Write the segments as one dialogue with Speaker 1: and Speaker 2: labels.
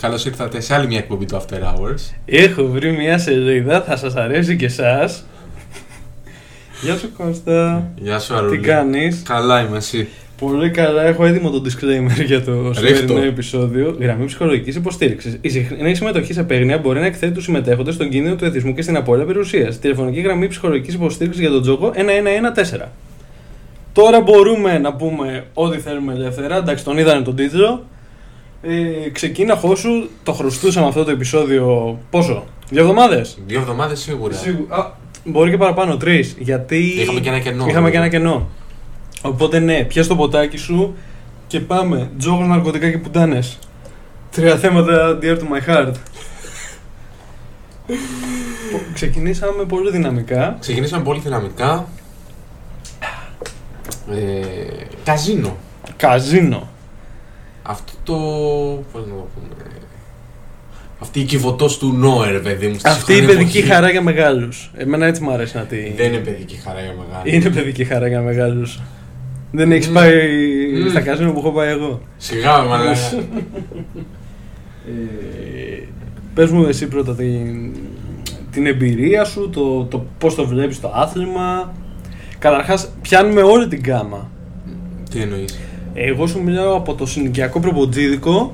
Speaker 1: Καλώς ήρθατε σε άλλη μια εκπομπή του After Hours.
Speaker 2: Έχω βρει μια σελίδα, θα σας αρέσει και εσάς. Γεια σου Κώστα.
Speaker 1: Γεια σου, Αρούλη.
Speaker 2: Τι κάνεις.
Speaker 1: Καλά είμαι εσύ.
Speaker 2: Πολύ καλά, έχω έτοιμο το disclaimer για το σημερινό
Speaker 1: Ρίχτω.
Speaker 2: επεισόδιο. Γραμμή ψυχολογικής υποστήριξης. Η συχνή συμμετοχή σε παίγνια μπορεί να εκθέτει τους συμμετέχοντες στον κίνδυνο του εθισμού και στην απώλεια περιουσίας. Τηλεφωνική γραμμή ψυχολογικής υποστήριξης για τον Τζόκο 1114. Τώρα μπορούμε να πούμε ό,τι θέλουμε ελεύθερα. Εντάξει, τον είδανε τον τίτλο. Ε, ξεκίνα χώσου, το χρωστούσαμε αυτό το επεισόδιο πόσο, δύο εβδομάδες.
Speaker 1: Δύο εβδομάδες σίγουρα.
Speaker 2: Μπορεί και παραπάνω, τρεις. Γιατί.
Speaker 1: Είχαμε και ένα κενό.
Speaker 2: Είχαμε και ένα κενό. Οπότε ναι, πιάσ' το ποτάκι σου και πάμε. Τζόγος, ναρκωτικά και πουτάνες. Τρία θέματα dear to my heart. Πο- Ξεκινήσαμε πολύ δυναμικά.
Speaker 1: Ξεκινήσαμε πολύ δυναμικά. Ε, καζίνο.
Speaker 2: Καζίνο.
Speaker 1: Αυτό το. Πώς να το πούμε. Αυτή η κυβωτός του Νόερ, παιδί μου. στη
Speaker 2: Αυτή η
Speaker 1: σύγχρονη
Speaker 2: παιδική
Speaker 1: εποχή.
Speaker 2: χαρά για μεγάλους. Εμένα έτσι μου αρέσει να τη.
Speaker 1: Δεν είναι παιδική χαρά για μεγάλη.
Speaker 2: Είναι παιδική χαρά για μεγάλους. Δεν έχεις
Speaker 1: Μμμ.
Speaker 2: πάει
Speaker 1: Μμμ.
Speaker 2: στα καζίνο που έχω πάει εγώ.
Speaker 1: Σιγά, μαλάκα.
Speaker 2: Ε, Πες μου εσύ πρώτα την, την εμπειρία σου, το, το πώς το βλέπεις το άθλημα. Καταρχάς, πιάνουμε όλη την γκάμα.
Speaker 1: Τι εννοείς.
Speaker 2: Εγώ σου μιλάω από το συνοικιακό προποτζίδικο,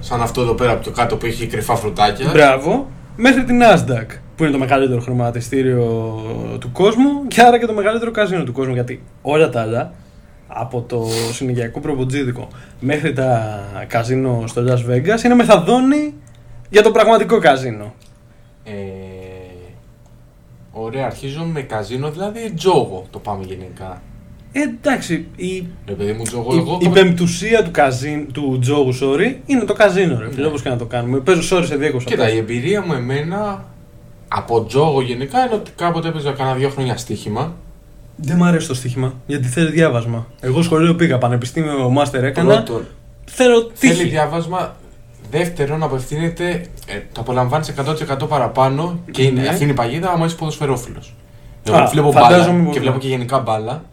Speaker 1: Σαν αυτό εδώ πέρα από το κάτω που έχει κρυφά φρουτάκια.
Speaker 2: μπράβο, μέχρι την Nasdaq, που είναι το μεγαλύτερο χρηματιστήριο του κόσμου και άρα και το μεγαλύτερο καζίνο του κόσμου, γιατί όλα τα άλλα, από το συνοικιακό προποτζίδικο μέχρι τα καζίνο στο Las Vegas, είναι μεθαδόνη για το πραγματικό καζίνο.
Speaker 1: Ε, ωραία, αρχίζω με καζίνο, δηλαδή τζόγο το πάμε γενικά.
Speaker 2: Ε, εντάξει, η
Speaker 1: Ρε παιδί μου, τζόγο
Speaker 2: Η,
Speaker 1: εγώ.
Speaker 2: η
Speaker 1: το-
Speaker 2: πεμπτουσία του, καζίν, του τζόγου, sorry, είναι το καζίνο, ρε.
Speaker 1: Ναι.
Speaker 2: Φίλε, όπως και να το κάνουμε. Παίζω, sorry, σε διέκοψα.
Speaker 1: Κοίτα, η εμπειρία μου εμένα από τζόγο γενικά είναι ότι κάποτε έπαιζα κανένα δύο χρόνια στοίχημα.
Speaker 2: Δεν μ' αρέσει το στοίχημα, γιατί θέλω διάβασμα. Εγώ σχολείο πήγα, πανεπιστήμιο, μάστερ έκανα.
Speaker 1: Πρώτον,
Speaker 2: Θέλω τύχη.
Speaker 1: θέλει διάβασμα. Δεύτερον, απευθύνεται, ε, το απολαμβάνεις 100% παραπάνω και είναι,
Speaker 2: Ναι.
Speaker 1: αυτή είναι η παγίδα άμα είσαι ποδοσφαιρόφιλος.
Speaker 2: Α,
Speaker 1: Εγώ βλέπω
Speaker 2: φαντάζομαι ναι.
Speaker 1: μπάλα και
Speaker 2: πολύ.
Speaker 1: βλέπω και γενικά μπάλα.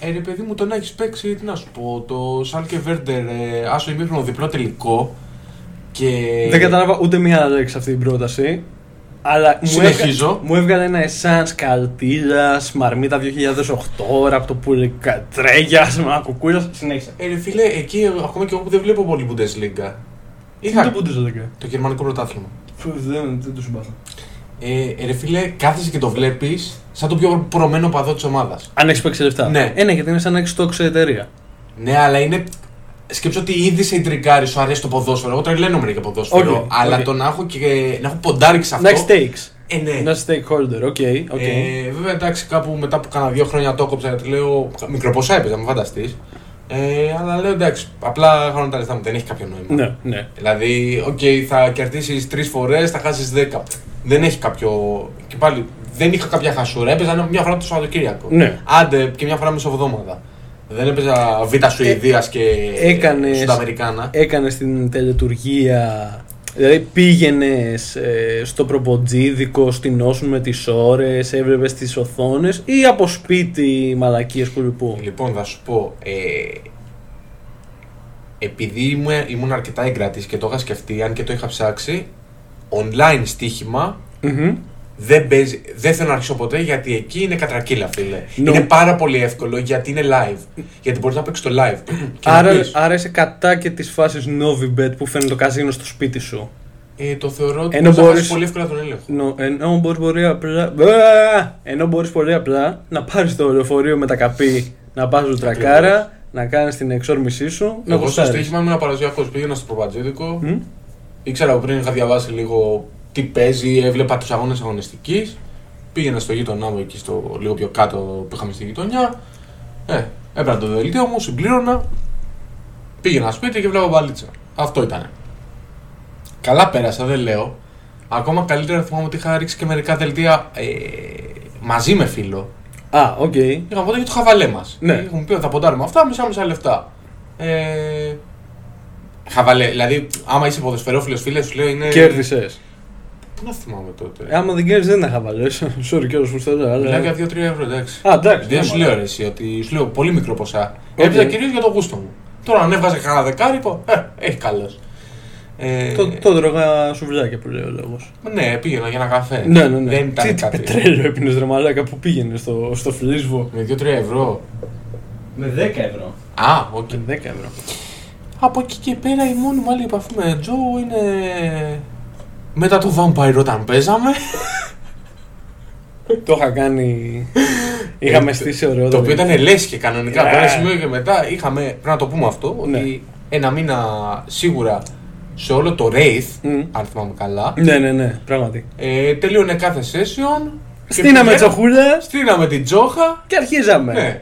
Speaker 1: Ε, ρε παιδί μου, τον έχεις παίξει, τι να σου πω, το Σάλκε Βέρντερ, ε, άσο ημίχρονο διπλό τελικό. Και...
Speaker 2: Δεν κατάλαβα ούτε μία λέξη αυτή την πρόταση. Αλλά μου,
Speaker 1: Συνεχίζω.
Speaker 2: έβγα- μου έβγαλε ένα εσάν καλτίδα, μαρμίτα 2008, από το πουλικά τρέγιασμα, κουκούλας. Συνέχισε.
Speaker 1: Ε, ρε φίλε, εκεί ε, ακόμα και εγώ που δεν βλέπω πολύ Bundesliga.
Speaker 2: Είχα...
Speaker 1: Είχα
Speaker 2: το πούντες δεν
Speaker 1: το γερμανικό πρωτάθλημα.
Speaker 2: Δεν, δεν το συμπάθω.
Speaker 1: Ε, ε, ρε φίλε, κάθεσαι και το βλέπεις σαν το πιο προμένο παδό της ομάδας.
Speaker 2: Αν έχεις παίξει λεφτά.
Speaker 1: Ναι.
Speaker 2: Ε, ναι, γιατί είναι σαν να έχεις τόξο εταιρεία.
Speaker 1: Ναι, αλλά είναι. Σκέψω ότι ήδη σε ιντριγκάρει, σου αρέσει το ποδόσφαιρο. Εγώ τρελαίνομαι ρε, για ποδόσφαιρο.
Speaker 2: Οκ,
Speaker 1: αλλά
Speaker 2: οκ.
Speaker 1: το να έχω, και, να έχω ποντάρει σε αυτό.
Speaker 2: Να έχεις stakes.
Speaker 1: Ε, ναι.
Speaker 2: Να είσαι stakeholder, οκ. οκ.
Speaker 1: Ε, βέβαια, εντάξει, κάπου μετά από κάνα δύο χρόνια το έκοψα γιατί λέω. Μικροποσά έπαιζα, μην φανταστείς. Ε, αλλά λέω εντάξει, απλά χάνω τα λεφτά μου, δεν έχει κάποιο νόημα.
Speaker 2: ναι, ναι.
Speaker 1: Δηλαδή, οκ, θα κερδίσεις τρεις φορές, θα χάσεις δέκα. Δεν έχει κάποιο. Και πάλι, δεν είχα κάποια χασούρα. Έπαιζα μια φορά το Σαββατοκύριακο.
Speaker 2: Ναι.
Speaker 1: Άντε και μια φορά μεσοβδόμαδα. Δεν έπαιζα Β' Σουηδίας και ε,
Speaker 2: έκανες-
Speaker 1: Σουδαμερικάνα.
Speaker 2: Έκανες την τελετουργία. Δηλαδή πήγαινες στο προποτζίδικο, στηνώσουν με τις ώρες, έβλεπες τις οθόνες ή από σπίτι μαλακίες κουλουπού.
Speaker 1: Λοιπόν, θα σου πω. Ε, επειδή ήμουν, ήμουν αρκετά εγκρατής και το είχα σκεφτεί, αν και το είχα ψάξει, online στοίχημα
Speaker 2: Μμμ.
Speaker 1: δεν, παίζει, δεν θέλω να αρχίσω ποτέ γιατί εκεί είναι κατρακύλα, φίλε.
Speaker 2: Νο-
Speaker 1: Είναι πάρα πολύ εύκολο γιατί είναι live. γιατί μπορείς να παίξεις το live. και να
Speaker 2: Άρα,
Speaker 1: πεις.
Speaker 2: άρα είσαι κατά και της φάσης Novibet που φαίνεται το καζίνο στο σπίτι σου.
Speaker 1: Ε, το θεωρώ ότι
Speaker 2: Ενώ
Speaker 1: μπορείς... να
Speaker 2: μπορείς-
Speaker 1: χάσεις πολύ εύκολα τον έλεγχο.
Speaker 2: Νο- ενώ μπορείς πολύ απλά. Μπα! Ε, Ενώ μπορείς πολύ απλά να πάρεις το λεωφορείο με τα καπί, να πας τρακάρα, να κάνεις την εξόρμησή σου, να
Speaker 1: Εγώ στο
Speaker 2: γουστάρεις.
Speaker 1: στοίχημα ήμουν παραδοσιακός. Πήγαινα στο προπατζίδικο.
Speaker 2: Μμ.
Speaker 1: Ήξερα από πριν, είχα διαβάσει λίγο τι παίζει, έβλεπα τους αγώνες αγωνιστικής. Πήγαινα στο γείτονά μου εκεί, στο λίγο πιο κάτω που είχαμε στη γειτονιά. Ε, έπαιρνα το δελτίο μου, συμπλήρωνα. Πήγαινα σπίτι και βλέπω μπαλίτσα. Αυτό ήταν. Καλά πέρασα, δεν λέω. Ακόμα καλύτερα θυμάμαι ότι είχα ρίξει και μερικά δελτία ε, μαζί με φίλο.
Speaker 2: Α, οκ.
Speaker 1: Είχαμε ποντάρει για το χαβαλέ μας.
Speaker 2: Ναι.
Speaker 1: Έχουμε πει ότι θα ποντάρουμε αυτά, μισά μισά λεφτά. Ε, χαβαλέ, δηλαδή άμα είσαι ποδοσφαιρόφιλος φίλε, σου λέω είναι.
Speaker 2: Κέρδισες.
Speaker 1: Πού να θυμάμαι τότε.
Speaker 2: Ε, Άμα δεν κέρδισε, δεν θα χαβαλέσει. Sorry κιόλα που στο λέω. Αλλά...
Speaker 1: Μιλάω για 2-3 ευρώ, εντάξει.
Speaker 2: Α, εντάξει. ναι.
Speaker 1: Δεν
Speaker 2: άμα.
Speaker 1: σου λέω ρε, εσύ ότι σου λέω πολύ μικρό ποσά.
Speaker 2: Οκ.
Speaker 1: Έπαιζα κυρίως για το γούστο μου. Τώρα αν έβαζα κανένα δεκάρι, είπα, ε, έχει καλός. Ε,
Speaker 2: Το, το τρώγα σουβλάκια που λέει ο λόγος.
Speaker 1: Ναι, πήγαινα για ένα καφέ.
Speaker 2: Ναι, ναι, ναι.
Speaker 1: Δεν ήταν
Speaker 2: Τι- τι
Speaker 1: κάτι.
Speaker 2: πετρέλαιο έπινες ρε μαλάκα που πήγαινε στο, στο φλίσβο.
Speaker 1: Με 2-3 ευρώ.
Speaker 3: Με 10 ευρώ.
Speaker 1: Α, οκ.
Speaker 2: Και 10 ευρώ.
Speaker 1: Από εκεί και πέρα η μόνη μου άλλη επαφή με Τζο είναι. Μετά το Vampire όταν παίζαμε.
Speaker 2: το είχα κάνει. Είχαμε στήσει ωραίο.
Speaker 1: Ε, Το οποίο
Speaker 2: δωμάτιο.
Speaker 1: ήταν λες και κανονικά.
Speaker 2: Ε.
Speaker 1: Από ένα σημείο και μετά είχαμε. Πρέπει να το πούμε αυτό. Ότι
Speaker 2: Ναι.
Speaker 1: ένα μήνα σίγουρα σε όλο το Wraith,
Speaker 2: Μμ.
Speaker 1: αν θυμάμαι καλά,
Speaker 2: Ναι, ναι, ναι, πράγματι.
Speaker 1: ε, τελείωνε κάθε session. και
Speaker 2: Στείναμε
Speaker 1: πηγαίναμε-
Speaker 2: τσοχούλα
Speaker 1: Στείναμε την τζόχα.
Speaker 2: και αρχίζαμε.
Speaker 1: Ναι.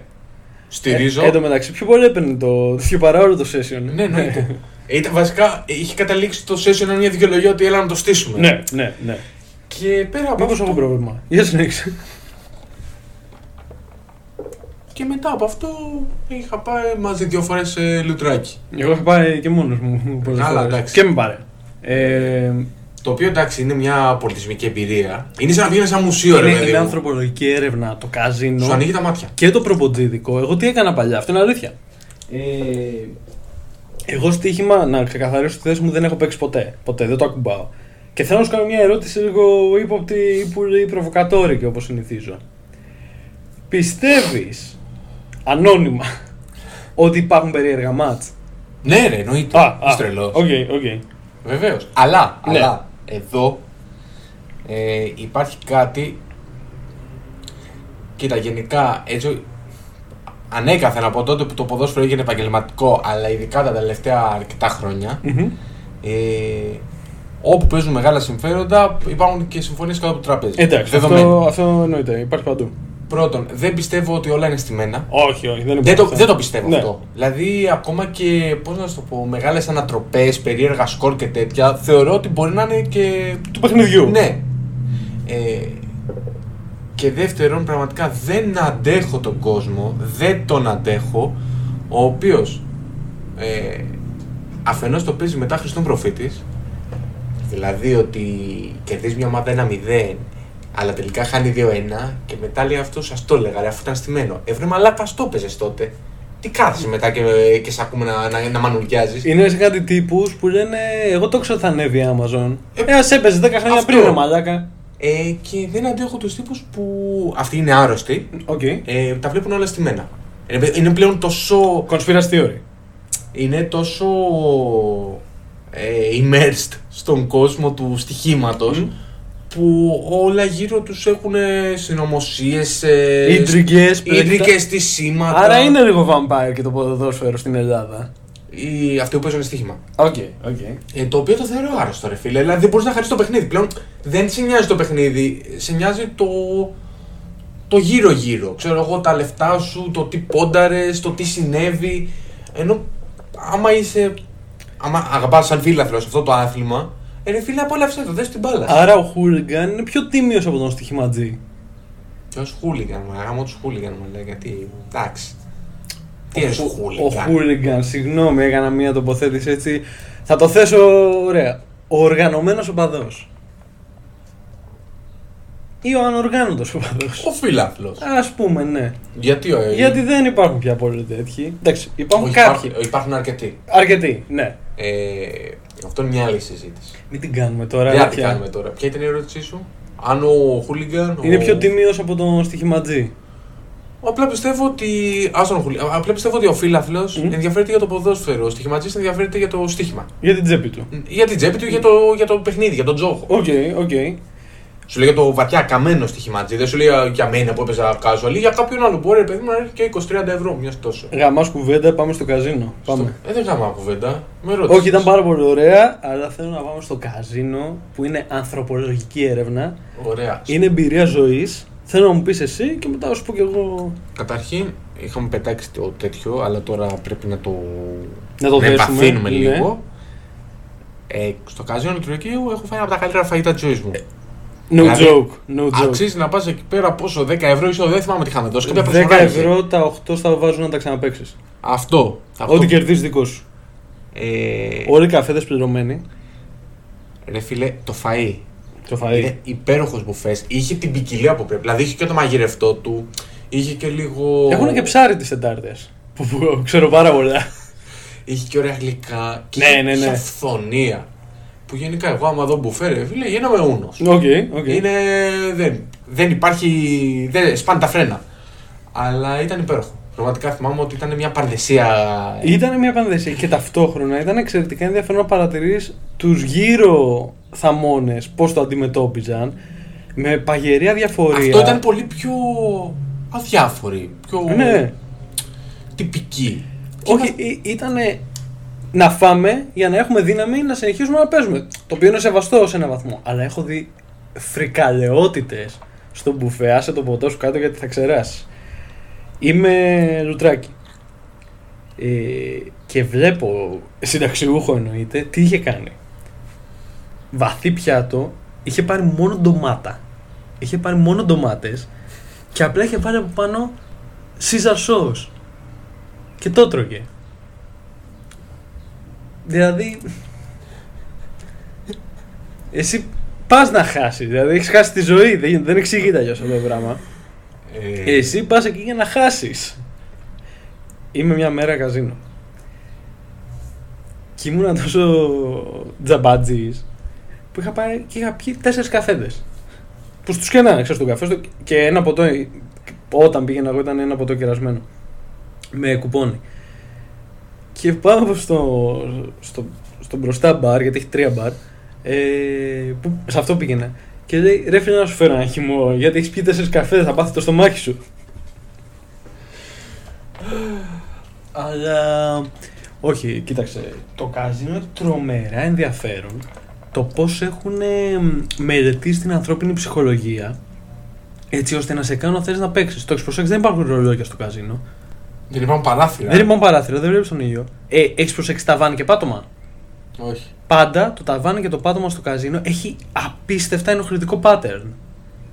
Speaker 1: Στηρίζω.
Speaker 2: Ε, εν τω μεταξύ, πιο πολύ έπαιρνε το πιο παράωρο το session.
Speaker 1: Ναι, εννοείται. Ε, Ήταν, βασικά είχε καταλήξει το session με μια δικαιολογία ότι έλα να το στήσουμε.
Speaker 2: ναι, ναι. ναι.
Speaker 1: Και πέρα από
Speaker 2: Μήπως
Speaker 1: αυτό.
Speaker 2: έχω πρόβλημα. Για συνέχισε.
Speaker 1: Και μετά από αυτό είχα πάει μαζί δύο φορές σε λουτράκι.
Speaker 2: Εγώ είχα πάει και μόνος μου. πολλές
Speaker 1: Καλά,
Speaker 2: φορές.
Speaker 1: εντάξει.
Speaker 2: Και με πάρε. Ε,
Speaker 1: Το οποίο εντάξει είναι μια πολιτισμική εμπειρία. Είναι σαν να βγαίνει σε ένα μουσείο, ρε
Speaker 2: είναι,
Speaker 1: παιδί.
Speaker 2: είναι
Speaker 1: μου.
Speaker 2: ανθρωπολογική έρευνα, το καζίνο.
Speaker 1: Σου ανοίγει τα μάτια.
Speaker 2: Και το προποτζίδικο. Εγώ τι έκανα παλιά, αυτό είναι αλήθεια.
Speaker 3: Ε,
Speaker 2: Εγώ στοίχημα, να ξεκαθαρίσω τη θέση μου, δεν έχω παίξει ποτέ. Ποτέ, δεν το ακουμπάω. Και θέλω να σου κάνω μια ερώτηση λίγο ύποπτη ή πολύ προβοκατόρικη όπως συνηθίζω. Πιστεύεις, ανώνυμα, ότι υπάρχουν περίεργα μάτς.
Speaker 1: Ναι, ρε, εννοείται. Είσαι τρελός.
Speaker 2: Οκ, οκ.
Speaker 1: Βεβαίως. Αλλά,
Speaker 2: Ναι.
Speaker 1: αλλά εδώ ε, υπάρχει κάτι. Κοίτα, γενικά έτσι. Ανέκαθεν από τότε που το ποδόσφαιρο έγινε επαγγελματικό, αλλά ειδικά τα τελευταία αρκετά χρόνια,
Speaker 2: Μμμ.
Speaker 1: ε, όπου παίζουν μεγάλα συμφέροντα, υπάρχουν και συμφωνίες κάτω από το τραπέζι.
Speaker 2: Εντάξει,
Speaker 1: Δεδομένου.
Speaker 2: αυτό, αυτό εννοείται. Υπάρχει παντού.
Speaker 1: Πρώτον, δεν πιστεύω ότι όλα είναι στημένα.
Speaker 2: Όχι, όχι, δεν
Speaker 1: Δεν
Speaker 2: υπάρχει
Speaker 1: το,
Speaker 2: αυτό.
Speaker 1: δεν το πιστεύω
Speaker 2: Ναι.
Speaker 1: αυτό. Δηλαδή, ακόμα και πώς να σου το πω, μεγάλες ανατροπές, περίεργα σκορ και τέτοια, θεωρώ ότι μπορεί να είναι και.
Speaker 2: Του παιχνιδιού.
Speaker 1: Ναι. Ε, και δεύτερον, πραγματικά δεν αντέχω τον κόσμο, δεν τον αντέχω, ο οποίος ε, αφενός το παίζει μετά Χριστόν Προφήτης, δηλαδή ότι κερδίζει μια ομάδα 1-0, αλλά τελικά χάνει 2-1, και μετά λέει αυτός, σα το έλεγα, ρε, αφού ήταν στημένο. Εύρε μαλάκα, ας το παίζες τότε. Τι κάθεσαι μετά και, και σε ακούμε να, να, να μανουριάζεις.
Speaker 2: Είναι σε κάτι τύπους που λένε Εγώ το ξέρω ότι θα ανέβει η Amazon.
Speaker 1: Ε,
Speaker 2: Ε, ας έπαιζες 10 χρόνια
Speaker 1: αυτό.
Speaker 2: πριν, ρε μαλάκα.
Speaker 1: Ε, και δεν αντέχω τους τύπους που αυτοί είναι άρρωστοι,
Speaker 2: Οκ.
Speaker 1: ε, τα βλέπουν όλα στη μένα. Είναι- Είναι πλέον τόσο.
Speaker 2: Conspiracy theory.
Speaker 1: Είναι τόσο. Ε, immersed στον κόσμο του στοιχήματος
Speaker 2: Μμμ.
Speaker 1: που όλα γύρω τους έχουν συνωμοσίες. Ε,
Speaker 2: Ίντρικες, παιδάκια.
Speaker 1: Ίντρικες, τι σήματα.
Speaker 2: Άρα είναι λίγο vampire και το ποδοσφαίρο στην Ελλάδα.
Speaker 1: Οι, αυτοί που παίζουν στοίχημα.
Speaker 2: Οκ, οκ.
Speaker 1: Ε, το οποίο το θεωρώ άρρωστο, ρε φίλε. Δηλαδή δεν μπορείς να χαρίσει το παιχνίδι. Πλέον δεν σε νοιάζει το παιχνίδι. Σε νοιάζει το. το γύρω-γύρω. Ξέρω εγώ, τα λεφτά σου, το τι πόνταρες, το τι συνέβη. Ενώ άμα είσαι. Άμα αγαπάς σαν φίλαθλος αυτό το άθλημα, ε, ρε φίλε, απόλαυσε το, δες την μπάλα. σου.
Speaker 2: Άρα ο Χούλιγκαν είναι πιο τίμιος από τον στοιχηματζή.
Speaker 1: Και ω χούλιγκαν, μα γάμο τους χούλιγκαν, μου λέει γιατί. Εντάξει. Τι είναι
Speaker 2: Ο- Ο
Speaker 1: χούλιγκαν.
Speaker 2: Χούλιγκαν, συγγνώμη, έκανα μία τοποθέτηση έτσι. Θα το θέσω ωραία. Ο οργανωμένος οπαδός. Ή ο ανοργάνωτος οπαδός.
Speaker 1: Ο φίλαθλο.
Speaker 2: Ας πούμε, ναι.
Speaker 1: Γιατί ο
Speaker 2: Γιατί δεν υπάρχουν πια πολλοί τέτοιοι. Εντάξει, υπάρχουν
Speaker 1: Ε, όχι,
Speaker 2: κάποιοι.
Speaker 1: υπάρχουν- ε, Υπάρχουν αρκετοί.
Speaker 2: Αρκετοί, ναι.
Speaker 1: Ε, αυτό είναι μια άλλη συζήτηση.
Speaker 2: Μην την κάνουμε τώρα.
Speaker 1: Δεν θα την
Speaker 2: αλήθεια.
Speaker 1: κάνουμε τώρα. Ποια ήταν η ερώτησή σου, Αν ο Χούλιγκαν.
Speaker 2: Είναι
Speaker 1: ο...
Speaker 2: πιο τίμιος από τον στοιχηματζή.
Speaker 1: Απλά πιστεύω ότι. Άστον ο Χούλιγκαν. Απλά πιστεύω ότι ο φίλαθλος
Speaker 2: Μμμ.
Speaker 1: ενδιαφέρεται για το ποδόσφαιρο. Ο στοιχηματζή ενδιαφέρεται για το στοίχημα.
Speaker 2: Για την τσέπη του.
Speaker 1: Για την τσέπη του, για το, για το παιχνίδι, για τον τζόχο.
Speaker 2: Οκ, οκ.
Speaker 1: Σου λέει για το βαθιά καμένο στοιχηματζή. Δεν σου λέει «Α, για μένα που έπαιζα casual ή για κάποιον άλλο. Μπορεί ρε παιδί μου να έρθει και 20-30 ευρώ, μιας τόσο.
Speaker 2: Γαμάς κουβέντα, πάμε στο καζίνο. Πάμε.
Speaker 1: Στο- Ε, δεν γάμα κουβέντα. Με ρώτησες.
Speaker 2: Όχι, ήταν πάρα πολύ ωραία, αλλά θέλω να πάμε στο καζίνο που είναι ανθρωπολογική έρευνα.
Speaker 1: Ωραία.
Speaker 2: Είναι εμπειρία ζωής. Θέλω να μου πεις εσύ και μετά θα σου πω κι εγώ.
Speaker 1: Καταρχήν είχαμε πετάξει το τέτοιο, αλλά τώρα πρέπει να το,
Speaker 2: Να το δέσουμε,
Speaker 1: επαθύνουμε
Speaker 2: ναι.
Speaker 1: λίγο. Ε, στο καζίνο του Λυκείου έχω φάει από τα καλύτερα φαγητά της ζωής μου.
Speaker 2: Ε, No
Speaker 1: Δηλαδή,
Speaker 2: joke. No joke.
Speaker 1: Αξίζει να πας εκεί πέρα πόσο 10 ευρώ είσαι, δεν θυμάμαι τι είχαμε δώσει. Κάποια
Speaker 2: 10
Speaker 1: προσφορά είχε.
Speaker 2: ευρώ τα 8 θα βάζουν να τα ξαναπέξει.
Speaker 1: Αυτό. αυτό.
Speaker 2: Ό,τι κερδίζεις δικό σου.
Speaker 1: Ε,
Speaker 2: Όλοι οι καφέδες πληρωμένοι.
Speaker 1: ρε φίλε, το φαΐ.
Speaker 2: Το φαΐ.
Speaker 1: Είναι υπέροχος μπουφές. Είχε την ποικιλία που πρέπει. Δηλαδή είχε και το μαγειρευτό του. Είχε και λίγο.
Speaker 2: Έχουν και ψάρι τις Τετάρτε. Που, που ξέρω πάρα πολλά.
Speaker 1: Είχε και ωραία γλυκά. Και
Speaker 2: Ναι, ναι,
Speaker 1: είχε
Speaker 2: ναι.
Speaker 1: αυθονία. Που γενικά εγώ, άμα δω μπουφέ, ρε φίλε, γίνομαι ούνο.
Speaker 2: Οκ, οκ.
Speaker 1: Είναι. Δεν, δεν υπάρχει. Δεν, σπάνε τα φρένα. Αλλά ήταν υπέροχο. Πραγματικά θυμάμαι ότι ήταν μια παρδεσία.
Speaker 2: Ήταν μια πανδεσία και ταυτόχρονα ήταν εξαιρετικά ενδιαφέρον να παρατηρείς τους γύρω θαμώνες πώς το αντιμετώπιζαν. Με παγερία διαφορία.
Speaker 1: Αυτό ήταν πολύ πιο αδιάφορη. Πιο
Speaker 2: Ναι.
Speaker 1: τυπική. Και
Speaker 2: Όχι, ήταν να φάμε για να έχουμε δύναμη να συνεχίσουμε να παίζουμε. Το οποίο είναι σεβαστό σε έναν βαθμό. Αλλά έχω δει φρικαλαιότητες στο μπουφέ. Άσε το ποτό σου κάτω γιατί θα ξεράσει. Είμαι λουτράκι. Ε, και βλέπω συνταξιούχο εννοείται τι είχε κάνει. Βαθύ πιάτο είχε πάρει μόνο ντομάτα. Είχε πάρει μόνο ντομάτες και απλά είχε πάρει από πάνω Caesar sauce. Και το τρώγε. Δηλαδή. Εσύ πας να χάσεις. Δηλαδή έχεις χάσει τη ζωή. Δεν, δεν εξηγείται αλλιώς αυτό το πράγμα.
Speaker 1: Ε,
Speaker 2: Εσύ πας εκεί για να χάσεις. Είμαι μια μέρα καζίνο. Και ήμουνα τόσο τζαμπάτζης που είχα πάρει και είχα πιει τέσσερις καφέδες. Που στους κενάνε, ξέρω στον καφέ στο, και ένα ποτό. Όταν πήγαινα εγώ ήταν ένα ποτό κερασμένο. Με κουπόνι. Και πάω στο, στο, στο μπροστά μπαρ, γιατί έχει τρία μπαρ, ε, που, σε αυτό πήγαινα. Και λέει, ρε φίλε να σου φέρω ένα χυμό, γιατί έχεις πιει τέσσερις καφέδες, θα πάθεις το στομάχι σου. Αλλά... Όχι, κοίταξε, το καζίνο είναι τρομερά ενδιαφέρον το πώς έχουν ε, μελετήσει την ανθρώπινη ψυχολογία έτσι ώστε να σε κάνουν να θες να παίξεις. Το έχεις προσέξει, δεν υπάρχουν ρολόγια στο καζίνο.
Speaker 1: δεν υπάρχουν παράθυρα.
Speaker 2: Δεν υπάρχουν παράθυρα, δεν βλέπεις τον ήλιο. Ε, έχει προσέξει ταβάνι και πάτωμα.
Speaker 1: Όχι.
Speaker 2: Πάντα το ταβάνι και το πάτωμα στο καζίνο έχει απίστευτα ενοχλητικό pattern.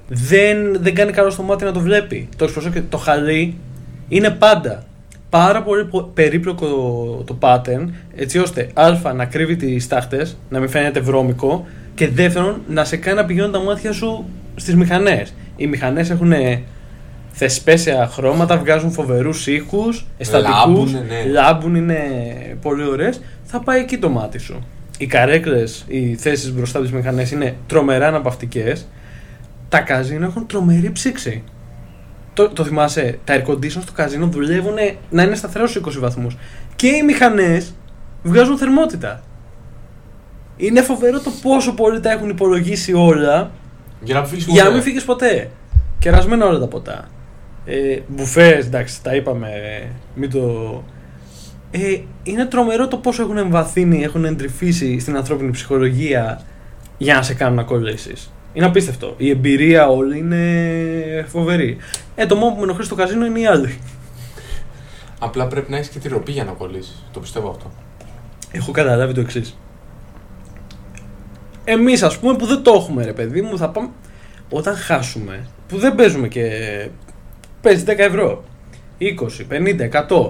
Speaker 2: Δεν, δεν κάνει καλό στο μάτι να το βλέπει. Το έχεις προσέξει. Το χαλί είναι πάντα πάρα πολύ πο- περίπλοκο το, το pattern έτσι ώστε α να κρύβει τις τάχτες, να μην φαίνεται βρώμικο και δεύτερον να σε κάνει να πηγαίνουν τα μάτια σου στις μηχανές. Οι μηχανές έχουν ε, θεσπέσια χρώματα, βγάζουν φοβερούς ήχους, αισθαντικού.
Speaker 1: Λάμπουνε, ναι.
Speaker 2: Λάμπουν είναι πολύ ωραίες. Θα πάει εκεί το μάτι σου. Οι καρέκλες, οι θέσεις μπροστά από τις μηχανές είναι τρομερά αναπαυτικές. Τα καζίνο έχουν τρομερή ψήξη. Το, το θυμάσαι, τα air conditions του καζίνο δουλεύουν να είναι σταθερός στους 20 βαθμούς. Και οι μηχανές βγάζουν θερμότητα. Είναι φοβερό το πόσο πολύ τα έχουν υπολογίσει όλα
Speaker 1: Για να μην φύγεις
Speaker 2: για να μην φύγεις ποτέ. Κερασμένα όλα τα ποτά. Ε, Μπουφές, εντάξει, τα είπαμε. Μην το. Ε, είναι τρομερό το πόσο έχουν εμβαθύνει, έχουν εντρυφήσει στην ανθρώπινη ψυχολογία για να σε κάνουν να κολλήσεις. Είναι απίστευτο. Η εμπειρία όλη είναι φοβερή. Ε, το μόνο που με ενοχλεί στο καζίνο είναι οι άλλοι.
Speaker 1: Απλά πρέπει να έχεις και τη ροπή για να κολλήσεις. Το πιστεύω αυτό.
Speaker 2: Έχω καταλάβει το εξής. Εμείς, ας πούμε, που δεν το έχουμε, ρε παιδί μου, θα πάμε. Όταν χάσουμε, που δεν παίζουμε και. Παίζει 10 ευρώ. 20, 50, 100.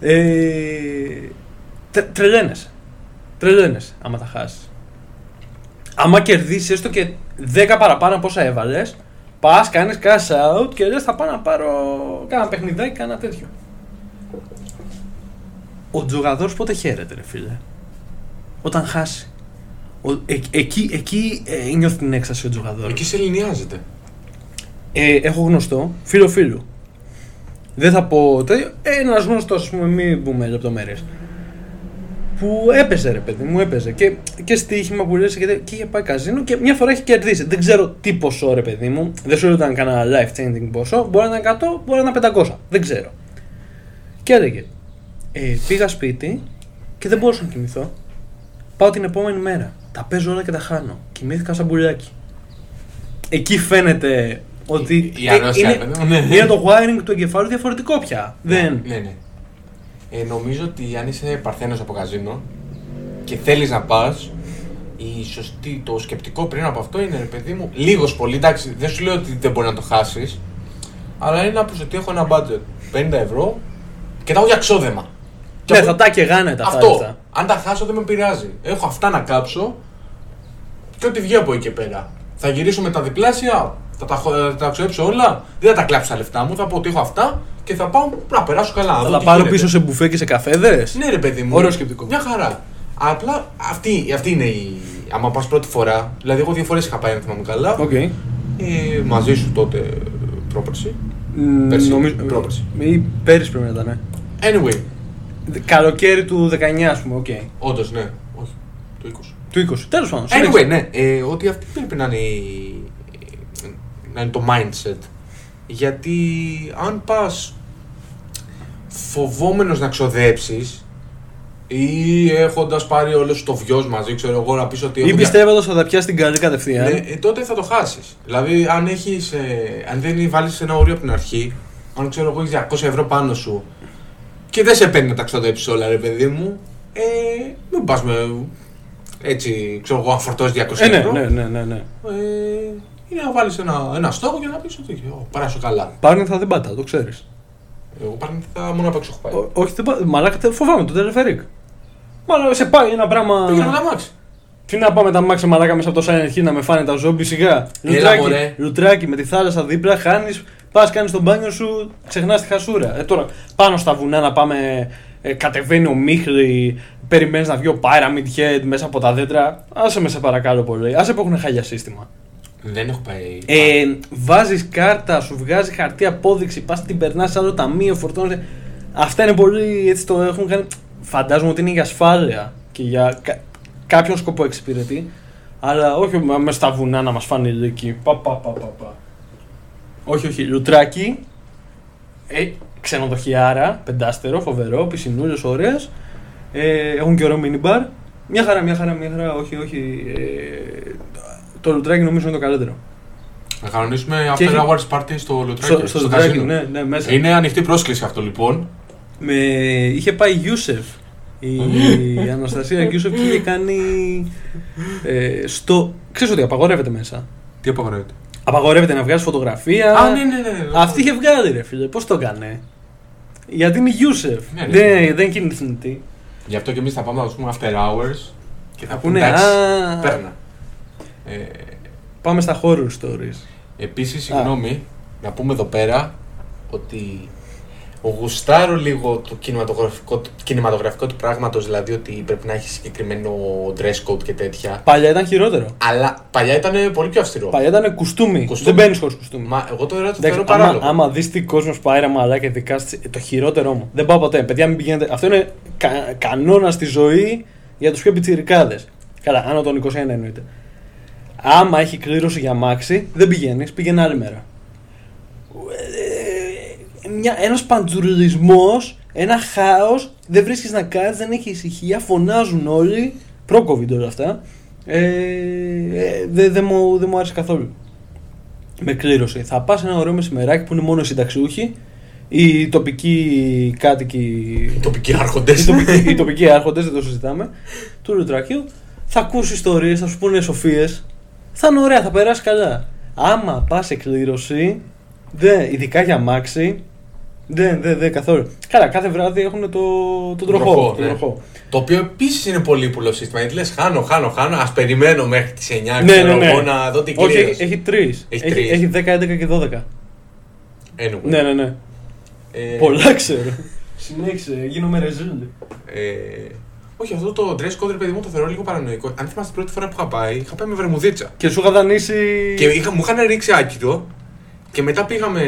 Speaker 2: Ε, τρε, τρελαίνεσαι. Τρελαίνεσαι άμα τα χάσεις. Άμα κερδίσεις έστω και 10 παραπάνω από όσα έβαλες, πας, κάνεις cash out και λες θα πάω να πάρω κάνα παιχνιδάκι, κάνα τέτοιο. Ο τζογαδόρ πότε χαίρεται, ρε φίλε. Όταν χάσει. Ο, εκ- εκεί εκεί ε, νιώθει την έξαση ο τζογαδόρ.
Speaker 1: Εκεί σε ελληνιάζεται.
Speaker 2: Ε, έχω γνωστό, φίλο φίλου. Δεν θα πω Ε, τέτοιο. Ένας γνωστός, ας πούμε, μην πούμε λεπτομέρειες. Που έπαιζε, ρε παιδί μου, έπαιζε. Και, και στοίχημα που λες και, τέ- και είχε πάει καζίνο και μια φορά έχει κερδίσει. Δεν ξέρω τι ποσό, ρε παιδί μου. Δεν σου λέω ότι ήταν κανένα life changing ποσό. Μπορεί να ήταν 100, μπορεί να ήταν 500. Δεν ξέρω. Και έλεγε. Ε, πήγα σπίτι και δεν μπορούσα να κοιμηθώ. Πάω την επόμενη μέρα. Τα παίζω όλα και τα χάνω. Κοιμήθηκα σαν μπουλιάκι εκεί φαίνεται ότι
Speaker 1: Η- η αρρώστια,
Speaker 2: είναι,
Speaker 1: παιδί μου, ναι.
Speaker 2: είναι το wiring του εγκεφάλου διαφορετικό πια. Δεν.
Speaker 1: Ναι, ναι. Ε, νομίζω ότι αν είσαι παρθένος από καζίνο και θέλεις να πας, η σωστή, το σκεπτικό πριν από αυτό είναι, ρε παιδί μου, λίγος πολύ, εντάξει, δεν σου λέω ότι δεν μπορεί να το χάσεις, αλλά είναι να πεις ότι έχω ένα budget 50 ευρώ και τα έχω για ξόδεμα. Και
Speaker 2: Ναι,
Speaker 1: από-
Speaker 2: θα τα και γάνετα αυτά.
Speaker 1: Αυτό. Αν τα χάσω δεν με πειράζει. Έχω αυτά να κάψω και ό,τι βγει από εκεί και πέρα. Θα γυρίσω με τα διπλάσια, θα τα, χο- θα τα αξιέψω όλα, δεν θα τα κλάψω τα λεφτά μου, θα πω ότι έχω αυτά και θα πάω να περάσω καλά. να
Speaker 2: Θα
Speaker 1: δω
Speaker 2: τα
Speaker 1: τι
Speaker 2: πάρω
Speaker 1: γίνεται.
Speaker 2: πίσω σε μπουφέ και σε καφέδε.
Speaker 1: Ναι, ρε παιδί μου.
Speaker 2: Ωραίο σκεπτικό.
Speaker 1: Μια χαρά. Απλά αυτή, αυτή είναι η. Άμα πας πρώτη φορά, δηλαδή εγώ δύο φορές είχα πάει, αν θυμάμαι καλά.
Speaker 2: Οκ.
Speaker 1: Ε, μαζί σου τότε πρόπερση.
Speaker 2: Μ,
Speaker 1: Πέρσι, πρόπερση.
Speaker 2: Ή πέρυσι πρέπει να ήταν. ναι.
Speaker 1: Anyway,
Speaker 2: Δε- Καλοκαίρι του 19, ας πούμε, οκ.
Speaker 1: όντως ναι. Όχι, το 20.
Speaker 2: Του 20. Τέλος πάντων. συνέχισε.
Speaker 1: Anyway, ναι, ε, ότι αυτή πρέπει να είναι, η- να είναι το mindset. Γιατί αν πας φοβόμενος να ξοδέψεις ή έχοντας πάρει όλο σου το βιός μαζί, ξέρω εγώ να πεις ότι...
Speaker 2: Ή
Speaker 1: έχω δια-
Speaker 2: πιστεύοντα θα τα πιάσει την καλή κατευθείαν.
Speaker 1: ναι, ε, τότε θα το χάσεις. Δηλαδή, αν, έχεις, ε, αν δεν βάλεις ένα όριο από την αρχή, αν ξέρω εγώ έχεις 200 ευρώ πάνω σου και δεν σε παίρνει να τα ξοδέψεις όλα, ρε παιδί μου, ε, μην πας με... Έτσι, ξέρω εγώ, αν φορτώσεις 200
Speaker 2: Ε, ναι,
Speaker 1: ευρώ,
Speaker 2: ναι, ναι, ναι, ναι.
Speaker 1: ε, είναι να βάλεις ένα, ένα στόχο και να πεις ότι «Ω, περάσω καλά.
Speaker 2: Πάρνε θα δεν πάτα, το ξέρεις.
Speaker 1: Εγώ πάνε θα μόνο απ' έξω έχω πάει.
Speaker 2: Όχι, δεν πάτα. Μαλάκα τε- φοβάμαι το τελεφερίκ. Μαλάκα σε πάει ένα πράγμα.
Speaker 1: Πήγα με τα μάξι.
Speaker 2: Τι να πάμε τα μάξι μαλάκα μέσα από το Silent Hill να με φάνε τα ζόμπι σιγά.
Speaker 1: Έλα,
Speaker 2: Λουτράκι,
Speaker 1: μωρέ.
Speaker 2: λουτράκι με τη θάλασσα δίπλα, χάνεις, πας κάνεις τον μπάνιο σου, ξεχνάς τη χασούρα. Ε, τώρα πάνω στα βουνά να πάμε, ε, κατεβαίνει ο Μίχλη, περιμένεις να βγει ο Pyramid Head μέσα από τα δέντρα. Άσε με σε παρακαλώ πολύ, άσε που έχουν χάλια σύστημα.
Speaker 1: Δεν έχω πάει.
Speaker 2: Ε, Βάζεις κάρτα, σου βγάζει χαρτί απόδειξη, πας την περνάς σε άλλο ταμείο, φορτώνεσαι. Αυτά είναι πολύ έτσι το έχουν κάνει. Φαντάζομαι ότι είναι για ασφάλεια και για κα- κάποιον σκοπό εξυπηρετεί. Αλλά όχι με στα βουνά να μας φάνε λύκοι. Πα, πα, πα, πα, πα. Όχι, όχι. Λουτράκι. Ε, ξενοδοχιάρα, πεντάστερο, φοβερό, πισινούλες, ωραίες. Ε, έχουν και ωραίο μινιμπαρ. Μια χαρά, μια χαρά, μια χαρά. Όχι, όχι. Ε, το λουτράκι νομίζω είναι το καλύτερο.
Speaker 1: Να κανονίσουμε
Speaker 2: και
Speaker 1: after
Speaker 2: έχει-
Speaker 1: hours party στο Λουτράκι.
Speaker 2: Στο, στο Λουτράκι,
Speaker 1: καζίνο.
Speaker 2: ναι, ναι, μέσα.
Speaker 1: Είναι ανοιχτή πρόσκληση αυτό λοιπόν.
Speaker 2: Με, είχε πάει η Γιούσεφ. Η, η Αναστασία Γιούσεφ και είχε κάνει. Ε, στο. Ξέρεις ότι απαγορεύεται μέσα.
Speaker 1: Τι απαγορεύεται.
Speaker 2: Απαγορεύεται να βγάζει φωτογραφία.
Speaker 1: Α, ναι, ναι, ναι.
Speaker 2: Αυτή είχε βγάλει, ρε φίλε. Πώς το έκανε. Γιατί είναι η Γιούσεφ.
Speaker 1: Ναι, ρε.
Speaker 2: δεν, δεν κινηθνητή.
Speaker 1: Γι' αυτό και εμείς θα πάμε να του πούμε after hours και θα
Speaker 2: Πούνε,
Speaker 1: πούμε εντάξει,
Speaker 2: «Α,
Speaker 1: πέρνα. Ε,
Speaker 2: Πάμε στα horror stories.
Speaker 1: Επίσης, συγγνώμη, να πούμε εδώ πέρα ότι γουστάρω λίγο το κινηματογραφικό, το κινηματογραφικό του πράγματος, δηλαδή ότι πρέπει να έχει συγκεκριμένο dress code και τέτοια.
Speaker 2: Παλιά ήταν χειρότερο.
Speaker 1: Αλλά παλιά ήταν πολύ πιο αυστηρό.
Speaker 2: Παλιά ήταν κουστούμι.
Speaker 1: Κουστούμι.
Speaker 2: Δεν μπαίνεις χωρίς κουστούμι.
Speaker 1: Μα εγώ τώρα το
Speaker 2: Εντάξει,
Speaker 1: θεωρώ
Speaker 2: άμα,
Speaker 1: παράλογο.
Speaker 2: άμα δεις τι κόσμος πάει ρε μαλάκα και δικά στις- το χειρότερό μου. Δεν πάω ποτέ. Παιδιά, μην πηγαίνετε. Αυτό είναι κα, κανόνας στη ζωή για τους πιο πιτσιρικάδες. Καλά, άνω των 21 εννοείται. Άμα έχει κλήρωση για μάξι, δεν πηγαίνεις, πήγαινε άλλη μέρα. Ε, μια, ένας παντζουρισμός, ένα χάος, δεν βρίσκεις να κάτσεις, δεν έχει ησυχία, φωνάζουν όλοι, προ-covid όλα αυτά. Ε, ε, δεν δεν μου, δεν μου άρεσε καθόλου με κλήρωση. Θα πας ένα ωραίο μεσημεράκι που είναι μόνο οι συνταξιούχοι, οι τοπικοί κάτοικοι.
Speaker 1: Οι τοπικοί άρχοντες.
Speaker 2: οι τοπικοί, οι τοπικοί άρχοντες, δεν το συζητάμε, του Λουτρακίου. Θα ακούσεις ιστορίες, θα σου πούνε σοφίες. Θα είναι ωραία, θα περάσει καλά. Άμα πας σε κλήρωση, δε, ειδικά για μάξι, δεν, δεν, δεν καθόλου. Καλά, κάθε βράδυ έχουν το, το τροχό.
Speaker 1: Τροχό,
Speaker 2: το
Speaker 1: ναι.
Speaker 2: τροχό.
Speaker 1: το οποίο επίσης είναι πολύ πουλό σύστημα. Γιατί λες, χάνω, χάνω, χάνω. Ας περιμένω μέχρι τις 9
Speaker 2: Ναι, ναι,
Speaker 1: ξέρω
Speaker 2: ναι.
Speaker 1: εγώ να δω την
Speaker 2: Όχι,
Speaker 1: κλήρωση.
Speaker 2: έχει, έχει τρεις.
Speaker 1: Έχει
Speaker 2: Έχει,
Speaker 1: τρεις.
Speaker 2: έχει 10, 11 και 12.
Speaker 1: Anyway.
Speaker 2: Ναι, ναι, ναι.
Speaker 1: Ε,
Speaker 2: Πολλά ξέρω. Συνέχισε, γίνομαι ρεζίλ.
Speaker 1: Ε, όχι, αυτό το dress code, ρε παιδί μου, το θεωρώ λίγο παρανοϊκό. Αν θυμάστε την πρώτη φορά που είχα πάει, είχα πάει με βερμουδίτσα.
Speaker 2: Και σου είχα δανείσει.
Speaker 1: Και είχα, μου είχαν ρίξει άκυρο και μετά πήγαμε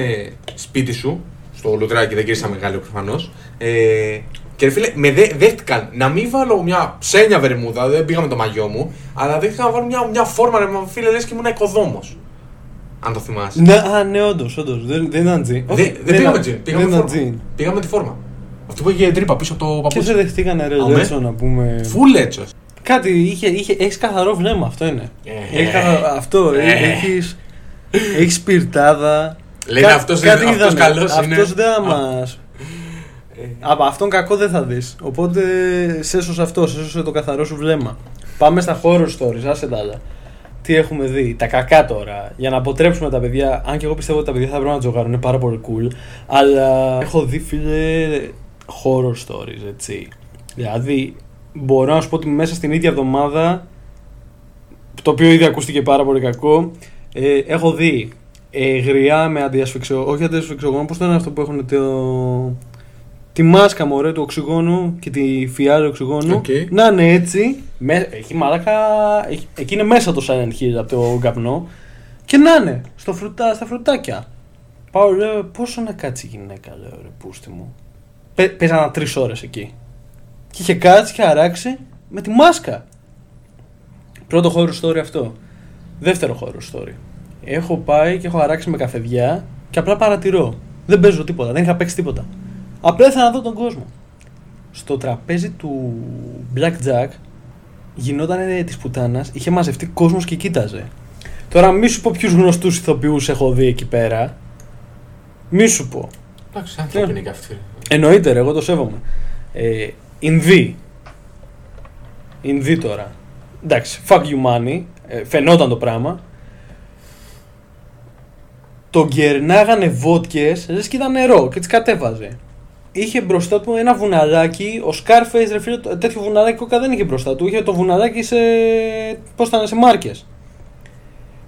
Speaker 1: σπίτι σου, στο Λουτράκι, δεν γύρισαμε μεγάλο προφανώς. Ε, και ρε φίλε, με δε, δέχτηκαν να μην βάλω μια ψένια βερμούδα, δεν πήγαμε το μαγιό μου, αλλά δέχτηκαν να βάλω μια, μια φόρμα, ρε μα, φίλε, λες και ήμουν οικοδόμος. Αν το θυμάσαι.
Speaker 2: Ναι, α, ναι, όντως, όντως. Δεν, δεν ήταν τζιν.
Speaker 1: Δε-
Speaker 2: Όχι,
Speaker 1: δεν πήγαμε
Speaker 2: ήταν-
Speaker 1: τζιν,
Speaker 2: δεν
Speaker 1: πήγαμε
Speaker 2: ήταν
Speaker 1: φόρμα.
Speaker 2: τζιν.
Speaker 1: Πήγαμε τη φόρμα. Αυτό που είχε τρύπα πίσω από το
Speaker 2: Και
Speaker 1: παπούτσι.
Speaker 2: σε δεχτήκανε ρε
Speaker 1: Α, ναι.
Speaker 2: Λέτσο να πούμε.
Speaker 1: Φουλ έτσο.
Speaker 2: Κάτι είχε, είχε, έχεις καθαρό βλέμμα, αυτό είναι.
Speaker 1: Ε.
Speaker 2: Έχει καθα- Αυτό,
Speaker 1: Ε.
Speaker 2: ε, έχεις, έχεις σπιρτάδα.
Speaker 1: Λένε
Speaker 2: Κα-
Speaker 1: αυτός
Speaker 2: κάτι
Speaker 1: είναι- αυτός
Speaker 2: είδαμε.
Speaker 1: καλός είναι.
Speaker 2: Αυτός δεν
Speaker 1: Α. Ε.
Speaker 2: μας... Από αυτόν κακό δεν θα δεις. Οπότε σε έσωσε αυτό, σε έσωσε το καθαρό σου βλέμμα. Πάμε στα horror stories, άσε τα άλλα. Τι έχουμε δει, τα κακά τώρα. Για να αποτρέψουμε τα παιδιά, αν και εγώ πιστεύω ότι τα παιδιά θα πρέπει να τζογάρουν, είναι πάρα πολύ cool. Αλλά έχω δει φίλε horror stories, έτσι. Δηλαδή, μπορώ να σου πω ότι μέσα στην ίδια εβδομάδα το οποίο ήδη ακούστηκε πάρα πολύ κακό. Ε, έχω δει ε, γριά με αντιασφυξιογόνο. Όχι αντιασφυξιογόνο, πώς το είναι αυτό που έχουν το. Τι τη μάσκα μωρέ του οξυγόνου και τη φιάρα οξυγόνου
Speaker 1: Οκ.
Speaker 2: να είναι έτσι. Με, έχει μαλάκα. Έχει, εκεί είναι μέσα το Silent Hill από το καπνό. Και να είναι στο φρουτά, στα φρουτάκια. Πάω λέω πόσο να κάτσει η γυναίκα, λέω ρε πούστη μου. Πε, παίζανα τρεις ώρες εκεί. Και είχε κάτσει και αράξει με τη μάσκα. Πρώτο χώρο story αυτό. Δεύτερο χώρο story. Έχω πάει και έχω αράξει με καφεδιά και απλά παρατηρώ. Δεν παίζω τίποτα, δεν είχα παίξει τίποτα. Απλά ήθελα να δω τον κόσμο. Στο τραπέζι του Blackjack γινόταν της πουτάνας, είχε μαζευτεί κόσμος και κοίταζε. Τώρα μη σου πω ποιους γνωστούς ηθοποιούς έχω δει εκεί πέρα. Μη σου πω.
Speaker 1: Εντάξει, άνθρωποι είναι και αυτοί.
Speaker 2: Εννοείται, ρε, εγώ το σέβομαι. Ε, Ινδί. Ινδί τώρα. Εντάξει, fuck you money. Ε, φαινόταν το πράγμα. Τον γερνάγανε βότκες, λες και ήταν νερό και τις κατέβαζε. Είχε μπροστά του ένα βουναλάκι, ο Scarface ρε φίλε, το- τέτοιο βουναλάκι κόκα δεν είχε μπροστά του, είχε το βουναλάκι σε, πώς ήταν, σε μάρκες.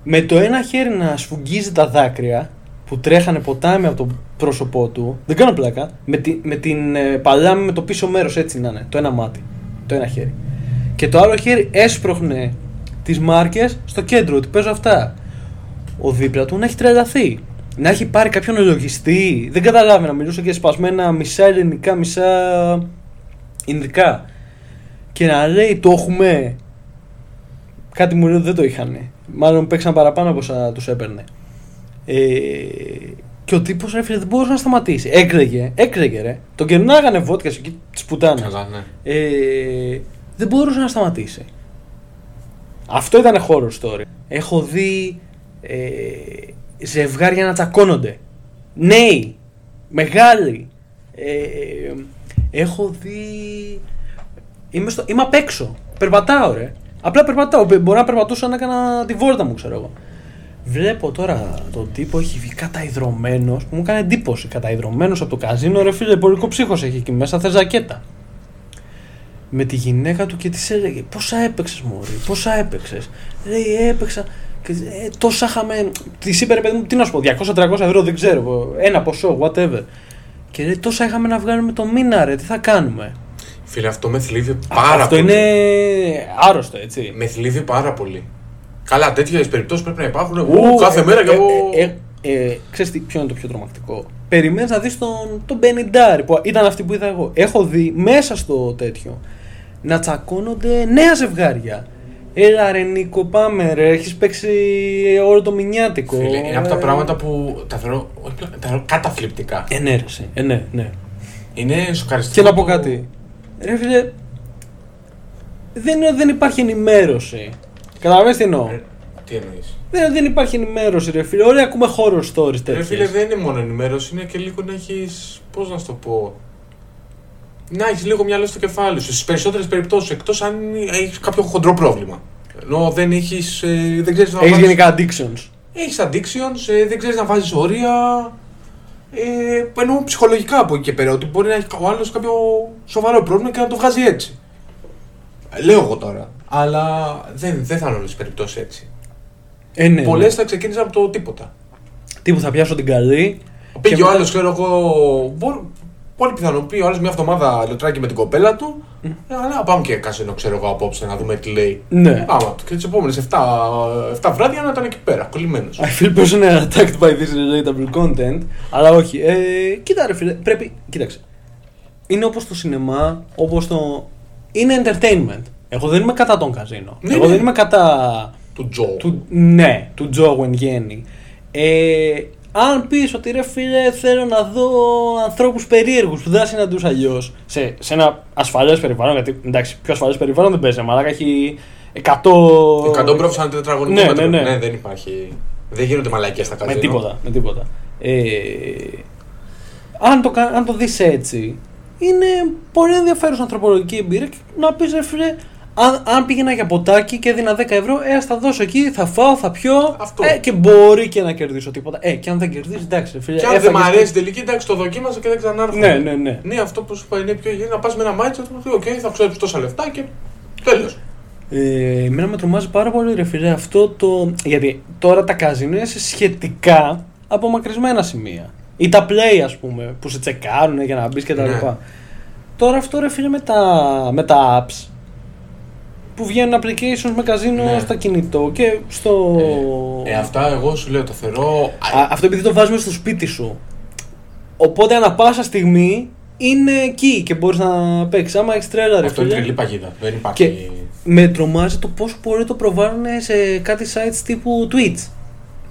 Speaker 2: Με το ένα χέρι να σφουγγίζει τα δάκρυα που τρέχανε ποτάμι από το πρόσωπό του, δεν κάνω πλάκα, με, τη, με την ε, παλάμη με το πίσω μέρος έτσι να είναι, το ένα μάτι, το ένα χέρι. Και το άλλο χέρι έσπροχνε τις μάρκες στο κέντρο, ότι παίζω αυτά. Ο δίπλα του να έχει τρελαθεί. Να έχει πάρει κάποιον λογιστή. Δεν καταλάβει να μιλούσε και σπασμένα μισά ελληνικά, μισά ινδικά. Και να λέει το έχουμε. Κάτι μου λέει ότι δεν το είχαν. Μάλλον παίξαν παραπάνω από όσα τους έπαιρνε. Ε, και ο τύπος ρε φίλε δεν μπορούσε να σταματήσει. Έκλαιγε, έκλαιγε ρε. Τον κερνάγανε βότκα εκεί της πουτάνας.
Speaker 1: Καλά, ναι.
Speaker 2: Ε, δεν μπορούσε να σταματήσει. Αυτό ήταν horror story. Έχω δει ε, ζευγάρια να τσακώνονται. Νέοι, μεγάλοι. Ε, έχω δει... Είμαι, στο... Είμαι απ' έξω. Περπατάω ρε. Απλά περπατάω. Μπο- Μπορώ να περπατούσα να έκανα τη βόρτα μου ξέρω εγώ. Βλέπω τώρα τον τύπο έχει βγει καταϊδρωμένος που μου έκανε εντύπωση. Καταϊδρωμένος από το καζίνο, ρε φίλε, πολικό ψύχος έχει εκεί μέσα, θες ζακέτα με τη γυναίκα του και της έλεγε Πόσα έπαιξες, Μωρή, πόσα έπαιξες. Λέει, έπαιξα. Και, ε, τόσα είχαμε. Τη είπε, ρε παιδί μου, τι να σου πω, 200-300 ευρώ, δεν ξέρω. Ένα ποσό, whatever. Και λέει, τόσα είχαμε να βγάλουμε το μήνα, ρε, τι θα κάνουμε.
Speaker 1: Φίλε, αυτό με θλίβει πάρα
Speaker 2: Αυτό
Speaker 1: πολύ.
Speaker 2: είναι άρρωστο, έτσι.
Speaker 1: Με θλίβει πάρα πολύ. Καλά, τέτοιες περιπτώσεις πρέπει να υπάρχουν.
Speaker 2: Ου,
Speaker 1: Ου, κάθε
Speaker 2: ε,
Speaker 1: μέρα
Speaker 2: ε,
Speaker 1: και εγώ.
Speaker 2: ε, ε, ε, ξέρεις τι, ποιο είναι το πιο τρομακτικό. Περιμένεις να δεις τον, τον Μπενιντάρη που ήταν αυτή που είδα εγώ. Έχω δει μέσα στο τέτοιο να τσακώνονται νέα ζευγάρια. Έλα ρε Νίκο πάμε ρε, έχεις παίξει όλο το μηνιάτικο.
Speaker 1: Φίλε, είναι από τα
Speaker 2: Ε,
Speaker 1: πράγματα που τα θεωρώ, όχι πλά- τα θεωρώ καταθλιπτικά.
Speaker 2: Ε, ναι, ρε, εσύ. ε, ναι, ναι.
Speaker 1: Είναι σοκαριστικό.
Speaker 2: Και να πω
Speaker 1: το-
Speaker 2: κάτι. Ρε φίλε, δεν είναι ότι δεν υπάρχει ενημέρωση. Καταλαβαίνεις τι εννοώ.
Speaker 1: Ε, Τι εννοείς.
Speaker 2: Δεν, είναι ότι δεν υπάρχει ενημέρωση ρε φίλε. Όλοι ακούμε horror stories τέτοιες.
Speaker 1: Ρε φίλε, δεν είναι μόνο ενημέρωση, είναι και λίγο να έχεις. Πώς να σου το πω. Να έχεις λίγο μυαλό στο κεφάλι σου. Στις περισσότερες περιπτώσεις, εκτός αν έχεις κάποιο χοντρό πρόβλημα. Ενώ δεν έχεις. δεν ξέρεις να
Speaker 2: Έχεις
Speaker 1: βάλεις-
Speaker 2: γενικά addictions.
Speaker 1: Έχεις addictions, ε, δεν ξέρεις να βάζεις όρια. Ε, εννοώ ψυχολογικά από εκεί και πέρα, ότι μπορεί να έχει ο άλλος κάποιο σοβαρό πρόβλημα και να το βγάζει έτσι. Ε, Λέω εγώ τώρα. Αλλά δεν, δεν θα είναι όλες τις περιπτώσεις έτσι.
Speaker 2: Ε, ναι,
Speaker 1: Πολλές
Speaker 2: ναι.
Speaker 1: θα ξεκίνησαν από το τίποτα.
Speaker 2: Τι που θα πιάσω την καλή.
Speaker 1: Πήγε
Speaker 2: μετά-
Speaker 1: ο άλλος, ξέρω εγώ, μπο- πολύ πιθανό πήγε ο άλλος μια εβδομάδα λιωτράκι με την κοπέλα του. Ε, αλλά πάμε και κασίνο, ξέρω εγώ, απόψε να δούμε τι λέει.
Speaker 2: Ναι.
Speaker 1: Πάμε. Και τις επόμενες 7, 7 βράδια να ήταν εκεί πέρα, κολλημένος.
Speaker 2: I feel personally attacked by this relatable content. Αλλά όχι. Ε, κοίτα, ρε φίλε, πρέπει. Κοίταξε. Είναι όπως το σινεμά, όπως το. Είναι entertainment. Εγώ δεν είμαι κατά τον καζίνο.
Speaker 1: Ναι,
Speaker 2: Εγώ
Speaker 1: ναι.
Speaker 2: δεν είμαι κατά.
Speaker 1: Του Τζο.
Speaker 2: Του... Ναι, του Τζόγου εν γέννη. Ε, αν πεις ότι ρε φίλε, θέλω να δω ανθρώπους περίεργους που δεν θα συναντούσα αλλιώς σε, σε ένα ασφαλές περιβάλλον. Γιατί εντάξει, πιο ασφαλές περιβάλλον δεν παίζει, μαλάκα έχει 100.
Speaker 1: 100 μπροφ σαν τετραγωνικό
Speaker 2: Ναι,
Speaker 1: μέτρο.
Speaker 2: ναι, ναι.
Speaker 1: δεν υπάρχει. Δεν γίνονται μαλακίες στα
Speaker 2: Με
Speaker 1: καζίνο.
Speaker 2: τίποτα, με τίποτα. Ε, αν το, κα- αν το δεις έτσι, είναι πολύ ενδιαφέρουσα ανθρωπολογική εμπειρία και να πεις ρε φίλε, αν, αν πήγαινα για ποτάκι και έδινα 10 ευρώ, ε, ας τα δώσω εκεί, θα φάω, θα πιω
Speaker 1: Αυτό.
Speaker 2: ε, και μπορεί και να κερδίσω τίποτα. Ε, και αν δεν κερδίσει, εντάξει, ρε φίλε.
Speaker 1: Και αν
Speaker 2: έφαγες
Speaker 1: δεν μ'
Speaker 2: το-
Speaker 1: αρέσει τελική, εντάξει, το δοκίμασα και δεν ξανάρχομαι.
Speaker 2: Ναι, ναι, ναι.
Speaker 1: Ναι, αυτό που σου είπα είναι πιο υγιή. Να πας με ένα μάτσο, ότι οκ, θα ξοδέψει τόσα λεφτά και τέλος.
Speaker 2: Ε, εμένα με τρομάζει πάρα πολύ ρε φίλε αυτό το... Γιατί τώρα τα καζίνο είναι σε σχετικά απομακρυσμένα σημεία. Ή τα play, ας πούμε, που σε τσεκάρουν για να μπεις και τα
Speaker 1: Ναι.
Speaker 2: λοιπά. Τώρα αυτό ρε φίλε με τα, με τα apps που βγαίνουν applications με καζίνο
Speaker 1: Ναι.
Speaker 2: στα κινητό και στο.
Speaker 1: Ε, αυτά εγώ σου λέω, το θεωρώ.
Speaker 2: Α, αυτό επειδή το βάζουμε στο σπίτι σου. Οπότε ανα πάσα στιγμή είναι εκεί και μπορείς να παίξεις. Άμα έχεις τρέλα, ρε
Speaker 1: Αυτό είναι
Speaker 2: φίλε.
Speaker 1: τρελή παγίδα. Δεν υπάρχει.
Speaker 2: Και με τρομάζει το πόσο πολύ το προβάλλουν σε κάτι sites τύπου Twitch.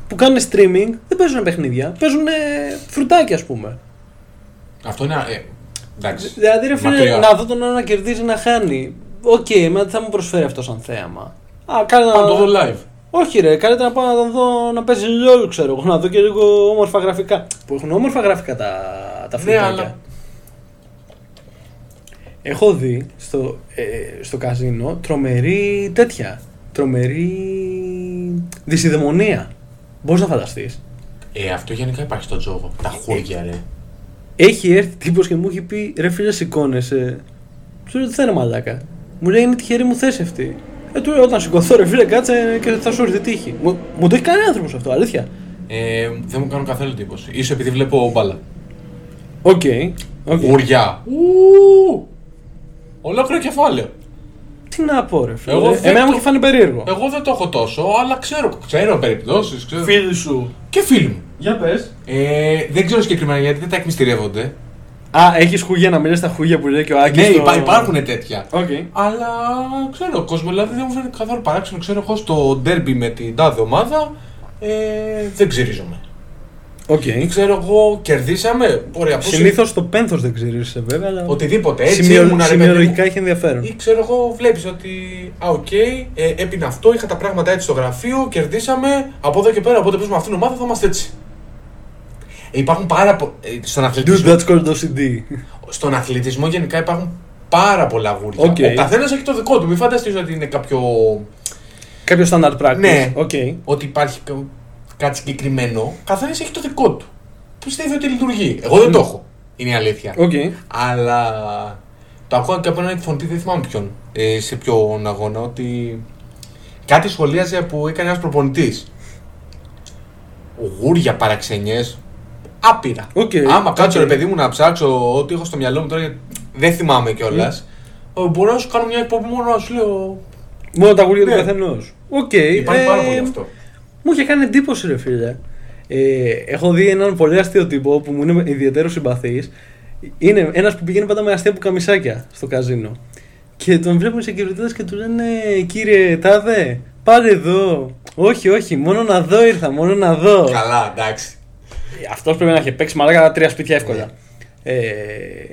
Speaker 2: Που κάνουν streaming, δεν παίζουν παιχνίδια. Παίζουν φρουτάκια, ας πούμε.
Speaker 1: Αυτό είναι. ε, εντάξει.
Speaker 2: Δηλαδή, ρε φίλε,
Speaker 1: Μακριά.
Speaker 2: να δω τον ένα να κερδίζει να χάνει. Οκ, εμένα τι θα μου προσφέρει αυτός σαν θέαμα. Α, κάνε
Speaker 1: Πάμε να το δω
Speaker 2: να.
Speaker 1: live.
Speaker 2: Όχι, ρε, καλύτερα να πάω να τον δω να παίζει LOL, ξέρω εγώ, να δω και λίγο όμορφα γραφικά. Που έχουν όμορφα γραφικά τα,
Speaker 1: Ναι,
Speaker 2: τα φρουτάκια.
Speaker 1: αλλά-
Speaker 2: Έχω δει στο, ε, στο καζίνο τρομερή τέτοια. Τρομερή δυσιδαιμονία. Μπορείς να φανταστείς.
Speaker 1: Ε, αυτό γενικά υπάρχει στο τζόγο. Τα χούρια, ρε.
Speaker 2: Έχει έρθει τύπος και μου έχει πει ρε φίλε σηκώνεσαι. Του λέω τι θα είναι μαλάκα. Μου λέει είναι τυχερή μου θέση αυτή. Ε, του λέω όταν σηκωθώ ρε φίλε κάτσε και θα σου έρθει τύχη. Μου, μου το έχει κάνει άνθρωπος αυτό, αλήθεια.
Speaker 1: Ε, δεν μου κάνουν καθόλου εντύπωση. Ίσως επειδή βλέπω μπάλα.
Speaker 2: Οκ. οκ.
Speaker 1: Γουριά. Ου! Ολόκληρο κεφάλαιο.
Speaker 2: Τι να πω ρε φίλε.
Speaker 1: Εγώ
Speaker 2: Εμένα
Speaker 1: δεν
Speaker 2: μου
Speaker 1: το-
Speaker 2: έχει φάνει περίεργο.
Speaker 1: Εγώ δεν το έχω τόσο, αλλά ξέρω, ξέρω περιπτώσεις. Ξέρω...
Speaker 4: Φίλοι σου.
Speaker 1: Και φίλοι μου.
Speaker 4: Για πες.
Speaker 1: Ε, δεν ξέρω συγκεκριμένα γιατί δεν τα εκμυστηρεύονται.
Speaker 2: Α, έχεις χούγια να μιλάς στα χούγια που λέει και ο
Speaker 1: Ναι,
Speaker 2: Άκης. στο-
Speaker 1: υπά, υπάρχουν τέτοια.
Speaker 2: Οκ.
Speaker 1: Αλλά ξέρω κόσμος, δηλαδή δεν μου φαίνεται καθόλου παράξενο. Ξέρω εγώ στο ντέρμπι με την τάδε ομάδα ε, δεν ξυρίζομαι.
Speaker 2: Οκ.
Speaker 1: Ή ξέρω εγώ, κερδίσαμε. Ωραία, πώς-
Speaker 2: Συνήθως το πένθος δεν ξυρίζεσαι βέβαια, αλλά
Speaker 1: Οτιδήποτε έτσι.
Speaker 2: σημειο-
Speaker 1: ήμουνα, ρε παιδί μου.
Speaker 2: σημειολογικά έχει ενδιαφέρον.
Speaker 1: Ή ξέρω εγώ, βλέπεις ότι. Α, οκ, ε, έπεινα αυτό, είχα τα πράγματα έτσι στο γραφείο, κερδίσαμε. Από εδώ και πέρα, οπότε παίζουμε αυτήν την ομάδα, θα είμαστε έτσι. Ε, υπάρχουν πάρα πο... ε, στον,
Speaker 2: Dude,
Speaker 1: αθλητισμό,
Speaker 2: that's called OCD.
Speaker 1: στον αθλητισμό γενικά υπάρχουν πάρα πολλά βούρια.
Speaker 2: Οκ.
Speaker 1: Ο καθένας έχει το δικό του. Μην φανταστείς ότι είναι κάποιο.
Speaker 2: Κάποιο standard practice.
Speaker 1: Ναι.
Speaker 2: Οκ.
Speaker 1: ότι υπάρχει κα- κάτι συγκεκριμένο. Καθένας έχει το δικό του. Πιστεύει ότι λειτουργεί. Εγώ δεν το έχω. Είναι η αλήθεια.
Speaker 2: Οκ.
Speaker 1: Αλλά το ακούω και από έναν εκφωνητή, δεν θυμάμαι ποιον, ε, σε ποιον αγώνα, ότι κάτι σχολίαζε που έκανε ένας προπονητής. Γούρια παραξενιές. Άπειρα.
Speaker 2: Οκ.
Speaker 1: Άμα κάτσω
Speaker 2: Οκ.
Speaker 1: ρε παιδί μου να ψάξω ό,τι έχω στο μυαλό μου τώρα, γιατί δεν θυμάμαι κιόλας. Μπορώ να σου κάνω μια εκπομπή μόνο να σου λέω.
Speaker 2: Μόνο τα γούρια του
Speaker 1: Ναι.
Speaker 2: καθενός. Οκ.
Speaker 1: Υπάρχει
Speaker 2: ε,
Speaker 1: πάρα πολύ αυτό.
Speaker 2: Μου είχε κάνει εντύπωση, ρε φίλε. Ε, έχω δει έναν πολύ αστείο τύπο που μου είναι ιδιαίτερος συμπαθής. Είναι ένας που πηγαίνει πάντα με αστεία που καμισάκια στο καζίνο. Και τον βλέπουν οι security και του λένε Κύριε Τάδε, πάρε εδώ. Όχι, όχι, μόνο να δω ήρθα, μόνο να δω.
Speaker 1: Καλά, εντάξει.
Speaker 2: Αυτός πρέπει να είχε παίξει μαλάκα τρία σπίτια εύκολα. Ε,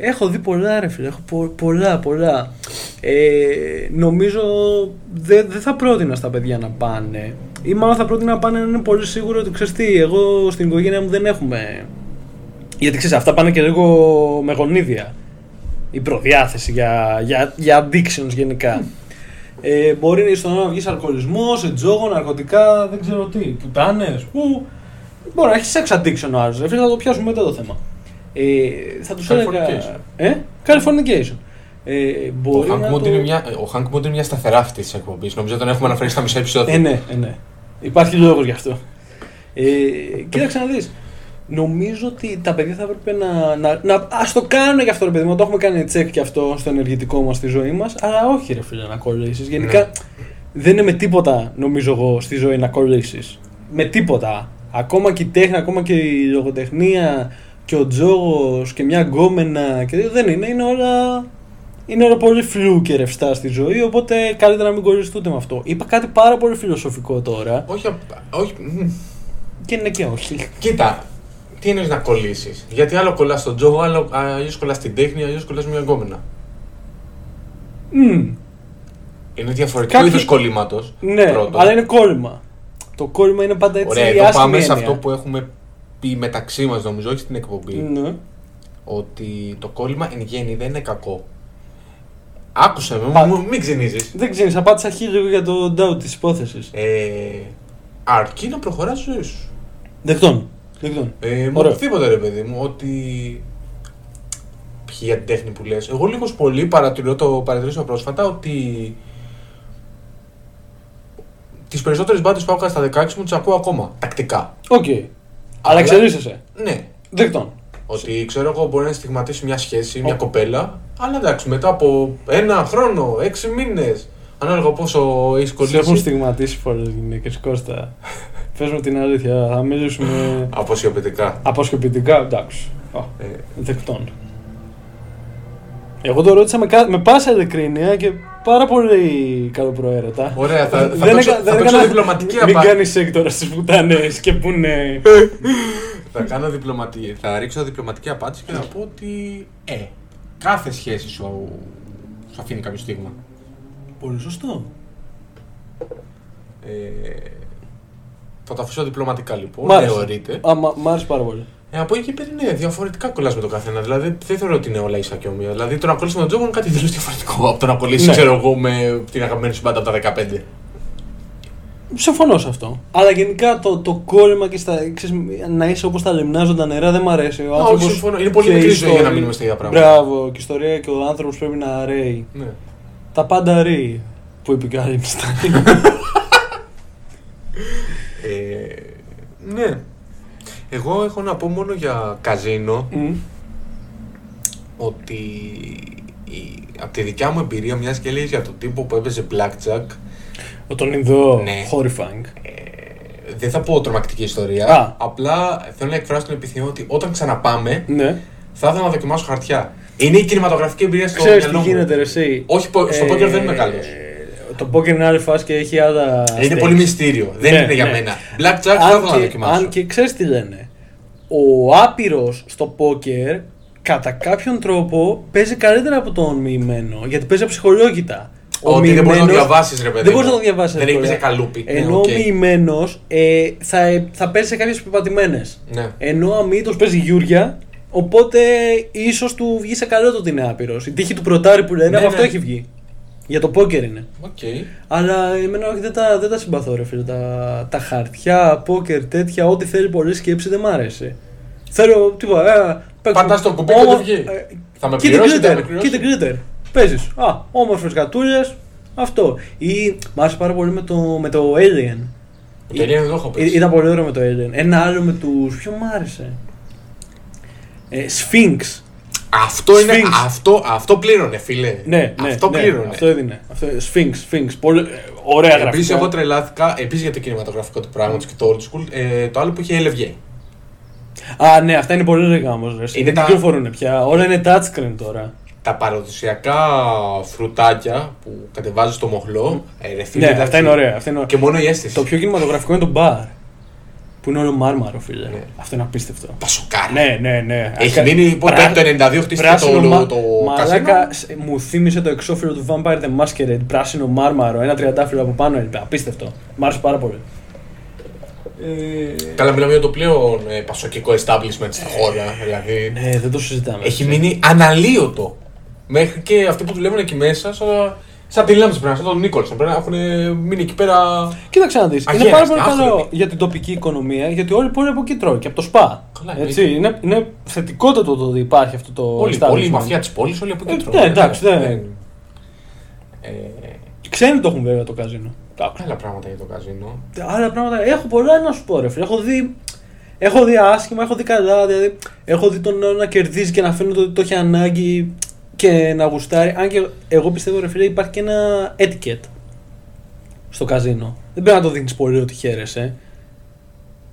Speaker 2: έχω δει πολλά ρε φίλε, έχω πο- πολλά πολλά. Ε, νομίζω δεν δεν θα πρότεινα στα παιδιά να πάνε ή μάλλον θα πρότεινα να πάνε να είναι πολύ σίγουρο ότι ξέρεις τι, εγώ στην οικογένεια μου δεν έχουμε. Γιατί ξέρεις αυτά πάνε και λίγο με γονίδια. Η προδιάθεση για, για, για addictions γενικά. Ε, μπορεί στον ένα να βγεις σε αλκοολισμό, σε τζόγο, ναρκωτικά, δεν ξέρω τι, πουτάνε, που. Μπορεί να έχεις sex addiction ο άλλος, ρε φίλε, θα το πιάσουμε μετά το θέμα. Ε, θα τους έλεγα.
Speaker 1: Californication.
Speaker 2: Ε, Californication. Ε,
Speaker 1: Ο
Speaker 2: μπορεί
Speaker 1: Hank
Speaker 2: να
Speaker 1: Mood
Speaker 2: το...
Speaker 1: είναι μια- ο Hank Mood είναι μια σταθερά αυτής της εκπομπής. Νομίζω τον έχουμε αναφέρει στα μισά επεισόδια.
Speaker 2: Ε, ναι, ε, ναι. Υπάρχει λόγος γι' αυτό. Ε, κοίταξε να δεις. Νομίζω ότι τα παιδιά θα έπρεπε να. να, να ας το κάνουν γι' αυτό, ρε παιδί μου. να Το έχουμε κάνει τσεκ κι αυτό στο ενεργητικό μας στη ζωή μας. Αλλά όχι, ρε φίλε, να κολλήσεις. Γενικά δεν είναι με τίποτα, νομίζω εγώ, στη ζωή να κολλήσεις. Με τίποτα. Ακόμα και η τέχνη, ακόμα και η λογοτεχνία και ο τζόγος και μια γκόμενα. Και δεν είναι, είναι όλα είναι όλα πολύ φλού και ρευστά στη ζωή, οπότε καλύτερα να μην κοριστούτε με αυτό. Είπα κάτι πάρα πολύ φιλοσοφικό τώρα
Speaker 1: Όχι, απ- όχι, μμμ.
Speaker 2: και είναι και όχι.
Speaker 1: Κοίτα, τι εννοείς να κολλήσεις. Γιατί άλλο κολλάς στον τζόγο, άλλο αλλιώς κολλάς στην τέχνη, αλλιώς κολλάς μια γκόμενα.
Speaker 2: Μμμ,
Speaker 1: Είναι διαφορετικό
Speaker 2: Κάποιοι-
Speaker 1: είδος κολλήματος.
Speaker 2: ναι, αλλά είναι κόλλημα. Το κόλλημα είναι πάντα έτσι
Speaker 1: Ωραία,
Speaker 2: η
Speaker 1: εδώ
Speaker 2: άσχημη
Speaker 1: πάμε σε
Speaker 2: έννοια.
Speaker 1: αυτό που έχουμε πει μεταξύ μας, νομίζω, όχι στην εκπομπή.
Speaker 2: Ναι.
Speaker 1: Ότι το κόλλημα εν γέννη δεν είναι κακό. Άκουσε με,
Speaker 2: Πα-
Speaker 1: μου- μην ξενίζει.
Speaker 2: Δεν ξέρεις, απάντησα χίλιο για το doubt της υπόθεσης.
Speaker 1: Ε, αρκεί να προχωράς στη ζωή σου.
Speaker 2: Δεκτών. Δεκτών.
Speaker 1: Ε, με
Speaker 2: Ωραίο.
Speaker 1: οτιδήποτε ρε παιδί μου, ότι. Ποιοι για την τέχνη που λες. Εγώ λίγος πολύ παρατηρώ, το παρατηρήσω πρόσφατα ότι. Τις περισσότερες μπάτες που άκουγα στα 16 μου τις ακούω ακόμα. Τακτικά.
Speaker 2: Οκ. Αλλά
Speaker 1: Αλλά-
Speaker 2: ξερίσεσαι.
Speaker 1: Ναι.
Speaker 2: Δεκτών.
Speaker 1: Ότι ξέρω εγώ μπορεί να στιγματίσει μια σχέση, μια κοπέλα, αλλά εντάξει, μετά από ένα χρόνο, έξι μήνες, ανάλογα πόσο έχεις
Speaker 5: Σε έχουν
Speaker 1: κολλήσει.
Speaker 5: στιγματίσει πολλές γυναίκες, Κώστα. Πες μου την αλήθεια, θα μιλήσουμε
Speaker 1: Αποσιοποιητικά.
Speaker 5: αποσκοπητικά, εντάξει. Α,
Speaker 1: Ε,
Speaker 5: δεκτών. Εγώ το ρώτησα με, κα- με πάσα ειλικρίνεια και πάρα πολύ καλοπροαίρετα.
Speaker 1: Ωραία, θα, θα
Speaker 5: Δεν
Speaker 1: παίξω,
Speaker 5: έκα-
Speaker 1: θα
Speaker 5: δεν
Speaker 1: παίξω
Speaker 5: έκανα-
Speaker 1: διπλωματική
Speaker 5: Μην
Speaker 1: απα-
Speaker 5: κάνει σεκ τώρα στι πουτάνε και που είναι.
Speaker 1: Θα κάνω διπλωματική. Θα ρίξω διπλωματική απάντηση και θα πω ότι. Ε, κάθε σχέση σου, σου αφήνει κάποιο στίγμα.
Speaker 2: Πολύ σωστό.
Speaker 1: Ε, θα το αφήσω διπλωματικά λοιπόν.
Speaker 5: Μ' άρεσε.
Speaker 1: Θεωρείται.
Speaker 5: Α, μα- μ' άρεσε πάρα πολύ.
Speaker 1: Ε, από εκεί και πέρα είναι διαφορετικά κολλάς με τον καθένα. Δηλαδή δεν θεωρώ ότι είναι όλα ίσα και όμοια. Δηλαδή το να κολλήσεις με τον Τζόγκο είναι κάτι τελείω διαφορετικό από το να κολλήσεις,
Speaker 5: Ναι.
Speaker 1: ξέρω εγώ, με την αγαπημένη σου μπάντα από τα 15.
Speaker 5: Συμφωνώ σε αυτό.
Speaker 2: Αλλά γενικά το, το κόλλημα και στα, ξέρεις, να είσαι όπως τα λιμνάζοντα νερά δεν μ' αρέσει. Ο άνθρωπος
Speaker 1: συμφωνώ. Είναι πολύ
Speaker 2: και
Speaker 1: μικρή
Speaker 2: η
Speaker 1: ζωή για να
Speaker 2: ιστορία-
Speaker 1: μείνουμε στα ίδια πράγματα.
Speaker 2: Μπράβο, και η ιστορία και ο άνθρωπος πρέπει να ρέει.
Speaker 1: Ναι.
Speaker 2: Τα πάντα ρέει. Που είπε και ο Άινστάιν.
Speaker 1: Ε, ναι. Εγώ έχω να πω μόνο για καζίνο
Speaker 5: Μμ.
Speaker 1: ότι η, από τη δικιά μου εμπειρία, μιας και λέει για τον τύπο που έπαιζε blackjack,
Speaker 5: Ο τον Ινδό,
Speaker 1: Ναι.
Speaker 5: horrifying.
Speaker 1: ε, δεν θα πω τρομακτική ιστορία.
Speaker 5: Α.
Speaker 1: Απλά θέλω να εκφράσω την επιθυμία ότι όταν ξαναπάμε,
Speaker 5: Ναι.
Speaker 1: θα ήθελα να δοκιμάσω χαρτιά. Είναι η κινηματογραφική εμπειρία στο
Speaker 5: Ξέρεις τι
Speaker 1: μυαλό μου.
Speaker 5: γίνεται ρε εσύ.
Speaker 1: Όχι, πο- στο
Speaker 5: Ε,
Speaker 1: πόκερ δεν είμαι καλός.
Speaker 5: ε, Το πόκερ είναι άλλη φάση και έχει άλλα...
Speaker 1: Είναι
Speaker 5: stakes.
Speaker 1: πολύ μυστήριο. Δεν
Speaker 5: Ναι,
Speaker 1: είναι για
Speaker 5: ναι.
Speaker 1: μένα. Blackjack θα ήθελα να
Speaker 2: αν, και,
Speaker 1: δοκιμάσω.
Speaker 2: αν και ξέρεις τι λένε. Ο άπειρος στο πόκερ κατά κάποιον τρόπο παίζει καλύτερα από τον μοιημένο. Γιατί παίζει αψυχολόγητα. Ο
Speaker 1: Ότι δεν μπορείς να το
Speaker 2: μοιημένος-
Speaker 1: διαβάσεις, ρε παιδί.
Speaker 2: Δεν μπορεί
Speaker 1: μου.
Speaker 2: να το διαβάσεις.
Speaker 1: Δεν έχει πει σε καλούπι. Ναι,
Speaker 2: Ενώ
Speaker 1: οκ.
Speaker 2: ο μοιημένος ε, θα, θα παίζει σε κάποιες πεπατημένες.
Speaker 1: Ναι.
Speaker 2: Ενώ αμύτως παίζει γιούρια. Οπότε ίσως του βγει σε καλό το ότι είναι άπειρος. Η τύχη του πρωτάρι που λένε,
Speaker 1: Ναι,
Speaker 2: από αυτό
Speaker 1: ναι.
Speaker 2: έχει βγει. Για το πόκερ είναι.
Speaker 1: Οκ.
Speaker 5: Ε,
Speaker 2: Αλλά εμένα όχι, δεν τα, δεν τα συμπαθώ ρε φίλε. Τα, τα χαρτιά, πόκερ, τέτοια, ό,τι θέλει πολλή σκέψη δεν μ' αρέσει. Θέλω, τίποτα, ε, παίξω-
Speaker 1: Πατάς το κουμπί και
Speaker 2: όμο-
Speaker 1: δεν βγει.
Speaker 2: ε,
Speaker 1: Θα με
Speaker 2: Kid
Speaker 1: πληρώσει, θα
Speaker 2: Glitter,
Speaker 1: με πληρώσει.
Speaker 2: Kid Glitter. Παίζεις. Α, όμορφες κατούλες, αυτό. Ή μ' άρεσε πάρα πολύ με το, με το Alien.
Speaker 1: Το Alien δεν το έχω
Speaker 5: Ε,
Speaker 2: Ή-
Speaker 1: παίξει.
Speaker 2: Ήταν πολύ ωραίο με το Alien. Ένα άλλο με τους... Ποιο μ' άρεσε. Ε, Sphinx.
Speaker 1: Αυτό είναι.
Speaker 2: Sphinx.
Speaker 1: Αυτό, αυτό πλήρωνε, φίλε.
Speaker 5: Ναι, ναι,
Speaker 1: αυτό
Speaker 5: ναι,
Speaker 1: πλήρωνε.
Speaker 5: Αυτό έδινε. Αυτό, Sphinx, Sphinx. Πολύ, ε, ωραία γραφικά.
Speaker 1: Επίσης, εγώ τρελάθηκα επίσης για το κινηματογραφικό του
Speaker 5: Ναι.
Speaker 1: πράγματο και το old school. ε, το άλλο που είχε LFG.
Speaker 5: Α, ναι, αυτά είναι πολύ λίγα όμως.
Speaker 1: Είναι
Speaker 5: Είναι
Speaker 1: τα-
Speaker 5: τα... κυκλοφορούν πια. Όλα είναι touchscreen τώρα.
Speaker 1: Τα παραδοσιακά φρουτάκια που κατεβάζεις στο μοχλό. Ε, ρε, φίλε,
Speaker 5: Ναι,
Speaker 1: εντάξει.
Speaker 5: αυτά είναι ωραία. Αυτά είναι ωραία.
Speaker 1: Και μόνο η αίσθηση.
Speaker 5: Το πιο κινηματογραφικό είναι το μπαρ. Που είναι όλο μάρμαρο, φίλε.
Speaker 1: Ναι.
Speaker 5: Αυτό είναι απίστευτο.
Speaker 1: Τα σοκάρει.
Speaker 5: Ναι, ναι, ναι.
Speaker 1: Έχει
Speaker 5: Ακα-
Speaker 1: μείνει ποτέ
Speaker 5: πρά-
Speaker 1: το 92 χτίστηκε το,
Speaker 5: πράσινο μα-
Speaker 1: το, το καζίνο.
Speaker 5: Μαλάκα, σ- μου θύμισε το εξώφυλλο του Vampire the Masquerade. Πράσινο μάρμαρο. Ένα τριαντάφυλλο από πάνω. είναι Απίστευτο. Μ' άρεσε πάρα πολύ.
Speaker 1: Καλά, μιλάμε για το πλέον ε, πασοκικό establishment στη χώρα. Δηλαδή,
Speaker 5: Ναι, δεν το συζητάμε.
Speaker 1: έχει μείνει αναλύωτο. Μέχρι και αυτοί που δουλεύουν εκεί μέσα, σαν, σαν τη Λάμψη πρέπει να είναι, σαν τον Νίκολσον. Πρέπει να έχουν ε, μείνει εκεί πέρα.
Speaker 5: Κοίταξε να δεις, Είναι
Speaker 1: Αγέραστη,
Speaker 5: πάρα πολύ
Speaker 1: άθλητη.
Speaker 5: καλό για την τοπική οικονομία γιατί όλοι μπορεί από εκεί τρώει και από το σπα.
Speaker 1: Καλά,
Speaker 5: Έτσι, είναι, είναι θετικότατο το ότι υπάρχει αυτό το.
Speaker 1: Όλοι,
Speaker 5: establishment.
Speaker 1: όλοι η μαφία της πόλης, όλοι από εκεί
Speaker 5: Ε,
Speaker 1: τρώνε.
Speaker 5: ναι, εντάξει, ναι.
Speaker 1: Ε,
Speaker 5: Ξένοι το έχουν βέβαια το καζίνο.
Speaker 1: Άκουσα άλλα πράγματα για το καζίνο.
Speaker 2: Άλλα πράγματα. Έχω πολλά να σου πω, ρε φίλε. Έχω δει, έχω δει άσχημα, έχω δει καλά. Δηλαδή, έχω δει τον άλλο να κερδίζει και να φαίνεται ότι το έχει ανάγκη και να γουστάρει. Αν και εγώ πιστεύω, ρε φίλε, υπάρχει και ένα etiquette στο καζίνο. Δεν πρέπει να το δίνεις πολύ ότι χαίρεσαι.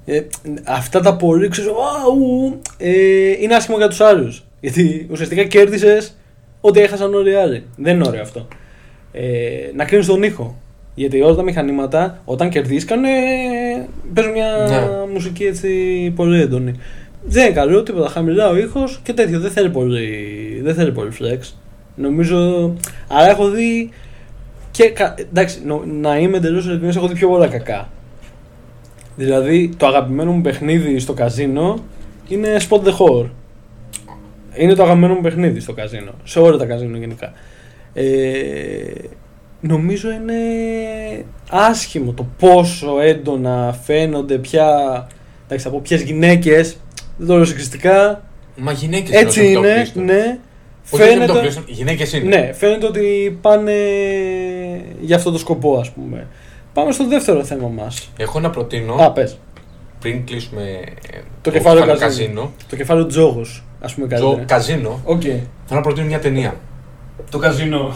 Speaker 2: Ε, αυτά τα πολύ ξέρεις, «Αου», ε, είναι άσχημο για τους άλλους. Γιατί ουσιαστικά κέρδισες ό,τι έχασαν όλοι οι άλλοι. Δεν είναι ωραίο αυτό. Ε, να κρίνεις τον ήχο. Γιατί όλα τα μηχανήματα όταν κερδίσεις κάνουν. ε, παίζουν μια
Speaker 1: Ναι.
Speaker 2: μουσική έτσι πολύ έντονη. Δεν είναι καλό, τίποτα. Χαμηλά ο ήχος και τέτοιο. Δεν θέλει πολύ, δεν θέλει πολύ flex. Νομίζω. Αλλά έχω δει. Και, κα- εντάξει, νο- να είμαι εντελώς ειλικρινής, έχω δει πιο πολλά κακά. Δηλαδή, το αγαπημένο μου παιχνίδι στο καζίνο είναι Spot the Whore. Είναι το αγαπημένο μου παιχνίδι στο καζίνο. Σε όλα τα καζίνο γενικά. Ε, νομίζω είναι άσχημο το πόσο έντονα φαίνονται πια. Εντάξει, από ποιες γυναίκες. Δεν το λέω σεξιστικά.
Speaker 1: Μα γυναίκες
Speaker 2: Έτσι είναι, ναι. Φαίνεται,
Speaker 1: Οι γυναίκες είναι.
Speaker 2: ναι, φαίνεται ότι πάνε για αυτό το σκοπό, ας πούμε. Πάμε στο δεύτερο θέμα μας.
Speaker 1: Εγώ να προτείνω
Speaker 2: Α, πες.
Speaker 1: πριν κλείσουμε ε,
Speaker 2: Το κεφάλαιο
Speaker 1: καζίνο,
Speaker 2: καζίνο. Το κεφάλαιο τζόγος, ας πούμε
Speaker 1: το
Speaker 2: καλύτερα.
Speaker 1: καζίνο,
Speaker 2: Οκ.
Speaker 1: θέλω να προτείνω μια ταινία.
Speaker 4: Το καζίνο.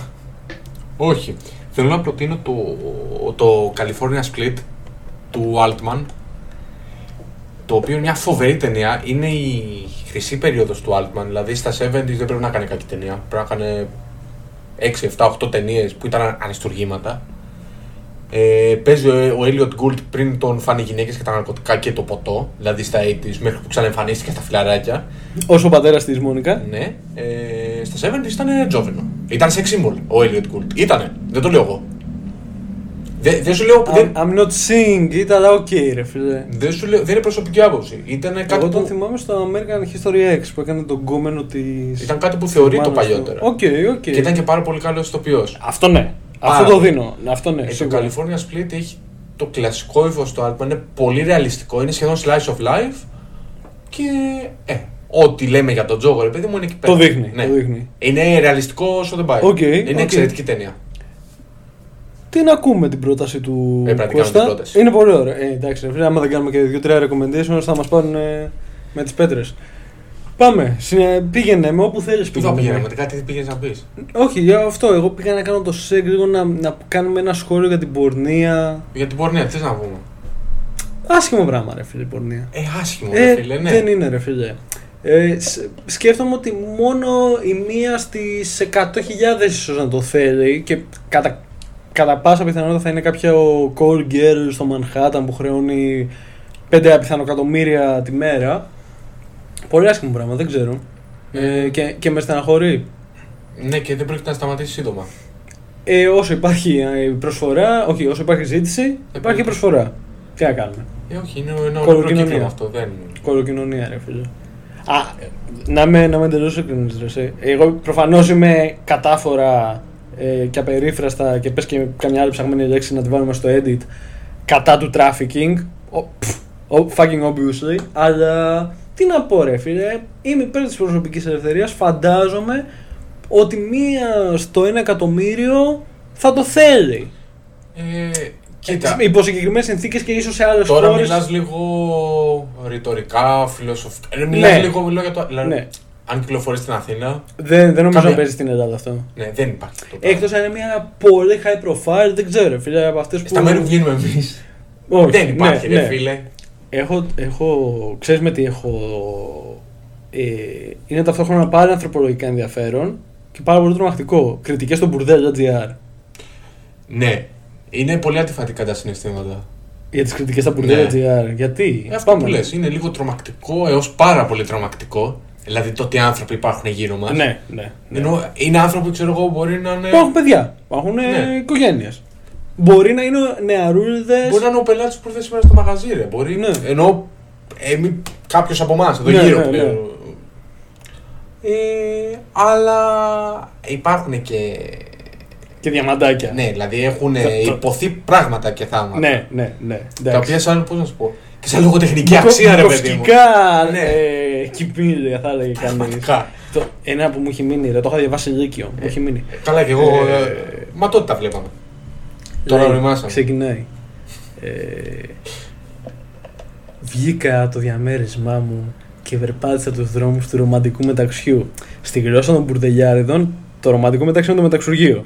Speaker 1: Όχι. Θέλω να προτείνω το, το California Split του Altman. Το οποίο είναι μια φοβερή ταινία. Είναι η χρυσή περίοδος του Altman. Δηλαδή στα 70s δεν πρέπει να κάνει κακή ταινία. Πρέπει να κάνει 6, 7, 8 ταινίες που ήταν ανιστουργήματα. Ε, παίζει ο, ο Elliot Gould πριν τον φάνε οι γυναίκες και τα ναρκωτικά και το ποτό. Δηλαδή στα 80s μέχρι που ξαναεμφανίστηκε στα φιλαράκια.
Speaker 2: Όσο ο πατέρας της Μόνικα.
Speaker 1: Ναι, ε, στα 70 ήταν τζόβινο. Ήταν sex symbol ο Elliot Gould. Ήτανε, δεν το λέω εγώ. Δεν, δεν σου λέω.
Speaker 2: I'm,
Speaker 1: Δεν,
Speaker 2: I'm not seeing it, αλλά οκ, ρε φίλε.
Speaker 1: δεν, σου λέω, δεν είναι προσωπική άποψη. Ήταν κάτι,
Speaker 2: Εγώ τον
Speaker 1: που,
Speaker 2: θυμάμαι στο American History X που έκανε τον κόμενο της.
Speaker 1: ήταν κάτι που θεωρεί το παλιότερα.
Speaker 2: Οκ, οκ.
Speaker 1: Και ήταν και πάρα πολύ καλός ηθοποιός.
Speaker 2: Αυτό ναι.
Speaker 1: Πάρα
Speaker 2: Αυτό το
Speaker 1: πολύ.
Speaker 2: δίνω. Αυτό ναι.
Speaker 1: Ε, το
Speaker 2: σίγουρα.
Speaker 1: California Split έχει το κλασικό ύφος του άλμπα. Είναι πολύ ρεαλιστικό. Είναι σχεδόν slice of life. Και. Ε, ό,τι λέμε για τον Τζόγο, ρε παιδί μου, είναι εκεί πέρα.
Speaker 2: Το δείχνει,
Speaker 1: Ναι.
Speaker 2: το δείχνει.
Speaker 1: Είναι ρεαλιστικό όσο δεν πάει.
Speaker 2: Οκ,
Speaker 1: είναι
Speaker 2: οκ.
Speaker 1: εξαιρετική ταινία.
Speaker 2: Τι να ακούμε την πρόταση του
Speaker 1: Ε, πρέπει να κάνουμε
Speaker 2: Κώστα.
Speaker 1: την πρόταση.
Speaker 2: Είναι πολύ ωραία. Ε, εντάξει, ρε φίλε, άμα δεν κάνουμε και δύο-τρία recommendations θα μας πάρουν ε, με τις πέτρες. Πάμε. Συνε... Πήγαινε με όπου θέλεις.
Speaker 1: Πού θα πήγαινε, με κάτι πήγες να πεις.
Speaker 2: Όχι, για αυτό. Εγώ πήγα να κάνω το σεκ λίγο να, να κάνουμε ένα σχόλιο για την πορνεία.
Speaker 1: Για την πορνεία, τι θες να πούμε.
Speaker 2: Άσχημο πράγμα, ρε φίλε, η πορνεία.
Speaker 1: Ε, άσχημο,
Speaker 2: Ε,
Speaker 1: ρε φίλε, ναι.
Speaker 2: Δεν είναι, ρε φίλε. Ε, σ- σκέφτομαι ότι μόνο η μία στις 100.000 ίσως να το θέλει και κατά, κατά πάσα πιθανότητα θα είναι κάποια ο call girl στο Manhattan που χρεώνει 5 απιθανοκατομμύρια τη μέρα. Πολύ άσχημο πράγμα, δεν ξέρω. Ε, και, και με στεναχωρεί.
Speaker 1: Ναι, και δεν πρόκειται να σταματήσει σύντομα.
Speaker 2: Ε, όσο υπάρχει ε, προσφορά, όχι, όσο υπάρχει ζήτηση, υπάρχει
Speaker 1: πολύ.
Speaker 2: προσφορά. Τι να κάνουμε.
Speaker 1: Ε, όχι, είναι ένα ολόκληρο
Speaker 2: Κολοκοινωνία.
Speaker 1: κύκλωμα αυτό. Δεν...
Speaker 2: Κολοκοινωνία, ρε φίλε. Α, να είμαι, να είμαι εντελώ ειλικρινή, ρε. εσύ. Εγώ προφανώς είμαι κατάφορα ε, και απερίφραστα και πες και καμιά άλλη ψαγμένη λέξη να τη βάλουμε στο edit κατά του trafficking. Ο, πφ, ο- fucking obviously. Αλλά τι να πω, ρε φίλε. Είμαι υπέρ της προσωπικής ελευθερίας. Φαντάζομαι ότι μία στο ένα εκατομμύριο θα το θέλει.
Speaker 1: Ε, κοίτα,
Speaker 2: Υπό συγκεκριμένες συνθήκες και ίσως σε άλλες χώρε.
Speaker 1: τώρα μιλάς λίγο ρητορικά, φιλοσοφικά. Ε, μιλάς
Speaker 2: Ναι.
Speaker 1: λίγο μιλώ για το. Δηλαδή,
Speaker 2: Ναι.
Speaker 1: Αν κυκλοφορείς στην Αθήνα,
Speaker 2: Δεν, δεν νομίζω
Speaker 1: Καμία.
Speaker 2: να παίζεις στην Ελλάδα αυτό.
Speaker 1: ναι, δεν υπάρχει. το πράγμα.
Speaker 2: Εκτός αν είναι μια πολύ high profile, δεν ξέρω, φίλε, από αυτές που.
Speaker 1: Ε, Στα μέρη που βγαίνουμε εμείς.
Speaker 2: Όχι,
Speaker 1: Δεν υπάρχει,
Speaker 2: ναι,
Speaker 1: ρε
Speaker 2: ναι.
Speaker 1: φίλε.
Speaker 2: Έχω, έχω, ξέρεις με τι έχω. Ε, είναι ταυτόχρονα πάρα ανθρωπολογικά ενδιαφέρον και πάρα πολύ τρομακτικό. Κριτικές στο μπουρδέλ.gr.
Speaker 1: Ναι, είναι πολύ αντιφατικά τα συναισθήματα.
Speaker 2: Για τις κριτικές στα μπουρδέλ.gr. Γιατί.
Speaker 1: Ε, Ναι. αυτό που λες, είναι λίγο τρομακτικό έως πάρα πολύ τρομακτικό. Δηλαδή το τι άνθρωποι υπάρχουν γύρω μας.
Speaker 2: Ναι, ναι. ναι.
Speaker 1: Ενώ είναι άνθρωποι που ξέρω εγώ μπορεί να είναι.
Speaker 2: Υπάρχουν παιδιά, υπάρχουν
Speaker 1: Ναι.
Speaker 2: ναι. οικογένειες. Μπορεί να είναι νεαρούλιδες.
Speaker 1: Μπορεί να είναι ο πελάτης που ήρθε σήμερα στο μαγαζί, ρε. Μπορεί,
Speaker 2: Ναι.
Speaker 1: Ενώ κάποιος από εμάς εδώ
Speaker 2: Ναι,
Speaker 1: γύρω.
Speaker 2: ναι,
Speaker 1: που λέει,
Speaker 2: ναι.
Speaker 1: Ε, αλλά υπάρχουν και.
Speaker 2: Και διαμαντάκια.
Speaker 1: Ναι, δηλαδή έχουν
Speaker 2: Το- το-
Speaker 1: υποθεί πράγματα και θάματα.
Speaker 2: ναι, ναι. ναι.
Speaker 1: Τα
Speaker 2: εντάξει.
Speaker 1: οποία σαν, πώς να σου πω, και σαν λογοτεχνική αξία, ρε παιδί μου.
Speaker 2: Μικροσκοπικά,
Speaker 1: Ναι.
Speaker 2: ε, κυπήλια, θα έλεγε κανεί.
Speaker 1: Πραγματικά.
Speaker 2: Ένα που μου έχει μείνει, ρε, το είχα διαβάσει Λύκειο. Μου έχει μείνει.
Speaker 1: Καλά και εγώ.
Speaker 2: Ε,
Speaker 1: ε, μα τότε τα βλέπαμε. Τώρα
Speaker 2: Λέει,
Speaker 1: οριμάσαμε.
Speaker 2: Ξεκινάει. Ε, βγήκα το διαμέρισμά μου και περπάτησα τους δρόμους του ρομαντικού μεταξιού. Στη γλώσσα των μπουρδελιάριδων, το ρομαντικό μεταξιού είναι το μεταξουργείο.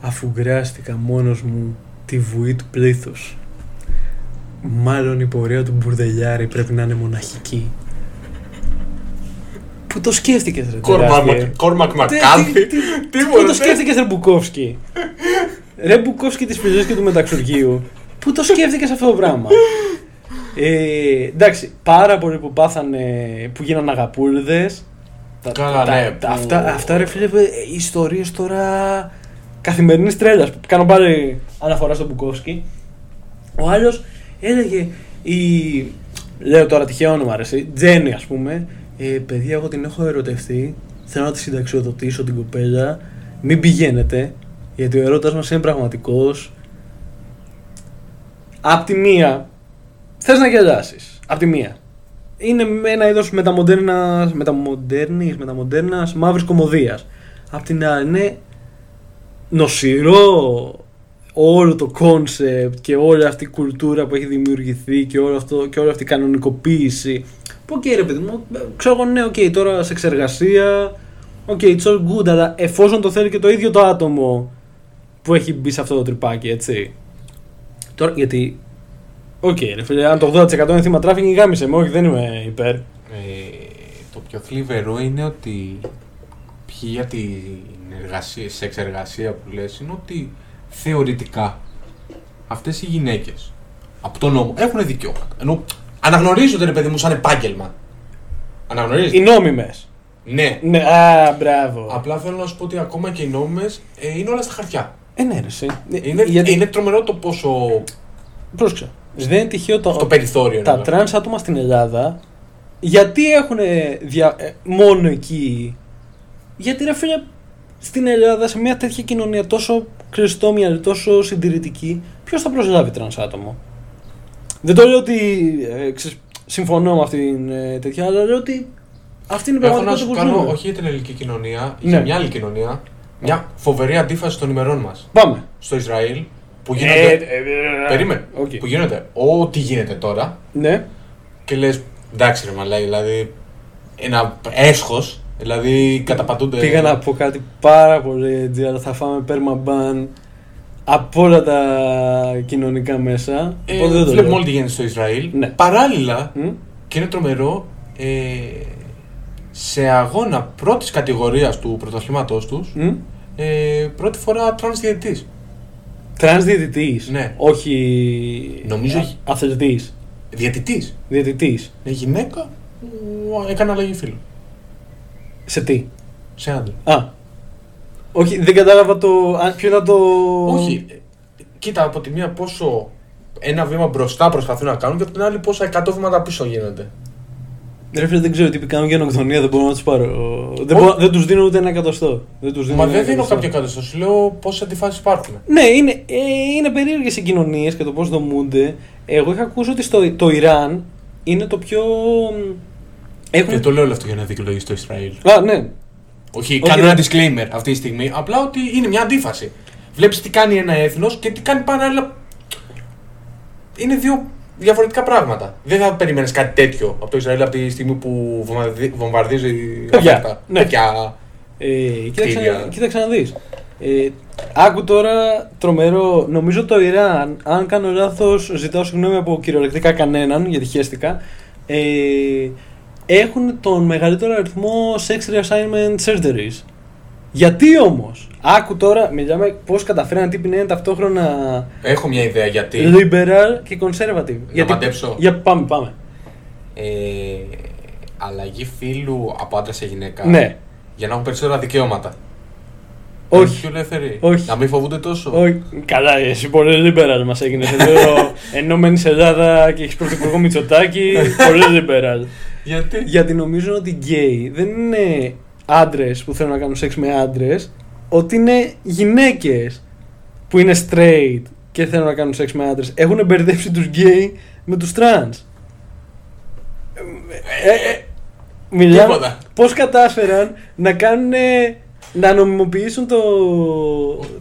Speaker 2: Αφού γκράστηκα μόνος μου τη βουή του πλήθους. Μάλλον η πορεία του μπουρδελιάρη πρέπει να είναι μοναχική. Που το σκέφτηκες ρε τεράστιε.
Speaker 1: Κόρμακ
Speaker 2: Τι-
Speaker 1: Μακκάθι.
Speaker 2: τι- τι-
Speaker 1: Τι ναι.
Speaker 2: Πού
Speaker 1: μπορεί,
Speaker 2: το
Speaker 1: τι-
Speaker 2: σκέφτηκες, Ρε Μπουκόφσκι. Ρε Μπουκόφσκι της φυλή και του μεταξουργείου. Πού το σκέφτηκες αυτό το πράγμα. Ε, εντάξει, πάρα πολλοί που πάθανε, που γίνανε αγαπούλδες Τα-
Speaker 1: Καλά,
Speaker 2: τα-
Speaker 1: ναι,
Speaker 2: τα-
Speaker 1: που-
Speaker 2: αυτά, αυτά ρε φίλε, ε, ιστορίες τώρα καθημερινής τρέλας. που Κάνω πάλι αναφορά στον Μπουκόφσκι. Ο άλλος έλεγε. Η... Λέω τώρα τυχαίο όνομα, ρε, εσύ. Τζένι, ας πούμε. Ε, παιδιά, εγώ την έχω ερωτευτεί. Θέλω να τη συνταξιοδοτήσω την κοπέλα. Μην πηγαίνετε. Γιατί ο έρωτα μας είναι πραγματικός. Απ' τη μία, θες να γελάσεις. Απ' τη μία. Είναι με ένα είδος μεταμοντέρνας, μεταμοντέρνης, μεταμοντέρνας μαύρης κομμωδίας. Απ' την άλλη, είναι νοσηρό όλο το κόνσεπτ και όλη αυτή η κουλτούρα που έχει δημιουργηθεί και, όλο αυτό, και όλη αυτή η κανονικοποίηση. Που οκ, ρε παιδί μου, ε, ξέρω εγώ, ναι, οκ, τώρα σε εξεργασία. Οκ, it's all good, αλλά εφόσον το θέλει και το ίδιο το άτομο που έχει μπει σε αυτό το τρυπάκι, έτσι. Τώρα, γιατί. Οκ, ρε φίλε, αν το 80% είναι θύμα τράφικινγκ, γάμισε με, όχι, δεν είμαι υπέρ.
Speaker 1: Ε, το πιο θλιβερό είναι ότι ποιοι για την εργασία, σε εξεργασία που λες είναι ότι θεωρητικά αυτές οι γυναίκες από τον νόμο έχουν δικαιώματα. Ενώ αναγνωρίζονται ρε παιδί μου σαν επάγγελμα. Αναγνωρίζονται.
Speaker 2: Οι νόμιμες.
Speaker 1: Ναι.
Speaker 2: Ναι, α, μπράβο.
Speaker 1: Απλά θέλω να σου πω ότι ακόμα και οι νόμες ε, είναι όλα στα χαρτιά.
Speaker 2: Ε, ναι, ρε, εσύ.
Speaker 1: Είναι,
Speaker 2: Γιατί-
Speaker 1: είναι τρομερό το πόσο
Speaker 2: Πρόσεξε. Δεν είναι τυχαίο το.
Speaker 1: το περιθώριο
Speaker 2: τα
Speaker 1: είναι.
Speaker 2: τρανς άτομα στην Ελλάδα, γιατί έχουν δια... ε, μόνο εκεί. Γιατί ρε φίλε, στην Ελλάδα, σε μια τέτοια κοινωνία τόσο κρυστόμυαλη, τόσο συντηρητική, ποιος θα προσλάβει τρανς άτομο. Δεν το λέω ότι ε, ξέρεις, συμφωνώ με αυτήν ε, τέτοια, αλλά λέω ότι αυτή είναι η
Speaker 1: Έχω να σου
Speaker 2: πραγματικότητα που
Speaker 1: κάνω
Speaker 2: ζούμε.
Speaker 1: όχι για την ελληνική κοινωνία,
Speaker 2: Ναι.
Speaker 1: για μια άλλη κοινωνία. Μια φοβερή αντίφαση των ημερών μας.
Speaker 2: Πάμε.
Speaker 1: Στο Ισραήλ που
Speaker 2: Ε,
Speaker 1: γίνονται.
Speaker 2: ε, ε,
Speaker 1: Περίμενε.
Speaker 2: οκ.
Speaker 1: Που γίνονται. Ό,τι γίνεται τώρα.
Speaker 2: Ναι.
Speaker 1: Και λες, εντάξει, ρε μαλάι, δηλαδή. Ένα έσχος. Δηλαδή, καταπατούνται.
Speaker 2: Πήγα να πω κάτι πάρα πολύ edgy, αλλά θα φάμε πέρμα μπαν από όλα τα κοινωνικά μέσα.
Speaker 1: Ε,
Speaker 2: Οπότε δεν το
Speaker 1: βλέπουμε
Speaker 2: λέω.
Speaker 1: όλοι τι γίνεται στο Ισραήλ.
Speaker 2: Ναι.
Speaker 1: Παράλληλα,
Speaker 2: Μμ.
Speaker 1: και είναι τρομερό, ε, σε αγώνα πρώτης κατηγορίας του πρωταθλήματός τους,
Speaker 2: Μμ.
Speaker 1: ε, πρώτη φορά τρανς διαιτητής.
Speaker 2: Τρανς διαιτητής.
Speaker 1: Ναι.
Speaker 2: Όχι.
Speaker 1: Νομίζω
Speaker 2: α-
Speaker 1: έχει.
Speaker 2: Αθλητής.
Speaker 1: Διαιτητής.
Speaker 2: Διαιτητής.
Speaker 1: Ε, γυναίκα που έκανε αλλαγή φίλου.
Speaker 2: Σε τι.
Speaker 1: Σε άντρα.
Speaker 2: Α. Όχι, δεν κατάλαβα το. αν- Ποιο ήταν το.
Speaker 1: Όχι. ε, Κοίτα από τη μία πόσο ένα βήμα μπροστά προσπαθούν να κάνουν και από την άλλη πόσα εκατό βήματα πίσω γίνονται.
Speaker 2: Ρε φίλε, δεν ξέρω τι κάνουν γενοκτονία, δεν μπορώ να τους πάρω. Δεν,
Speaker 1: Όχι.
Speaker 2: μπορώ- δεν τους δίνω ούτε ένα εκατοστό. Δεν τους δίνω
Speaker 1: Μα
Speaker 2: ούτε
Speaker 1: δεν
Speaker 2: ένα
Speaker 1: δίνω
Speaker 2: εκατοστό.
Speaker 1: κάποιο εκατοστό. Σου λέω πόσες αντιφάσεις υπάρχουν.
Speaker 2: Ναι, είναι, ε, είναι περίεργες οι κοινωνίε και το πώς δομούνται. Εγώ είχα ακούσει ότι στο, το Ιράν είναι το πιο. μ, Έχουν...
Speaker 1: Και το λέω όλο αυτό για να δικαιολογήσει το Ισραήλ.
Speaker 2: Α, ναι.
Speaker 1: Όχι,
Speaker 2: Όχι,
Speaker 1: κάνω ένα
Speaker 2: δεν-
Speaker 1: disclaimer αυτή τη στιγμή. Απλά ότι είναι μια αντίφαση. Βλέπεις τι κάνει ένα έθνος και τι κάνει παράλληλα. Είναι δύο διαφορετικά πράγματα. Δεν θα περιμένεις κάτι τέτοιο από το Ισραήλ από τη στιγμή που βομβαρδι- βομβαρδίζει.
Speaker 2: Παιδιά,
Speaker 1: Αυτά.
Speaker 2: ναι.
Speaker 1: Τέτοια.
Speaker 2: Ε, κοίταξε,
Speaker 1: Κτίρια.
Speaker 2: να- κοίταξε να δεις. Ε, άκου τώρα τρομερό. Νομίζω το Ιράν, αν κάνω λάθος, ζητάω συγγνώμη από κυριολεκτικά κανέναν, γιατί χαίστηκα. Ε, έχουν τον μεγαλύτερο αριθμό sex reassignment surgeries. Γιατί όμως, άκου τώρα, μιλάμε πώς καταφέραν τύποι να είναι ταυτόχρονα
Speaker 1: Έχω μια ιδέα γιατί.
Speaker 2: liberal και conservative.
Speaker 1: μαντέψω.
Speaker 2: Για, πάμε, πάμε.
Speaker 1: ε, αλλαγή φύλου από άντρα σε γυναίκα.
Speaker 2: Ναι.
Speaker 1: Για να έχουν περισσότερα δικαιώματα. Να είναι
Speaker 2: Όχι.
Speaker 1: Πιο ελεύθεροι.
Speaker 2: Όχι.
Speaker 1: Να μην φοβούνται τόσο.
Speaker 2: Όχι. Καλά, εσύ πολύ liberal μας έγινε εδώ. Ενώ μένει Ελλάδα και έχεις πρωθυπουργό Μητσοτάκη, πολύ liberal.
Speaker 1: Γιατί.
Speaker 2: Γιατί νομίζω ότι γκέι δεν είναι άντρες που θέλουν να κάνουν σεξ με άντρες, ότι είναι γυναίκες που είναι straight και θέλουν να κάνουν σεξ με άντρες. Έχουν μπερδέψει τους γκέι με τους trans. Ε, ε, ε, Μιλάμε.
Speaker 1: Τίποτα.
Speaker 2: Πώς κατάφεραν να κάνουν. να νομιμοποιήσουν το,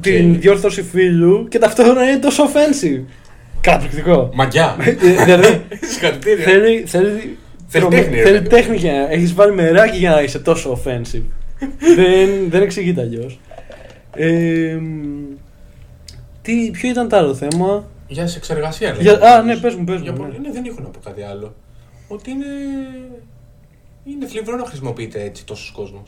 Speaker 2: την διόρθωση φίλου και ταυτόχρονα είναι τόσο offensive. Καταπληκτικό.
Speaker 1: Μαγιά.
Speaker 2: Ε, δηλαδή,
Speaker 1: Συγχαρητήρια.
Speaker 2: Θέλει, θέλει,
Speaker 1: Θέλει
Speaker 2: τρομε-
Speaker 1: τέχνη, ρε
Speaker 2: θέλει
Speaker 1: παιδί.
Speaker 2: τέχνη για να έχεις βάλει μεράκι για να είσαι τόσο offensive. δεν, δεν εξηγείται αλλιώς. Ε, μ, τι, ποιο ήταν το άλλο θέμα.
Speaker 1: Για σε εξεργασία. ρε.
Speaker 2: Για- α, ναι, πες μου, πες
Speaker 1: Για
Speaker 2: μου,
Speaker 1: πολλ-
Speaker 2: ναι.
Speaker 1: ναι, δεν έχω να πω κάτι άλλο. Ότι είναι. Είναι θλιβερό να χρησιμοποιείται έτσι τόσος κόσμος.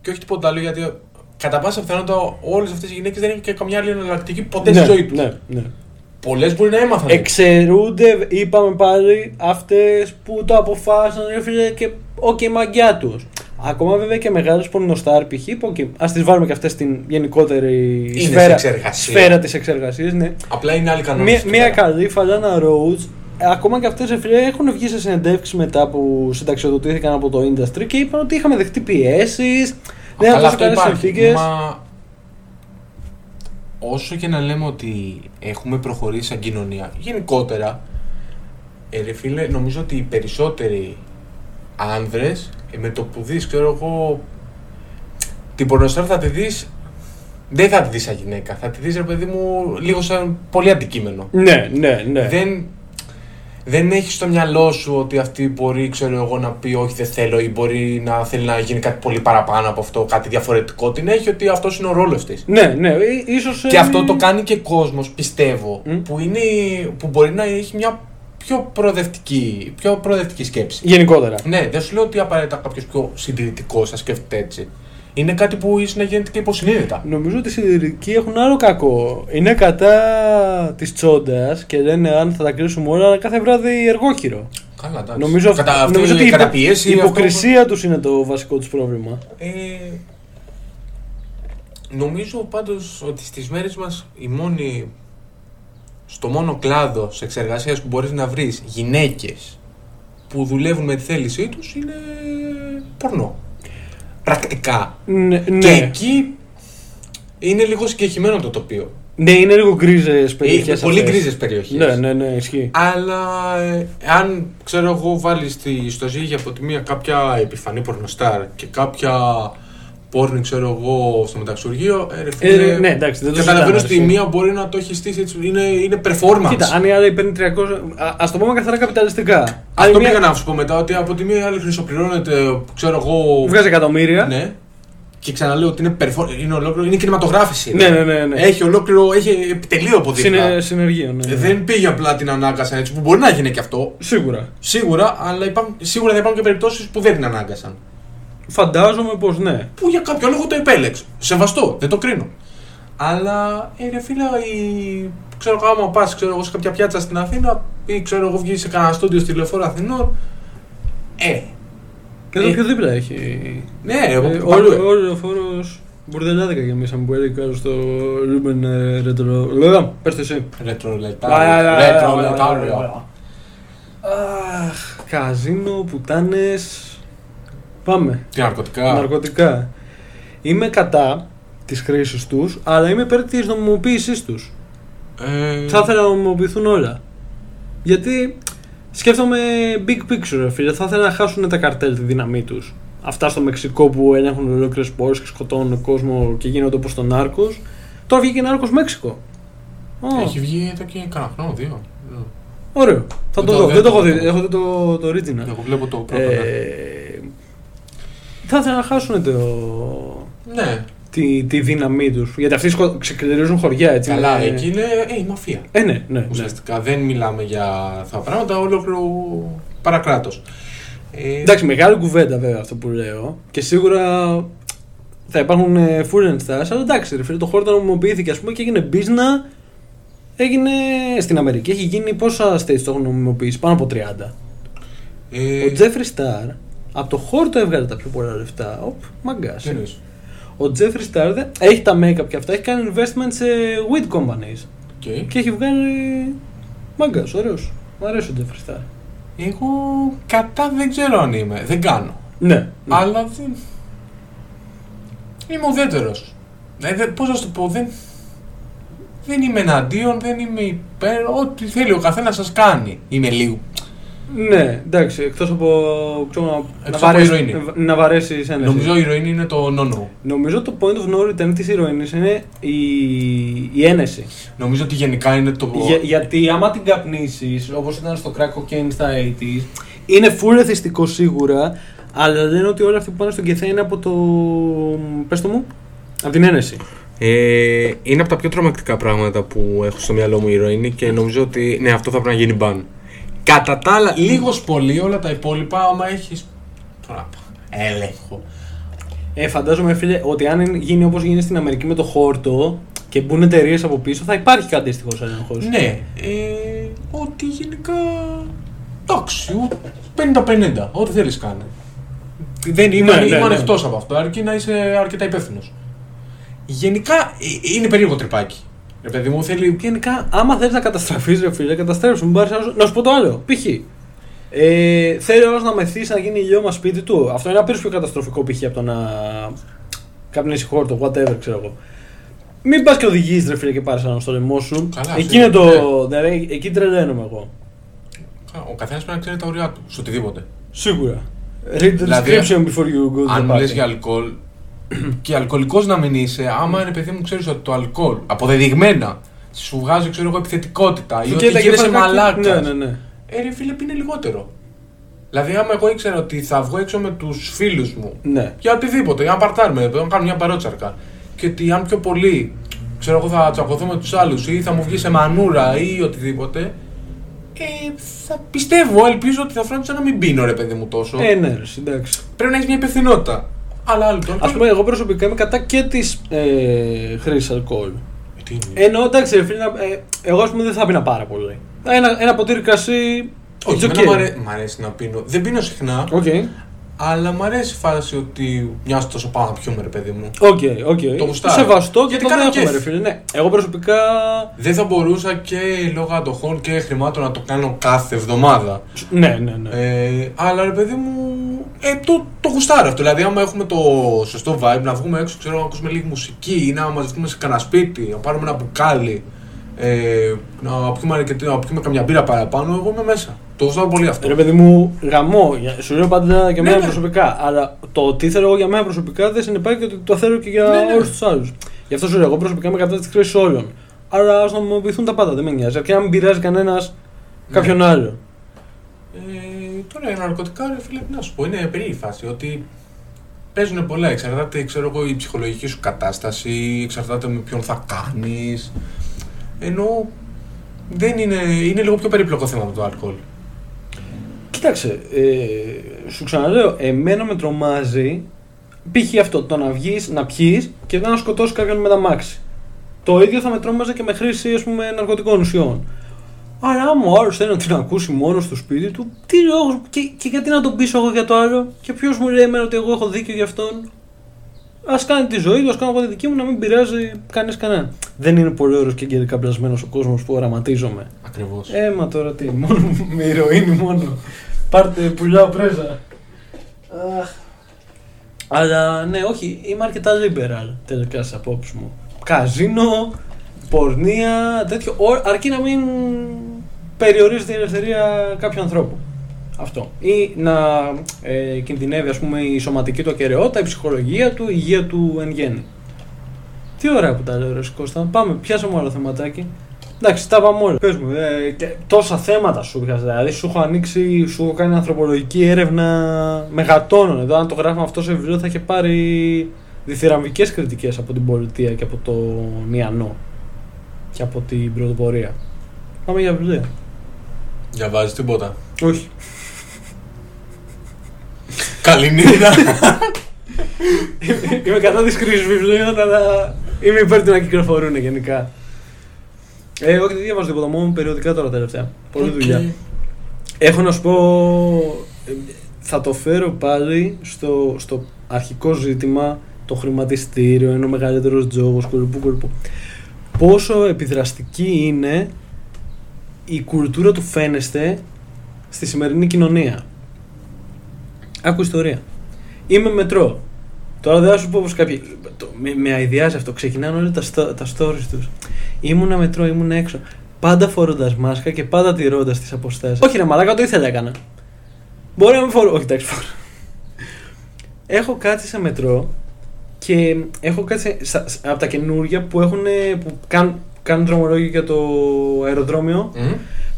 Speaker 1: Και όχι τίποτα άλλο γιατί κατά πάσα πιθανότητα όλες αυτές οι γυναίκες δεν έχουν και καμιά άλλη εναλλακτική ποτέ στη ζωή τους.
Speaker 2: ναι, ναι.
Speaker 1: Πολλές μπορεί να έμαθαν.
Speaker 2: Εξαιρούνται, είπαμε πάλι, αυτές που το αποφάσισαν ρε φίλε, και οκ, η μαγιά τους. Ακόμα βέβαια και μεγάλες πορνοστάρ π.χ. που okay, ας τις βάλουμε και αυτές στην γενικότερη
Speaker 1: Είναι σε
Speaker 2: σφαίρα,
Speaker 1: εξεργασία.
Speaker 2: σφαίρα της εξεργασίας. Ναι.
Speaker 1: Απλά είναι άλλη κανόνα.
Speaker 2: Μία, μία καλή φαλάνα Rhodes, Ε, ακόμα και αυτές φίλε έχουν βγει σε συνεντεύξεις μετά που συνταξιοδοτήθηκαν από το industry και είπαν ότι είχαμε δεχτεί πιέσεις, δεν ήταν
Speaker 1: Αλλά
Speaker 2: τόσο
Speaker 1: αυτό
Speaker 2: καλές
Speaker 1: υπάρχει.
Speaker 2: Ναι, συνθήκες.
Speaker 1: Μα... Όσο και να λέμε ότι έχουμε προχωρήσει σαν κοινωνία, γενικότερα, ε, ρε φίλε, νομίζω ότι οι περισσότεροι άνδρες, ε, με το που δεις, ξέρω εγώ, την πορνοστάρ θα τη δεις δεν θα τη δεις σαν γυναίκα. Θα τη δεις, ρε παιδί μου, λίγο σαν πολύ αντικείμενο.
Speaker 2: Ναι, ναι, ναι.
Speaker 1: Δεν, δεν έχει στο μυαλό σου ότι αυτή μπορεί, ξέρω εγώ, να πει Όχι, δεν θέλω ή μπορεί να θέλει να γίνει κάτι πολύ παραπάνω από αυτό, κάτι διαφορετικό. Την έχει ότι αυτός είναι ο ρόλος της.
Speaker 2: Ναι, ναι, ε, ίσως... ε,
Speaker 1: Και αυτό το κάνει και κόσμος, πιστεύω,
Speaker 2: Μμ.
Speaker 1: που, είναι, που μπορεί να έχει μια πιο προοδευτική, πιο προοδευτική σκέψη.
Speaker 2: Γενικότερα.
Speaker 1: Ναι, δεν σου λέω ότι απαραίτητα κάποιος πιο συντηρητικός θα σκέφτεται έτσι. Είναι κάτι που ίσως να γίνεται και υποσυνείδητα.
Speaker 2: Νομίζω ότι οι συντηρητικοί έχουν άλλο κακό. Είναι κατά της τσόντας και λένε αν θα τα κρίσουμε όλα κάθε βράδυ εργόχειρο.
Speaker 1: Καλά, εντάξει.
Speaker 2: Νομίζω, αυ-
Speaker 1: Κατά, αυτή
Speaker 2: νομίζω
Speaker 1: η
Speaker 2: ότι η υπο-
Speaker 1: καταπίεση.
Speaker 2: η
Speaker 1: αυτό-
Speaker 2: υποκρισία τους είναι το βασικό τους πρόβλημα.
Speaker 1: Ε, νομίζω πάντως ότι στις μέρες μας η μόνη, στο μόνο κλάδο σε εξεργασίας που μπορείς να βρεις γυναίκες που δουλεύουν με τη θέλησή τους είναι πορνό. Πρακτικά.
Speaker 2: Ναι,
Speaker 1: Και
Speaker 2: ναι.
Speaker 1: εκεί είναι λίγο συγκεκριμένο το τοπίο.
Speaker 2: ναι είναι λίγο γκρίζες περιοχέ.
Speaker 1: Ε, Είναι πολύ γκρίζες περιοχές.
Speaker 2: Ναι, ναι, ναι, ισχύει.
Speaker 1: Αλλά ε, αν ξέρω εγώ βάλεις στο ζύγι από τη μία κάποια επιφανή πορνοστάρ και κάποια πόρνη ξέρω εγώ στο μεταξουργείο ε, ρε φίλε,
Speaker 2: ναι, εντάξει, δεν το
Speaker 1: καταλαβαίνω
Speaker 2: συζητάμε,
Speaker 1: στη
Speaker 2: ρε φίλε.
Speaker 1: μία μπορεί να το έχει στήσει έτσι, είναι, είναι performance.
Speaker 2: Κοίτα, αν η άλλη παίρνει 300. Α ας το πούμε καθαρά καπιταλιστικά. Αν η
Speaker 1: Αυτό
Speaker 2: μία
Speaker 1: πήγα να σου πω μετά ότι από τη μία η άλλη χρυσοπληρώνεται ξέρω εγώ
Speaker 2: Βγάζει εκατομμύρια.
Speaker 1: ναι, και ξαναλέω ότι είναι, perform- είναι, ολόκληρο, είναι κινηματογράφηση.
Speaker 2: Ναι, ναι, ναι, ναι.
Speaker 1: Έχει ολόκληρο, έχει επιτελείο από δίπλα.
Speaker 2: Συνε, συνεργείο, ναι.
Speaker 1: Ε, Δεν πήγε απλά την ανάγκασαν έτσι που μπορεί να γίνει και αυτό.
Speaker 2: Σίγουρα.
Speaker 1: Σίγουρα, αλλά υπάρχουν, σίγουρα θα υπάρχουν και περιπτώσεις που δεν την ανάγκασαν.
Speaker 2: Φαντάζομαι πως ναι.
Speaker 1: Που για κάποιο λόγο το επέλεξε. Σεβαστό, δεν το κρίνω. Αλλά ε, ρε φίλα, η... ξέρω εγώ, άμα πας σε κάποια πιάτσα στην Αθήνα ή ξέρω εγώ, βγει σε κανένα στούντιο στη λεωφόρο Αθηνών. Ε,
Speaker 2: Εδώ
Speaker 1: Ε.
Speaker 2: πιο δίπλα έχει.
Speaker 1: ναι, ε,
Speaker 2: Ε,
Speaker 1: παντού, ε.
Speaker 2: Όλο όλο ο φόρο. Μπουρδελάδικα για μέσα που έλεγε κάτω στο Ρούμπεν ε, Ρετρο. Λέγα, πες το εσύ.
Speaker 1: Ρετρολετάριο. Ρετρολετάριο.
Speaker 2: Αχ, καζίνο, πουτάνες. Πάμε.
Speaker 1: Τι ναρκωτικά.
Speaker 2: Ναρκωτικά. Είμαι κατά της χρήσης τους, αλλά είμαι υπέρ της νομιμοποίησής τους.
Speaker 1: Ε,
Speaker 2: Θα ήθελα να νομιμοποιηθούν όλα. Γιατί σκέφτομαι big picture, ρε φίλε. Θα ήθελα να χάσουν τα καρτέλ τη δύναμή τους. Αυτά στο Μεξικό που ελέγχουν ολόκληρες πόλεις και σκοτώνουν κόσμο και γίνονται όπως τον Νάρκος. Τώρα βγήκε Νάρκος Μέξικο. Ω,
Speaker 1: Έχει βγει εδώ και κανένα χρόνο, δύο. Ναι.
Speaker 2: Ωραίο. Θα
Speaker 1: Δεν
Speaker 2: το
Speaker 1: το-
Speaker 2: δω.
Speaker 1: δεν
Speaker 2: Δεν το
Speaker 1: το
Speaker 2: έχω δει.
Speaker 1: βλέπω.
Speaker 2: Έχω δει το, το original.
Speaker 1: Εγώ βλέπω το πρώτο. ναι.
Speaker 2: Ε, θα ήθελα να χάσουν το, Ε.
Speaker 1: Ναι,
Speaker 2: τη, τη δύναμή τους. Γιατί αυτοί σκο- ξεκληρίζουν χωριά, έτσι.
Speaker 1: καλά,
Speaker 2: είναι-
Speaker 1: εκεί είναι ε, η μαφία.
Speaker 2: Ε, ναι, ναι. ναι.
Speaker 1: Ουσιαστικά δεν μιλάμε για αυτά τα πράγματα, ολόκληρο παρακράτος. Ε,
Speaker 2: Εντάξει, μεγάλη κουβέντα βέβαια αυτό που λέω. Και σίγουρα θα υπάρχουν ε, φούρνε ενστάσεις, αλλά εντάξει, ρε φίλε, το χώρο το νομιμοποιήθηκε ας πούμε και έγινε business. Έγινε στην Αμερική, έχει γίνει πόσα states το έχουν νομιμοποιήσει, πάνω από 30.
Speaker 1: ε,
Speaker 2: Ο Τζέφρι Σταρ από το χώρο το έβγαλε τα πιο πολλά λεφτά. Οπ, μαγκάς.
Speaker 1: τι εννοείς?
Speaker 2: Ο Τζέφρι Σταρ δεν- έχει τα make-up και αυτά, έχει κάνει investment σε weed companies.
Speaker 1: Οκ.
Speaker 2: Και έχει βγάλει. Μάγκα, ωραίος. Μ' αρέσει ο Τζέφρι Σταρ.
Speaker 1: Εγώ κατά δεν ξέρω αν είμαι. Δεν κάνω.
Speaker 2: Ναι. ναι.
Speaker 1: Αλλά δεν. Είμαι ουδέτερος. Ε, δε- Πώς να σου το πω, δεν. Δεν είμαι εναντίον, δεν είμαι υπέρ. Ό,τι θέλει ο καθένας σας κάνει. Είμαι λίγο.
Speaker 2: Ναι, εντάξει, εκτός από. Ξέρω, να,
Speaker 1: από
Speaker 2: να, βαρέσει-
Speaker 1: ηρωίνη.
Speaker 2: να βα- να βαρέσεις ένα.
Speaker 1: Νομίζω η ηρωίνη είναι το νόνο.
Speaker 2: Νομίζω το point of no return της ηρωίνης είναι η, η ένεση.
Speaker 1: Νομίζω ότι γενικά είναι το.
Speaker 2: Για- γιατί άμα την καπνίσεις, όπως ήταν στο crack cocaine στα 80s, είναι full εθιστικό σίγουρα, αλλά λένε ότι όλοι αυτοί που πάνε στον κεθέ είναι από το. Πες το μου, από την ένεση.
Speaker 1: Ε, είναι από τα πιο τρομακτικά πράγματα που έχω στο μυαλό μου η ηρωίνη και νομίζω ότι ναι, αυτό θα πρέπει να γίνει μπαν. Κατά τα άλλα, λίγο πολύ όλα τα υπόλοιπα, άμα έχεις. Τώρα Έλεγχο.
Speaker 2: Ε, φαντάζομαι, φίλε, ότι αν γίνει όπως γίνει στην Αμερική με το χόρτο και μπουν εταιρείες από πίσω, θα υπάρχει και αντίστοιχος έλεγχος.
Speaker 1: Ναι, ε, ότι γενικά. Εντάξει, ου- 50-50, ό,τι θέλεις κάνει. Δεν είμαι,
Speaker 2: Ναι, ναι,
Speaker 1: είμαι
Speaker 2: ναι.
Speaker 1: ανοιχτός από αυτό, αρκεί να είσαι αρκετά υπεύθυνος. Γενικά ε, είναι περίεργο τρυπάκι. Ρε παιδί μου, θέλει.
Speaker 2: Γενικά, άμα θέλει να καταστραφείς, ρε φίλε, καταστρέψου. Μην πάρεις άλλος- Να σου πω το άλλο. Π.χ. Ε, θέλει όλο να μεθύσει να γίνει ηλιό μα σπίτι του. Αυτό είναι απείρως πιο καταστροφικό π.χ. από το να καπνίσει χόρτο, whatever, ξέρω εγώ. Μην πας και οδηγείς, ρε φίλε, και πάρεις έναν στο λαιμό σου.
Speaker 1: Καλά, ναι.
Speaker 2: εκεί
Speaker 1: σίγουρα,
Speaker 2: είναι το. Δηλαδή, εκεί τρελαίνομαι εγώ.
Speaker 1: Ο καθένας πρέπει να ξέρει τα όρια του, σε οτιδήποτε.
Speaker 2: Σίγουρα. Read the
Speaker 1: Δηλαδή,
Speaker 2: description before you go to the
Speaker 1: Αν
Speaker 2: party.
Speaker 1: μιλες για αλκοόλ, και αλκοολικός να μην είσαι, άμα είναι παιδί μου, ξέρεις ότι το αλκοόλ αποδεδειγμένα σου βγάζει ξέρω εγώ, επιθετικότητα ή
Speaker 2: Σου
Speaker 1: ότι
Speaker 2: κοίταγε
Speaker 1: γίνεσαι
Speaker 2: βασικά και-
Speaker 1: μαλάκα.
Speaker 2: Ναι, ναι, ναι.
Speaker 1: Ε, ρε φίλε, πίνε λιγότερο. Δηλαδή, άμα εγώ ήξερα ότι θα βγω έξω με τους φίλους μου
Speaker 2: Ναι.
Speaker 1: για οτιδήποτε, για να παρτάρουμε, να κάνουμε μια παρότσαρκα. Και ότι αν πιο πολύ, ξέρω εγώ, θα τσακωθώ με τους άλλους ή θα μου βγει σε μανούρα ή οτιδήποτε. Ε, θα πιστεύω, ελπίζω ότι θα φρόντισα να μην πίνω ρε παιδί μου τόσο.
Speaker 2: Ε, ναι, ρε, εντάξει.
Speaker 1: Πρέπει να έχεις μια υπευθυνότητα. Αλλά άλλο το
Speaker 2: Ας πούμε, εγώ προσωπικά είμαι κατά και της ε, χρήσης αλκοόλ.
Speaker 1: Ε, τι είναι.
Speaker 2: Εννοώ, εντάξει, ρε φίλε, να- ε, εγώ ας πούμε δεν θα πίνα πάρα πολύ. Ένα, ένα ποτήρι κρασί.
Speaker 1: Όχι,
Speaker 2: it's
Speaker 1: εμένα μ'
Speaker 2: okay.
Speaker 1: αρέ- μ' αρέσει να πίνω. Δεν πίνω συχνά,
Speaker 2: Οκ.
Speaker 1: αλλά μ' αρέσει η φάση ότι μοιάζει τόσο πάνω να πιούμε, ρε παιδί μου.
Speaker 2: Οκ, οκ.
Speaker 1: Το γουστάρω.
Speaker 2: σεβαστό και
Speaker 1: Γιατί
Speaker 2: το
Speaker 1: κάνω
Speaker 2: δέχομαι,
Speaker 1: κέφι.
Speaker 2: ρε φίλε. Ναι. Εγώ προσωπικά.
Speaker 1: Δεν θα μπορούσα και λόγω αντοχών και χρημάτων να το κάνω κάθε εβδομάδα.
Speaker 2: Ναι, ναι, ναι.
Speaker 1: Ε, αλλά ρε παιδί μου, ε, το, το γουστάρω αυτό. Δηλαδή, άμα έχουμε το σωστό vibe, να βγούμε έξω, ξέρω, να ακούσουμε λίγη μουσική ή να μαζευτούμε σε κανένα σπίτι, να πάρουμε ένα μπουκάλι, ε, να, πιούμε αρκετή, να πιούμε καμιά μπύρα παραπάνω, εγώ είμαι μέσα. Το γουστάρω πολύ αυτό.
Speaker 2: Ρε παιδί μου, γαμό. για- Σου λέω πάντα για
Speaker 1: Ναι,
Speaker 2: μένα
Speaker 1: ναι.
Speaker 2: προσωπικά. Αλλά το τι θέλω εγώ για μένα προσωπικά δεν συνεπάγεται ότι το θέλω και για
Speaker 1: Ναι, ναι.
Speaker 2: όλους τους άλλους. Γι' αυτό σου λέω, εγώ προσωπικά είμαι κατά της χρήσης όλων. Άρα ας νομιμοποιηθούν τα πάντα, δεν με νοιάζει. Αρκεί να μην πειράζει κανένας
Speaker 1: Ναι.
Speaker 2: κάποιον άλλο.
Speaker 1: Ε, τώρα για ναρκωτικά, ρε φίλε, τι να σου πω, είναι περίεργη φάση. Ότι παίζουν πολλά. Εξαρτάται, ξέρω εγώ, η ψυχολογική σου κατάσταση, εξαρτάται με ποιον θα κάνεις. Ενώ δεν είναι, είναι λίγο πιο περίπλοκο θέμα με το αλκοόλ.
Speaker 2: Κοίταξε, ε, σου ξαναλέω, εμένα με τρομάζει π.χ. αυτό το να βγεις, να πιεις και να σκοτώσεις κάποιον με τα μάξι. Το ίδιο θα με τρόμαζε και με χρήση ας πούμε, ναρκωτικών ουσιών. Αλλά άμα ο άλλος θέλει να την ακούσει μόνος στο σπίτι του, τι λόγος και, και γιατί να τον πείσω εγώ για το άλλο, και ποιος μου λέει εμένα ότι εγώ έχω δίκιο για αυτόν. Ας κάνει τη ζωή του, ας κάνω εγώ τη δική μου, να μην πειράζει κανείς κανέναν. Δεν είναι πολύ ωραίος και γερικά πλασμένο ο κόσμος που οραματίζομαι.
Speaker 1: Ακριβώς.
Speaker 2: Έμα Ε, τώρα τι, μόνο με ηρωίνη μόνο. Πάρτε πουλιά πρέζα. Αχ. Αλλά ναι, όχι, είμαι αρκετά liberal τελικά στις απόψεις μου. Καζίνο, πορνεία, τέτοιο. ό, αρκεί να μην περιορίζεται η ελευθερία κάποιου ανθρώπου. Αυτό. Ή να ε, κινδυνεύει, ας πούμε, η σωματική του ακαιρεότητα, η ψυχολογία του, η υγεία του εν γέννη. Τι ωραία που τα λέω, ρε Κώστα. Πάμε, πιάσαμε άλλο θεματάκι. Εντάξει, τα πάμε όλα. Πες μου, ε, και τόσα θέματα σου είχα, δηλαδή σου έχω ανοίξει, σου έχω κάνει ανθρωπολογική έρευνα μεγατόνων. Εδώ, αν το γράφουμε αυτό σε βιβλίο, θα είχε πάρει διθυραμβικές κριτικές από την πολιτεία και από τον Ιαννό και από την πρωτοπορία. Πάμε για βιβλία.
Speaker 1: Διαβάζει τίποτα.
Speaker 2: Όχι.
Speaker 1: Καληνύχτα.
Speaker 2: είμαι κατά της χρήσης βιβλίων, αλλά είμαι υπέρ του να κυκλοφορούν γενικά. Ε, όχι, δεν διαβάζω τίποτα, μόνο περιοδικά τώρα τελευταία. Πολύ δουλειά. Έχω να σου πω. ε, Θα το φέρω πάλι στο, στο αρχικό ζήτημα το χρηματιστήριο, ένα μεγαλύτερος τζόγος, κολυπού κολυπού. Πόσο επιδραστική είναι η κουλτούρα του φαίνεστε στη σημερινή κοινωνία. Άκου ιστορία. Είμαι μετρό. Τώρα δεν θα σου πω πως κάποιοι. το- με, με αηδιάζει αυτό. Ξεκινάνε όλα τα, στο- τα stories τους. Ήμουνα μετρό, ήμουν έξω. Πάντα φορώντας μάσκα και πάντα τηρώντας τις αποστάσεις. Όχι, ρε Μαλάκα, το ήθελα έκανα. Μπορεί να μην φορώ. Όχι, εντάξει, φορώ. Έχω κάτσει σε μετρό και έχω κάτσει στα- στα- από τα καινούργια που, έχουν, που κάνουν, κάνουν δρομολόγιο για το αεροδρόμιο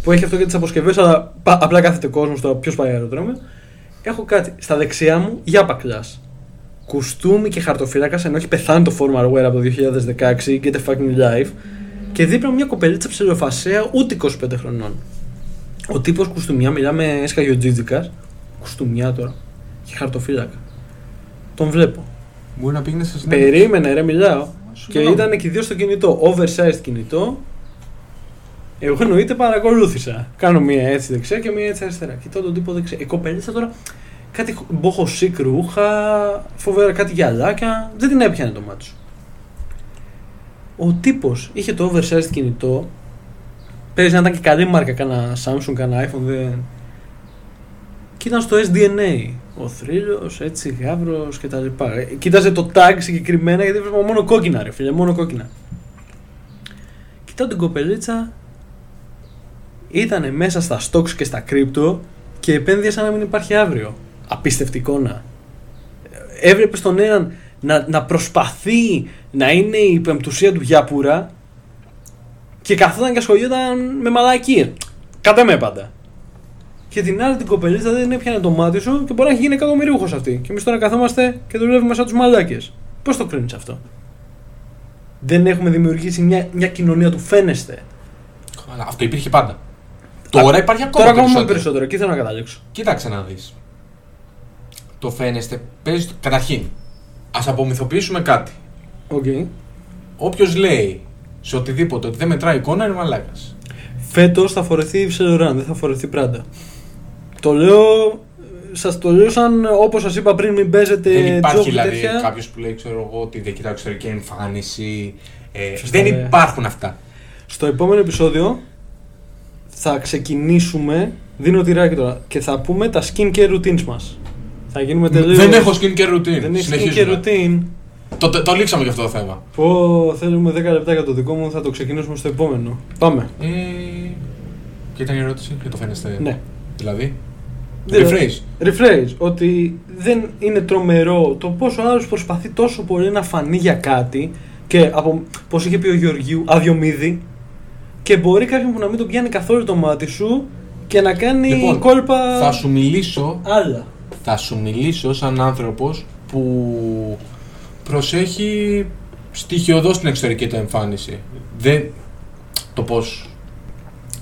Speaker 2: που έχει αυτό και τις αποσκευές, αλλά πα- απλά κάθεται κόσμος τώρα ποιος πάει αεροδρόμιο. Έχω κάτι στα δεξιά μου για πακλάς. Κουστούμι και χαρτοφύλακα, ενώ έχει πεθάνει το formal wear από το 2016, get a fucking life. Και δίπλα μου μια κοπελίτσα ψηλοφασαία ούτε 25 χρονών. Ο τύπος κουστούμια, μιλάμε σκαγιοτζίτζικα, κουστούμια τώρα, και χαρτοφύλακα. Τον βλέπω.
Speaker 1: Μπορεί να πήγαινε σε συνέντευξη.
Speaker 2: Περίμενε, ρε, μιλάω.
Speaker 1: Σου
Speaker 2: Και
Speaker 1: λέω.
Speaker 2: ήταν και οι δύο στο κινητό. Oversized κινητό. Εγώ εννοείται παρακολούθησα. Κάνω μία έτσι δεξιά και μία έτσι αριστερά. Κοιτάω τον τύπο δεξιά. Η κοπελίτσα τώρα κάτι μπόχο σίκ ρούχα, φοβερά κάτι γυαλάκια. Δεν την έπιανε το μάτι σου. Ο τύπος είχε το oversized κινητό. Πέρυσι να ήταν και καλή μάρκα, κάνα Samsung, κάνα iPhone, δεν. Και ήταν στο SDNA. Ο θρύλος, έτσι, γάβρος κτλ. Ε, Κοίταζε το tag συγκεκριμένα γιατί βλέπω μόνο κόκκινα, ρε φίλε, μόνο κόκκινα. Κοιτάω την κοπελίτσα. Ήταν μέσα στα stocks και στα κρύπτο και επένδυε σαν να μην υπάρχει αύριο. Απίστευτη εικόνα έβλεπες τον έναν να, να προσπαθεί να είναι η πεμπτουσία του Γιάπουρα και καθόταν και ασχολιόταν με μαλακίες. Κατά με πάντα. Και την άλλη την κοπελίτσα δεν έπιανε το μάτι σου και μπορεί να έχει γίνει εκατομμυρίουχος αυτή. Και εμείς τώρα καθόμαστε και δουλεύουμε σαν τους μαλάκες. Πώς το κρίνεις αυτό, Δεν έχουμε δημιουργήσει μια, μια κοινωνία του φαίνεστε.
Speaker 1: Καλά, Αυτό υπήρχε πάντα. Τώρα υπάρχει ακόμα
Speaker 2: Τώρα ακόμα
Speaker 1: περισσότερο.
Speaker 2: περισσότερο. Εκεί θέλω να καταλήξω.
Speaker 1: Κοίταξε να δεις. Το φαίνεστε, παίζει... Καταρχήν, ας απομυθοποιήσουμε κάτι.
Speaker 2: Οκ.
Speaker 1: Όποιος λέει σε οτιδήποτε ότι δεν μετράει εικόνα είναι μαλάκας.
Speaker 2: Φέτος θα φορεθεί η Ραν, δεν θα φορεθεί Πράντα. Το λέω. Σας το λέω σαν όπως σας είπα πριν, μην παίζετε
Speaker 1: δεν υπάρχει
Speaker 2: τζόγου
Speaker 1: δηλαδή
Speaker 2: Ε, τέτοια.
Speaker 1: κάποιος που λέει ξέρω εγώ ότι δεν κοιτάω εξωτερική εμφάνιση. Ε,
Speaker 2: Σωστά,
Speaker 1: δεν
Speaker 2: ε.
Speaker 1: υπάρχουν αυτά.
Speaker 2: Στο επόμενο επεισόδιο θα ξεκινήσουμε. Δίνω τυράκι τώρα και θα πούμε τα skin care routines μας. Θα γίνουμε τελείως.
Speaker 1: Δεν έχω skin και routine.
Speaker 2: Δεν έχεις skin care
Speaker 1: Συνεχίζουμε.
Speaker 2: routine.
Speaker 1: Το, το, το λήξαμε για αυτό το θέμα.
Speaker 2: Πω, θέλουμε 10 λεπτά για το δικό μου, θα το ξεκινήσουμε στο επόμενο. Πάμε.
Speaker 1: Ε, ποια ήταν η ερώτηση για το φαίνεστε.
Speaker 2: Ναι.
Speaker 1: Δηλαδή.
Speaker 2: Δεν-
Speaker 1: Rephrase.
Speaker 2: Rephrase. Ότι δεν είναι τρομερό το πόσο άλλος προσπαθεί τόσο πολύ να φανεί για κάτι και από, πως είχε πει ο Γεωργίου, αδειομύδι και μπορεί κάποιον που να μην τον πιάνει καθόλου το μάτι σου και να κάνει
Speaker 1: Λοιπόν,
Speaker 2: κόλπα
Speaker 1: Θα σου μιλήσω
Speaker 2: άλλα.
Speaker 1: θα σου μιλήσω σαν άνθρωπος που προσέχει στοιχειοδός την εξωτερική του εμφάνιση. Δεν... Το πώς.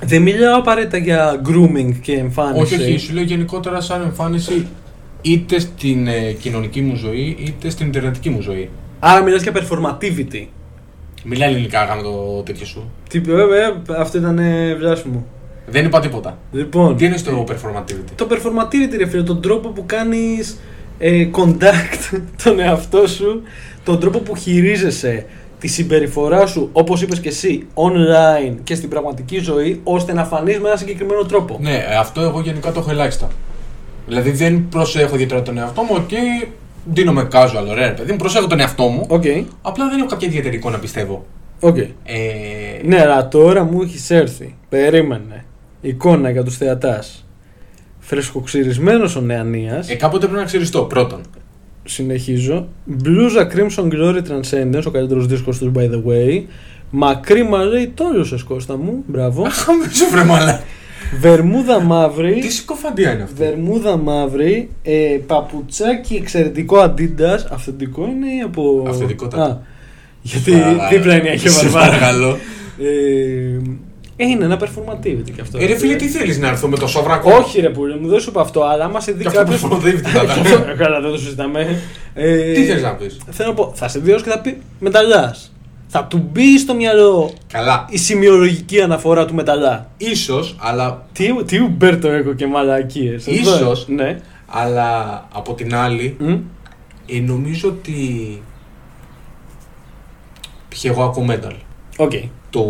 Speaker 2: Δεν μιλάω απαραίτητα για grooming και εμφάνιση.
Speaker 1: Όχι, όχι, σου λέω γενικότερα σαν εμφάνιση είτε στην ε, κοινωνική μου ζωή είτε στην Ιντερνετική μου ζωή.
Speaker 2: Άρα μιλάς για performativity.
Speaker 1: Μιλά ελληνικά γάμο το τέτοιο σου.
Speaker 2: Τι βέβαια, αυτό ήταν ε, βλάσιμο.
Speaker 1: Δεν είπα τίποτα.
Speaker 2: Λοιπόν,
Speaker 1: Τι είναι στο performativity.
Speaker 2: το performativity ρε φίλε, τον τρόπο που κάνεις ε, conduct τον εαυτό σου, τον τρόπο που χειρίζεσαι τη συμπεριφορά σου, όπως είπες και εσύ, online και στην πραγματική ζωή, ώστε να φανείς με ένα συγκεκριμένο τρόπο.
Speaker 1: Ναι, ε, αυτό εγώ γενικά το έχω ελάχιστα. Δηλαδή δεν προσέχω ιδιαίτερα τον εαυτό μου, οκ, δίνω με casual, ωραία, ρε παιδί μου, προσέχω τον εαυτό μου.
Speaker 2: Οκ,
Speaker 1: Απλά δεν έχω κάποια ιδιαίτερη εικόνα, πιστεύω.
Speaker 2: οκ.
Speaker 1: Ε,
Speaker 2: Ναι, αλλά τώρα μου έχεις έρθει. Περίμενε. Εικόνα για τους θεατάς. Φρεσκοξυρισμένος ο Νεανίας.
Speaker 1: ε, κάποτε πρέπει να ξεριστώ πρώτον.
Speaker 2: συνεχίζω. Μπλούζα Crimson Glory Transcendence, ο καλύτερος δίσκος του by the way. Μακρύ μαλλί, τόλιωσε Κώστα μου. Μπράβο.
Speaker 1: Χαμπίζου βρε μαλά.
Speaker 2: Βερμούδα μαύρη.
Speaker 1: Τι συκοφαντία είναι αυτή.
Speaker 2: Βερμούδα μαύρη. Ε, παπουτσάκι εξαιρετικό αντίντα. Αυθεντικό είναι ή από.
Speaker 1: Αυθεντικότατο.
Speaker 2: Α, γιατί δίπλα είναι η Αγία
Speaker 1: Σε
Speaker 2: Βαρβάρα.
Speaker 1: παρακαλώ.
Speaker 2: Ε, είναι ένα performativity κι αυτό.
Speaker 1: Ε, ρε φίλε, τι θέλεις να έρθω με το σοβρακό.
Speaker 2: Όχι, ρε πουλέ μου, δεν σου είπα αυτό, αλλά άμα σε δει
Speaker 1: Και αυτό που
Speaker 2: κάποιο.
Speaker 1: φοροδεύει την τάτα.
Speaker 2: Καλά, δεν το συζητάμε. Ε,
Speaker 1: Τι θες να πεις.
Speaker 2: Θέλω να πω, θα σε βιώσει και θα πει μεταλλάς. Θα του μπει στο μυαλό
Speaker 1: Καλά.
Speaker 2: η σημειολογική αναφορά του μεταλλά.
Speaker 1: Ίσως, αλλά,
Speaker 2: Τι, τι ουμπέρτο έχω και μαλακίες.
Speaker 1: Ίσως.
Speaker 2: Ναι.
Speaker 1: αλλά από την άλλη,
Speaker 2: Μμ.
Speaker 1: ε, νομίζω ότι. Π.χ. εγώ ακούω metal.
Speaker 2: Οκ.
Speaker 1: Το,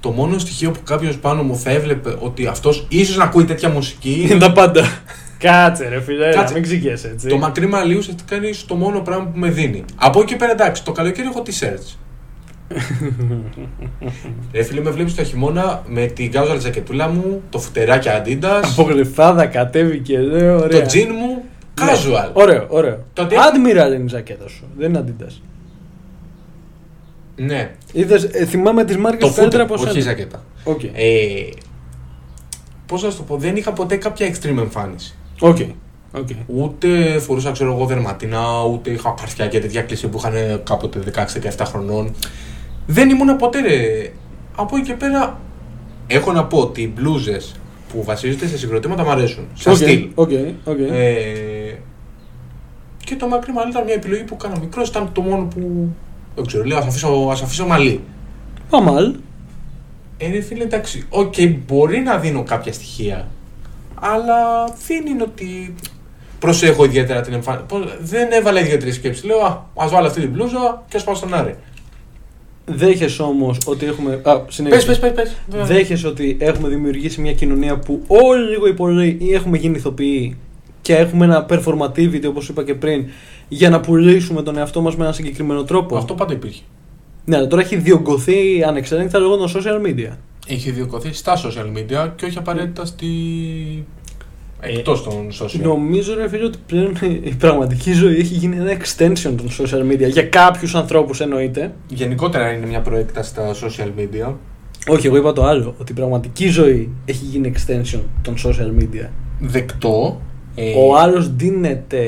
Speaker 1: το μόνο στοιχείο που κάποιος πάνω μου θα έβλεπε ότι αυτός ίσως να ακούει τέτοια μουσική
Speaker 2: Είναι τα πάντα. Κάτσε ρε φίλε,
Speaker 1: Κάτσε.
Speaker 2: Κάτσε. μην ξηγιέσαι έτσι.
Speaker 1: Το μακρύ μαλλί ουσιαστικά είναι ίσως το μόνο πράγμα που με δίνει. Από εκεί και πέρα εντάξει, το καλοκαίρι έχω t-shirts. Ρε φίλε, με βλέπεις το χειμώνα με την γκάουζα τζακετούλα μου, το φουτεράκι αντίντα,
Speaker 2: Από γλυφάδα κατέβηκε, λέω ωραία.
Speaker 1: το τζιν μου,
Speaker 2: Ναι.
Speaker 1: casual.
Speaker 2: Ωραίο, ωραίο.
Speaker 1: Το
Speaker 2: Το
Speaker 1: τι-
Speaker 2: Admiral είναι η ζακέτα σου, δεν είναι αντίτα.
Speaker 1: Ναι,
Speaker 2: Είδες, ε, θυμάμαι τις
Speaker 1: το
Speaker 2: μάρκες
Speaker 1: φούτερ,
Speaker 2: καλύτερα από
Speaker 1: όχι η
Speaker 2: σένα.
Speaker 1: ζακέτα.
Speaker 2: Οκ.
Speaker 1: Ε, Πώς να σου το πω, δεν είχα ποτέ κάποια extreme εμφάνιση.
Speaker 2: Οκ. Οκ.
Speaker 1: Ούτε φορούσα, ξέρω εγώ, δερματινά, ούτε είχα καρφιά και τέτοια κλίση που είχαν κάποτε 16-17 χρονών. Δεν ήμουν ποτέ ρε. Από εκεί και πέρα έχω να πω ότι οι μπλούζες που βασίζονται σε συγκροτήματα μου αρέσουν. Σαν
Speaker 2: Οκ,
Speaker 1: στυλ.
Speaker 2: Οκ, οκ.
Speaker 1: Ε, και το μακρύ μαλλί ήταν μια επιλογή που έκανα μικρό, ήταν το μόνο που. Δεν ξέρω, λέω, ας αφήσω, ας αφήσω μαλλί.
Speaker 2: Παμάλ.
Speaker 1: Ε, ρε φίλε, εντάξει, οκ, μπορεί να δίνω κάποια στοιχεία, αλλά δεν είναι ότι προσέχω ιδιαίτερα την εμφάνιση. Πώς- Δεν έβαλα δύο-τρει σκέψεις. Λέω, α ας βάλω αυτή την μπλούζα και ας πάω στον Άρη.
Speaker 2: Δέχεσαι όμως ότι έχουμε. Α,
Speaker 1: Πε,
Speaker 2: συνέχισε.
Speaker 1: πες, πες. πες.
Speaker 2: Δέχεσαι ότι έχουμε δημιουργήσει μια κοινωνία που όλοι λίγο οι πολλοί ή έχουμε γίνει ηθοποιοί και έχουμε ένα performativity όπως είπα και πριν για να πουλήσουμε τον εαυτό μας με έναν συγκεκριμένο τρόπο.
Speaker 1: Αυτό πάντα υπήρχε.
Speaker 2: Ναι, αλλά τώρα έχει διωγκωθεί ανεξέλεγκτα λόγω των social media.
Speaker 1: Ε, Έχει διωκωθεί στα social media και όχι απαραίτητα στη Εκτός των
Speaker 2: Ναι.
Speaker 1: social.
Speaker 2: Νομίζω ρε φίλε ότι πλέον η πραγματική ζωή έχει γίνει ένα extension των social media. Για κάποιους ανθρώπους εννοείται.
Speaker 1: Γενικότερα είναι μια προέκτα στα social media.
Speaker 2: Όχι, εγώ είπα το άλλο. Ότι η πραγματική ζωή έχει γίνει extension των social media.
Speaker 1: Δεκτό. Ε,
Speaker 2: Ο άλλος δίνεται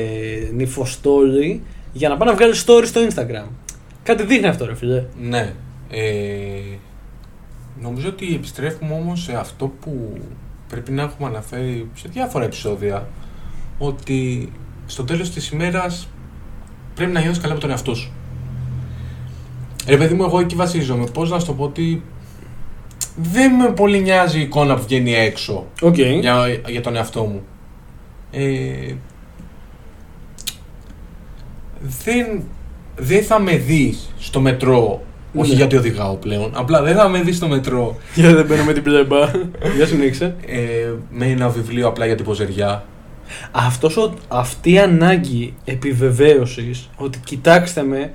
Speaker 2: νυφοστόλη για να πάει να βγάλει story στο Instagram. Κάτι δείχνει αυτό ρε φίλε.
Speaker 1: Ναι. Ε, νομίζω ότι επιστρέφουμε όμως σε αυτό που πρέπει να έχουμε αναφέρει σε διάφορα επεισόδια. Ότι στο τέλος της ημέρας πρέπει να νιώθεις καλά με τον εαυτό σου. Ρε παιδί μου, εγώ εκεί βασίζομαι. Πώς να σου το πω ότι δεν με πολύ νοιάζει η εικόνα που βγαίνει έξω
Speaker 2: Οκ.
Speaker 1: για, για τον εαυτό μου. Ε, δεν, δεν θα με δεις στο μετρό, όχι
Speaker 2: Ναι.
Speaker 1: γιατί οδηγάω πλέον, απλά δεν θα με δεις στο μετρό
Speaker 2: Για δεν μπαίνω με την πλέμπα. Για συνέχισε.
Speaker 1: ε, με ένα βιβλίο απλά για την ποζεριά.
Speaker 2: Αυτός ο, αυτή η ανάγκη επιβεβαίωσης ότι κοιτάξτε με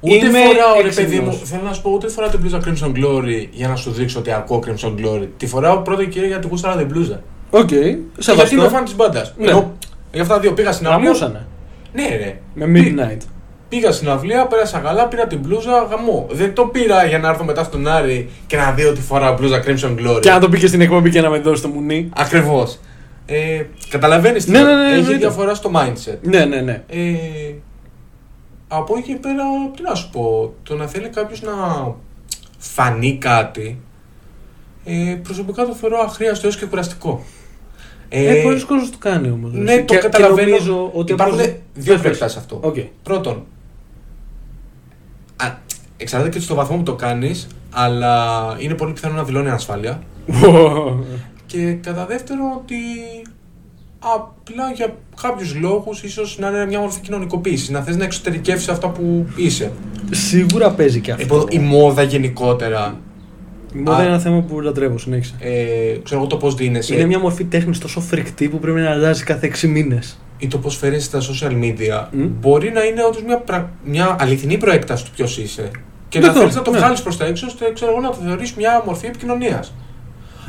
Speaker 1: Ούτε
Speaker 2: Είμαι
Speaker 1: φοράω, ρε παιδί μου,
Speaker 2: εξυπνός.
Speaker 1: θέλω να σου πω, ούτε φοράω την μπλούζα Crimson Glory για να σου δείξω ότι ακούω Crimson Glory. Τη φοράω πρώτα και κύριο γιατί γούσταρα την μπλούζα.
Speaker 2: Οκ,
Speaker 1: Γιατί είμαι
Speaker 2: σεβαστό.
Speaker 1: φαν της μπάντας.
Speaker 2: Ναι.
Speaker 1: Εγώ, για αυτά τα δύο πήγα στην αυλία.
Speaker 2: Γαμούσανε.
Speaker 1: Ναι, ρε.
Speaker 2: Με
Speaker 1: Πή-
Speaker 2: Midnight.
Speaker 1: Πήγα στην αυλία, πέρασα καλά, πήρα την μπλούζα, γαμό. Δεν το πήρα για να έρθω μετά στον Άρη και να δει ότι φοράω μπλούζα Crimson Glory.
Speaker 2: Και αν το πήγε στην εκπομπή και να με δώσει το μουνί.
Speaker 1: Ακριβώς. Ε, Καταλαβαίνεις τι
Speaker 2: Ναι, ναι, ναι,
Speaker 1: λέω. έχει
Speaker 2: εννοείται.
Speaker 1: διαφορά στο mindset.
Speaker 2: Ναι, ναι, ναι.
Speaker 1: Ε, από εκεί και πέρα, τι να σου πω, το να θέλει κάποιος να φανεί κάτι, ε, προσωπικά το θεωρώ αχρίαστο έως και κουραστικό.
Speaker 2: Ε, ε πολλοί κόσμοι το κάνει όμως.
Speaker 1: ναι, το καταλαβαίνω. Υπάρχουν δύο Ε, πλευρέ
Speaker 2: πλευρές
Speaker 1: σε αυτό.
Speaker 2: Οκ.
Speaker 1: Πρώτον, α, εξαρτάται και στο βαθμό που το κάνεις, αλλά είναι πολύ πιθανό να δηλώνει ανασφάλεια. Και κατά δεύτερο ότι απλά για κάποιους λόγους ίσως να είναι μια μορφή κοινωνικοποίησης, να θες να εξωτερικεύσεις αυτά που είσαι.
Speaker 2: Σίγουρα παίζει και αυτό.
Speaker 1: Λοιπόν, η μόδα γενικότερα,
Speaker 2: Η μόδα
Speaker 1: Α.
Speaker 2: Ε, είναι ένα θέμα που λατρεύω, συνέχισε.
Speaker 1: ε, ξέρω εγώ το πώς δίνεσαι
Speaker 2: Είναι μια μορφή τέχνης τόσο φρικτή που πρέπει να αλλάζει κάθε 6 μήνες.
Speaker 1: ή το πώς φέρεσαι στα social media,
Speaker 2: Μμ.
Speaker 1: μπορεί να είναι όντως μια, πρα- μια αληθινή προέκταση του ποιος είσαι. Και να
Speaker 2: Δεκτό,
Speaker 1: θέλεις να το
Speaker 2: ναι.
Speaker 1: βγάλεις προς τα έξω, ώστε ξέρω εγώ, να το θεωρείς μια μορφή επικοινωνίας.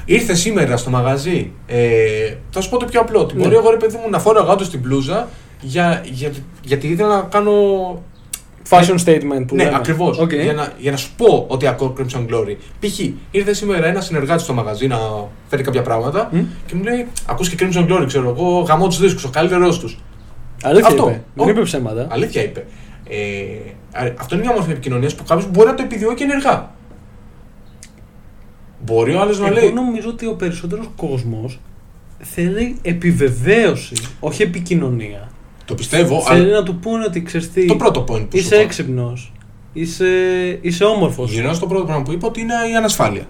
Speaker 1: Ήρθε σήμερα στο μαγαζί. Ε, θα σου πω το πιο απλό. Ότι
Speaker 2: Ναι.
Speaker 1: μπορεί εγώ ρε παιδί μου να φόραγα όντω την μπλούζα για, για, γιατί ήθελα να κάνω
Speaker 2: Fashion statement που
Speaker 1: Ναι,
Speaker 2: λέμε.
Speaker 1: ακριβώς.
Speaker 2: Οκ.
Speaker 1: Για, να, για να σου πω ότι ακούω Crimson Glory. Π.χ. ήρθε σήμερα ένας συνεργάτης στο μαγαζί να φέρει κάποια πράγματα
Speaker 2: Μμ.
Speaker 1: και μου λέει: Ακούς και Crimson Glory, ξέρω εγώ, γαμώ τους δίσκους, ο καλύτερός τους.
Speaker 2: Αλήθεια
Speaker 1: Αυτό.
Speaker 2: είπε. Δεν
Speaker 1: Ω.
Speaker 2: είπε ψέματα.
Speaker 1: Αλήθεια είπε. Ε, α- αυτό είναι μια μορφή επικοινωνίας που κάποιος μπορεί να το επιδιώκει ενεργά. Μπορεί ο άλλος να
Speaker 2: Εγώ
Speaker 1: λέει.
Speaker 2: νομίζω ότι ο περισσότερος κόσμος θέλει επιβεβαίωση, όχι επικοινωνία.
Speaker 1: Το πιστεύω,
Speaker 2: Θέλει
Speaker 1: αλλά
Speaker 2: να του πούνε ότι ξέρεις τι.
Speaker 1: το πρώτο point που
Speaker 2: Είσαι
Speaker 1: σου είπα.
Speaker 2: έξυπνος. Είσαι, είσαι όμορφος.
Speaker 1: Γυρνάω στο πρώτο πράγμα που είπα ότι είναι η ανασφάλεια.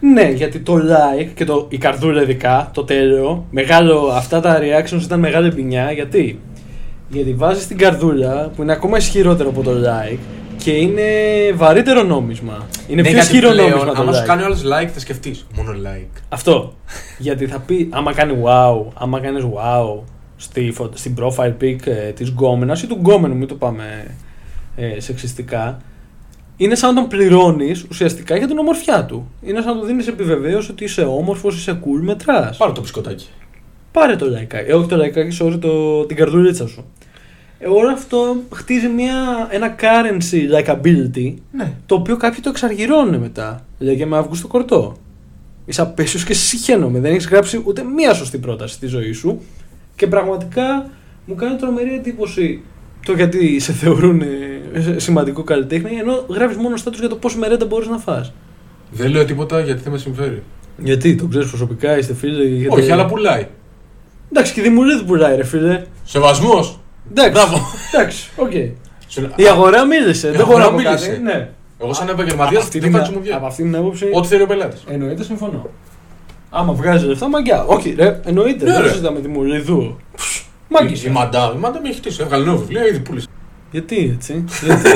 Speaker 2: Ναι, γιατί το like και το, η καρδούλα ειδικά, το τέλειο, μεγάλο, αυτά τα reactions ήταν μεγάλη ποινιά. Γιατί, γιατί βάζεις την καρδούλα που είναι ακόμα ισχυρότερο από το like και είναι βαρύτερο νόμισμα. Είναι πιο
Speaker 1: Ναι, γιατί
Speaker 2: ισχυρό
Speaker 1: πλέον,
Speaker 2: νόμισμα το
Speaker 1: Άμα σου
Speaker 2: like.
Speaker 1: κάνει ο άλλος like, θα σκεφτείς. Μόνο like.
Speaker 2: Αυτό. γιατί θα πει, άμα κάνει wow, άμα κάνεις wow στη, φω- στην profile pic ε, της γκόμενας ή του γκόμενου, μην το πάμε ε, σεξιστικά, είναι σαν να τον πληρώνεις ουσιαστικά για την ομορφιά του. Είναι σαν να του δίνεις επιβεβαίωση ότι είσαι όμορφος, είσαι cool, μετράς.
Speaker 1: Πάρω το μπισκοτάκι.
Speaker 2: Πάρε το λαϊκάκι. Ε, όχι το λαϊκάκι, sorry, το, την καρδουλίτσα σου. Ε, όλο αυτό χτίζει μια, ένα currency likeability
Speaker 1: Ναι.
Speaker 2: το οποίο κάποιοι το εξαργυρώνουν μετά. Λέγε με Αύγουστο Κορτό. Είσαι απέσιος και συχαίνομαι. Δεν έχεις γράψει ούτε μία σωστή πρόταση στη ζωή σου. Και πραγματικά μου κάνει τρομερή εντύπωση το γιατί σε θεωρούν ε, σε- σημαντικό καλλιτέχνη, ενώ γράφεις μόνος στάτου για το πόση μερέντα μπορείς να φας.
Speaker 1: Δεν λέω τίποτα γιατί δεν με συμφέρει.
Speaker 2: Γιατί, το ξέρεις προσωπικά, είστε φίλοι. γιατί-
Speaker 1: Όχι, αλλά πουλάει.
Speaker 2: Εντάξει, και η δημιουργία πουλάει, ρε φίλε.
Speaker 1: Σεβασμός!
Speaker 2: Εντάξει.
Speaker 1: Μπράβο.
Speaker 2: Εντάξει, οκ. Η αγορά μίλησε.
Speaker 1: Η
Speaker 2: δεν μπορώ
Speaker 1: αγορά
Speaker 2: να πω κάτι.
Speaker 1: μίλησε.
Speaker 2: Ναι.
Speaker 1: Εγώ, σαν επαγγελματίας,
Speaker 2: αυτή
Speaker 1: δεν
Speaker 2: την-
Speaker 1: θα του μου βγει.
Speaker 2: από αυτή την άποψη.
Speaker 1: Ό,τι θέλει ο πελάτης.
Speaker 2: Εννοείται, συμφωνώ. Άμα βγάζει λεφτά, μαγκιά. Όχι, ρε, εννοείται.
Speaker 1: Ναι,
Speaker 2: δεν
Speaker 1: ρε.
Speaker 2: συζητάμε τη μουρλιδού.
Speaker 1: Η
Speaker 2: Μάγκησε.
Speaker 1: μαντάμ, η μαντάμ έχει χτίσει. Έβγαλε νέο βιβλίο, ήδη πούλησε.
Speaker 2: Γιατί έτσι. Γιατί.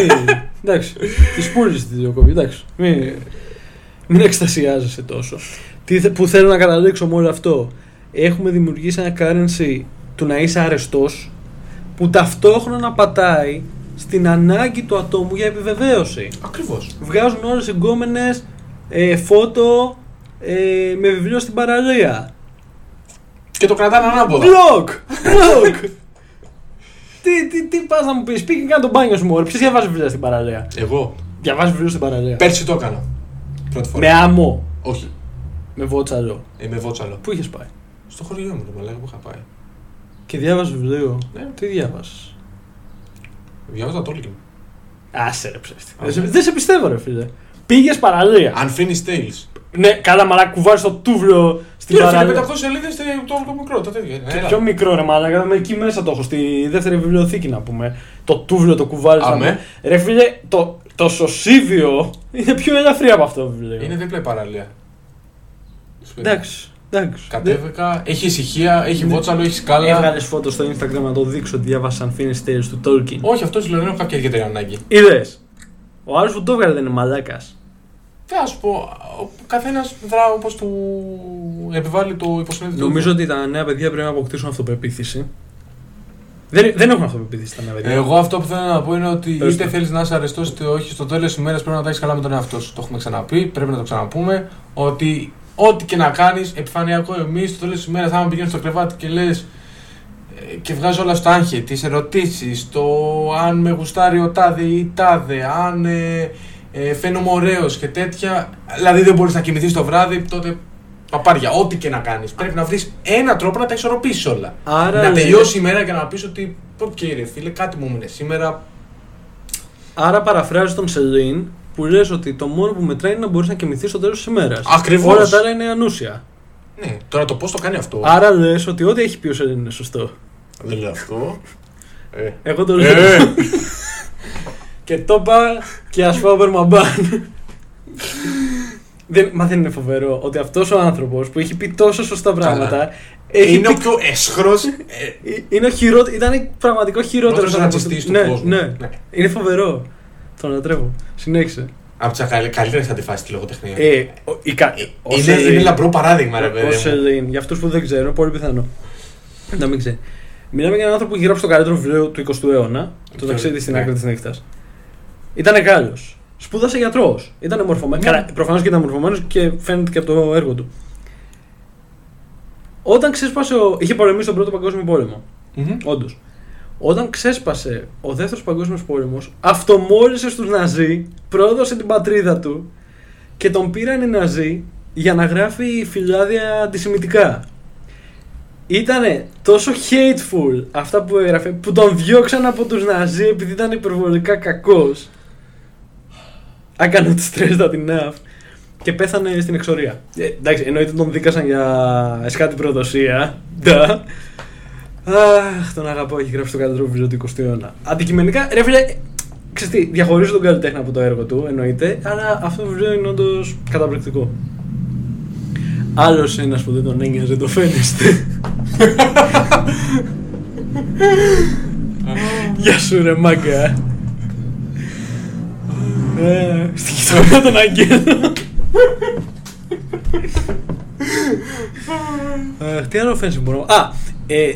Speaker 2: εντάξει. Τη πούλησε τη διακοπή. Εντάξει. Μην, μην εκστασιάζεσαι τόσο. Τι, θε- που θέλω να καταλήξω με όλο αυτό. Έχουμε δημιουργήσει ένα currency του να είσαι αρεστός που ταυτόχρονα πατάει στην ανάγκη του ατόμου για επιβεβαίωση.
Speaker 1: Ακριβώς.
Speaker 2: βγάζουν όλες οι γκόμενες ε, φώτο ε, με βιβλίο στην παραλία.
Speaker 1: Και το κρατάνε ανάποδα.
Speaker 2: Μπλοκ! Μπλοκ! Τι, τι, τι πας να μου πεις, πήγαινε κάνε το μπάνιο σου μόνο. Ποιος διαβάζει βιβλία στην παραλία.
Speaker 1: Εγώ
Speaker 2: Διαβάζει βιβλίο στην παραλία.
Speaker 1: πέρσι το έκανα. Πρώτη φορά.
Speaker 2: Με άμμο.
Speaker 1: Όχι.
Speaker 2: Με βότσαλο.
Speaker 1: Ε, με βότσαλο.
Speaker 2: Πού είχες πάει.
Speaker 1: Στο χωριό μου, το μαλάκα που είχα πάει.
Speaker 2: Και διάβαζες βιβλίο.
Speaker 1: Ναι.
Speaker 2: Τι διάβασε.
Speaker 1: Διαβάζα το Tolkien.
Speaker 2: Άσε ρε ψεύτη.
Speaker 1: Α,
Speaker 2: Δεν σε-
Speaker 1: ναι.
Speaker 2: Δεν σε πιστεύω ρε φίλε. Πήγες παραλία.
Speaker 1: Unfinished Tales.
Speaker 2: Ναι, καλά μαλάκα κουβάζεις το τούβλο στην
Speaker 1: Τι ρε φίλε,
Speaker 2: παραλία.
Speaker 1: 500 σελίδες τε- το, το μικρό, τα τέτοια.
Speaker 2: Και
Speaker 1: Έλα.
Speaker 2: πιο μικρό ρε μαλάκα, με εκεί μέσα το έχω στη δεύτερη βιβλιοθήκη να πούμε. Το τούβλο το κουβάλιζαμε.
Speaker 1: Αμέ.
Speaker 2: Ρε φίλε, το, το σωσίβιο είναι πιο ελαφρύ από αυτό το βιβλίο.
Speaker 1: Είναι δίπλα η παραλία.
Speaker 2: Εντάξει, εντάξει.
Speaker 1: Κατέβηκα, έχει ησυχία, έχει
Speaker 2: Ναι.
Speaker 1: βότσαλο, έχει
Speaker 2: Έβγαλες
Speaker 1: σκάλα.
Speaker 2: Έβγαλες φώτο στο Instagram να το δείξω ότι διάβασα Unfinished Tales του Tolkien.
Speaker 1: Όχι, αυτός σου λέω δεν έχω κάποια ιδιαίτερη ανάγκη.
Speaker 2: Είδες. Ο άλλος που το έβγαλε δεν είναι μαλάκας.
Speaker 1: Τι να σου πω, ο καθένας δρά όπως του επιβάλλει το υποσυνείδητο.
Speaker 2: Νομίζω ότι τα νέα παιδιά πρέπει να αποκτήσουν αυτοπεποίθηση. Δεν, δεν έχουν αυτοπεποίθηση τα νέα παιδιά.
Speaker 1: Εγώ αυτό που θέλω να πω είναι ότι
Speaker 2: Πες
Speaker 1: είτε
Speaker 2: το.
Speaker 1: θέλεις να είσαι αρεστός είτε όχι, στο τέλος της ημέρας πρέπει να τα έχεις καλά με τον εαυτό σου. Το έχουμε ξαναπεί, πρέπει να το ξαναπούμε. Ότι ό,τι και να κάνεις, επιφανειακό εμείς, στο τέλος της ημέρας, άμα πηγαίνεις στο κρεβάτι και λες. και βγάζει όλα στο άγχη, τις ερωτήσεις, το αν με γουστάρει ο τάδε ή η τάδε, αν ε, ε, φαίνομαι ωραίος και τέτοια. Δηλαδή δεν μπορείς να κοιμηθείς το βράδυ, τότε παπάρια, ό,τι και να κάνεις. Πρέπει να βρεις ένα τρόπο να τα ισορροπήσεις όλα.
Speaker 2: Άρα ε,
Speaker 1: να
Speaker 2: λες-
Speaker 1: τελειώσει η μέρα και να πεις ότι, οκ, ρε φίλε, κάτι μου έμεινε σήμερα.
Speaker 2: Άρα παραφράζεις τον Σελήν που λες ότι το μόνο που μετράει είναι να μπορείς να κοιμηθείς στο τέλος της ημέρας.
Speaker 1: Ακριβώς.
Speaker 2: Όλα τα άλλα είναι ανούσια.
Speaker 1: Ναι, τώρα το πώς το κάνει αυτό.
Speaker 2: Άρα λες ότι ό,τι έχει πει ο Σελήν είναι σωστό.
Speaker 1: Δεν λέω αυτό. Ε.
Speaker 2: Εγώ το λέω.
Speaker 1: Ε.
Speaker 2: και το είπα και ας φάω μπερμαμπάν. δεν, μα δεν είναι φοβερό ότι αυτός ο άνθρωπος που έχει πει τόσο σωστά
Speaker 1: Καλά.
Speaker 2: πράγματα. Έχει
Speaker 1: Είναι ο
Speaker 2: πει- ε,
Speaker 1: πιο Ε, έσχρο.
Speaker 2: είναι ο χειρότερο. Ήταν πραγματικό χειρότερο
Speaker 1: Πρώτος ρατσιστής του
Speaker 2: ναι,
Speaker 1: κόσμου.
Speaker 2: Ναι.
Speaker 1: Ναι.
Speaker 2: Είναι φοβερό. Τον λατρεύω. Συνέχισε.
Speaker 1: Από τι καλύτερες αντιφάσεις στη λογοτεχνία.
Speaker 2: Ε, ο, η, κα- ο
Speaker 1: είναι,
Speaker 2: Σελήν-
Speaker 1: είναι λαμπρό παράδειγμα, ρε
Speaker 2: Ο
Speaker 1: παιδί. μου.
Speaker 2: Σελήν, για αυτούς που δεν ξέρουν, πολύ πιθανό. Να μην ξέρει. Μιλάμε για έναν άνθρωπο που γράψει το καλύτερο βιβλίο του 20ου αιώνα, το
Speaker 1: Ποιο-
Speaker 2: ταξίδι στην
Speaker 1: ναι.
Speaker 2: άκρη της νύχτας. Ήταν Γάλλο. Σπούδασε γιατρός. Ήταν μορφωμένος. Καλά, προφανώς και ήταν μορφωμένος και φαίνεται και από το έργο του. Όταν ξέσπασε. Ο... Είχε πολεμήσει τον πρώτο παγκόσμιο πόλεμο.
Speaker 1: Μμμ.
Speaker 2: Όντως. Όταν ξέσπασε ο δεύτερος παγκόσμιος πόλεμος, αυτομόλυσε στους Ναζί, πρόδωσε την πατρίδα του και τον πήραν οι Ναζί για να γράφει φυλάδια αντισημιτικά. Ήτανε τόσο hateful αυτά που έγραφε που τον διώξαν από τους Ναζί επειδή ήταν υπερβολικά κακός. Άκανε τη στρες τα την ΑΦ και πέθανε στην εξορία. Ε, εντάξει, εννοείται τον δίκασαν για σκάτη προδοσία. Ντα. Αχ, τον αγαπώ, έχει γράψει το καλύτερο βιβλίο του 20ου αιώνα. Αντικειμενικά, ρε φίλε, ξέρεις τι, διαχωρίζω τον καλλιτέχνη από το έργο του, εννοείται, αλλά αυτό το βιβλίο είναι όντως καταπληκτικό. Άλλος ένας που δεν τον ένοιαζε, το φαίνεστε. Γεια σου, ρε μάγκα. Ε, Στην γειτονιά των Αγγέλων. Ε, Τι άλλο offensive μπορώ. Α, ε,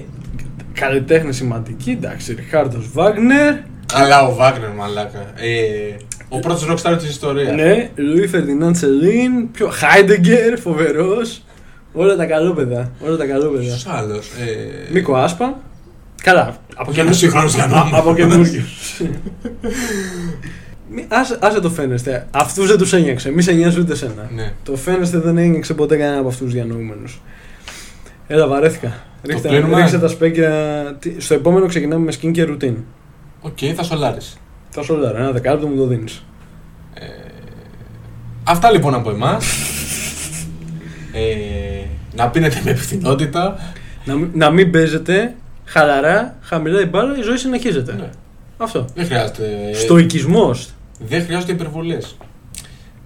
Speaker 2: καλλιτέχνη σημαντική, εντάξει, Ριχάρδο Βάγνερ.
Speaker 1: Αλλά ο Βάγνερ, μαλάκα. Ε, ο πρώτος ροκστάρ της ιστορίας.
Speaker 2: Ναι, Λουί Φερντινάν Σελίν, πιο Χάιντεγκερ, φοβερός. Όλα τα καλόπεδα. Όλα τα καλόπεδα.
Speaker 1: Ποιος άλλος. Ε,
Speaker 2: Μίκο Άσπα. Καλά. Από
Speaker 1: Και ένα σύγχρονο κανόνα.
Speaker 2: Από καινούριο. άσε, άσε το φαίνεστε. Αυτούς δεν τους ένιωξε. Μη σε νοιάζει ούτε σένα.
Speaker 1: Ναι.
Speaker 2: Το φαίνεστε δεν ένιωξε ποτέ κανένα από αυτούς του διανοούμενους. Έλα, βαρέθηκα. Ρίχτε,
Speaker 1: κλείνουμε.
Speaker 2: ρίξε τα σπέκια. Τι- Στο επόμενο ξεκινάμε με skin και routine.
Speaker 1: Οκ, θα σολάρεις.
Speaker 2: Θα σου λέω, ένα δεκάλεπτο μου το δίνεις.
Speaker 1: Ε, Αυτά λοιπόν από εμάς. ε, να πίνετε με ευθυνότητα.
Speaker 2: Να, μην- να μην παίζετε χαλαρά, χαμηλά η μπάλα, η ζωή συνεχίζεται.
Speaker 1: Ναι.
Speaker 2: Αυτό.
Speaker 1: Δεν
Speaker 2: Ε,
Speaker 1: χρειάζεται. ε,
Speaker 2: Στοικισμός.
Speaker 1: Δεν χρειάζονται υπερβολές.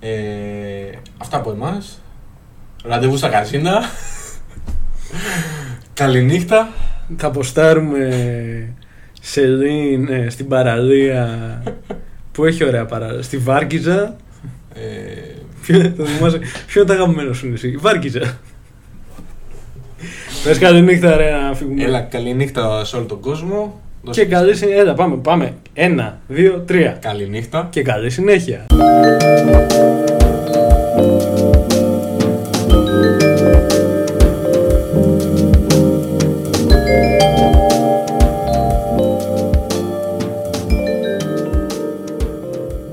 Speaker 1: Ε, αυτά από εμάς. Ραντεβού στα καζίνα. Καληνύχτα.
Speaker 2: Θα αποστάρουμε σελήν ε, στην παραλία που έχει ωραία παραλία. Στη Βάρκιζα.
Speaker 1: Ε,
Speaker 2: Ποιο, θα θυμάσαι, ποιο είναι το αγαπημένο σου νησί. Η Βάρκιζα. Πες καλή νύχτα ρε να φύγουμε.
Speaker 1: έλα, καληνύχτα σε όλο τον κόσμο.
Speaker 2: Και
Speaker 1: Δώσε-
Speaker 2: καλή συνέχεια. Έλα πάμε πάμε. Ένα, δύο, τρία.
Speaker 1: Καληνύχτα.
Speaker 2: Και καλή συνέχεια.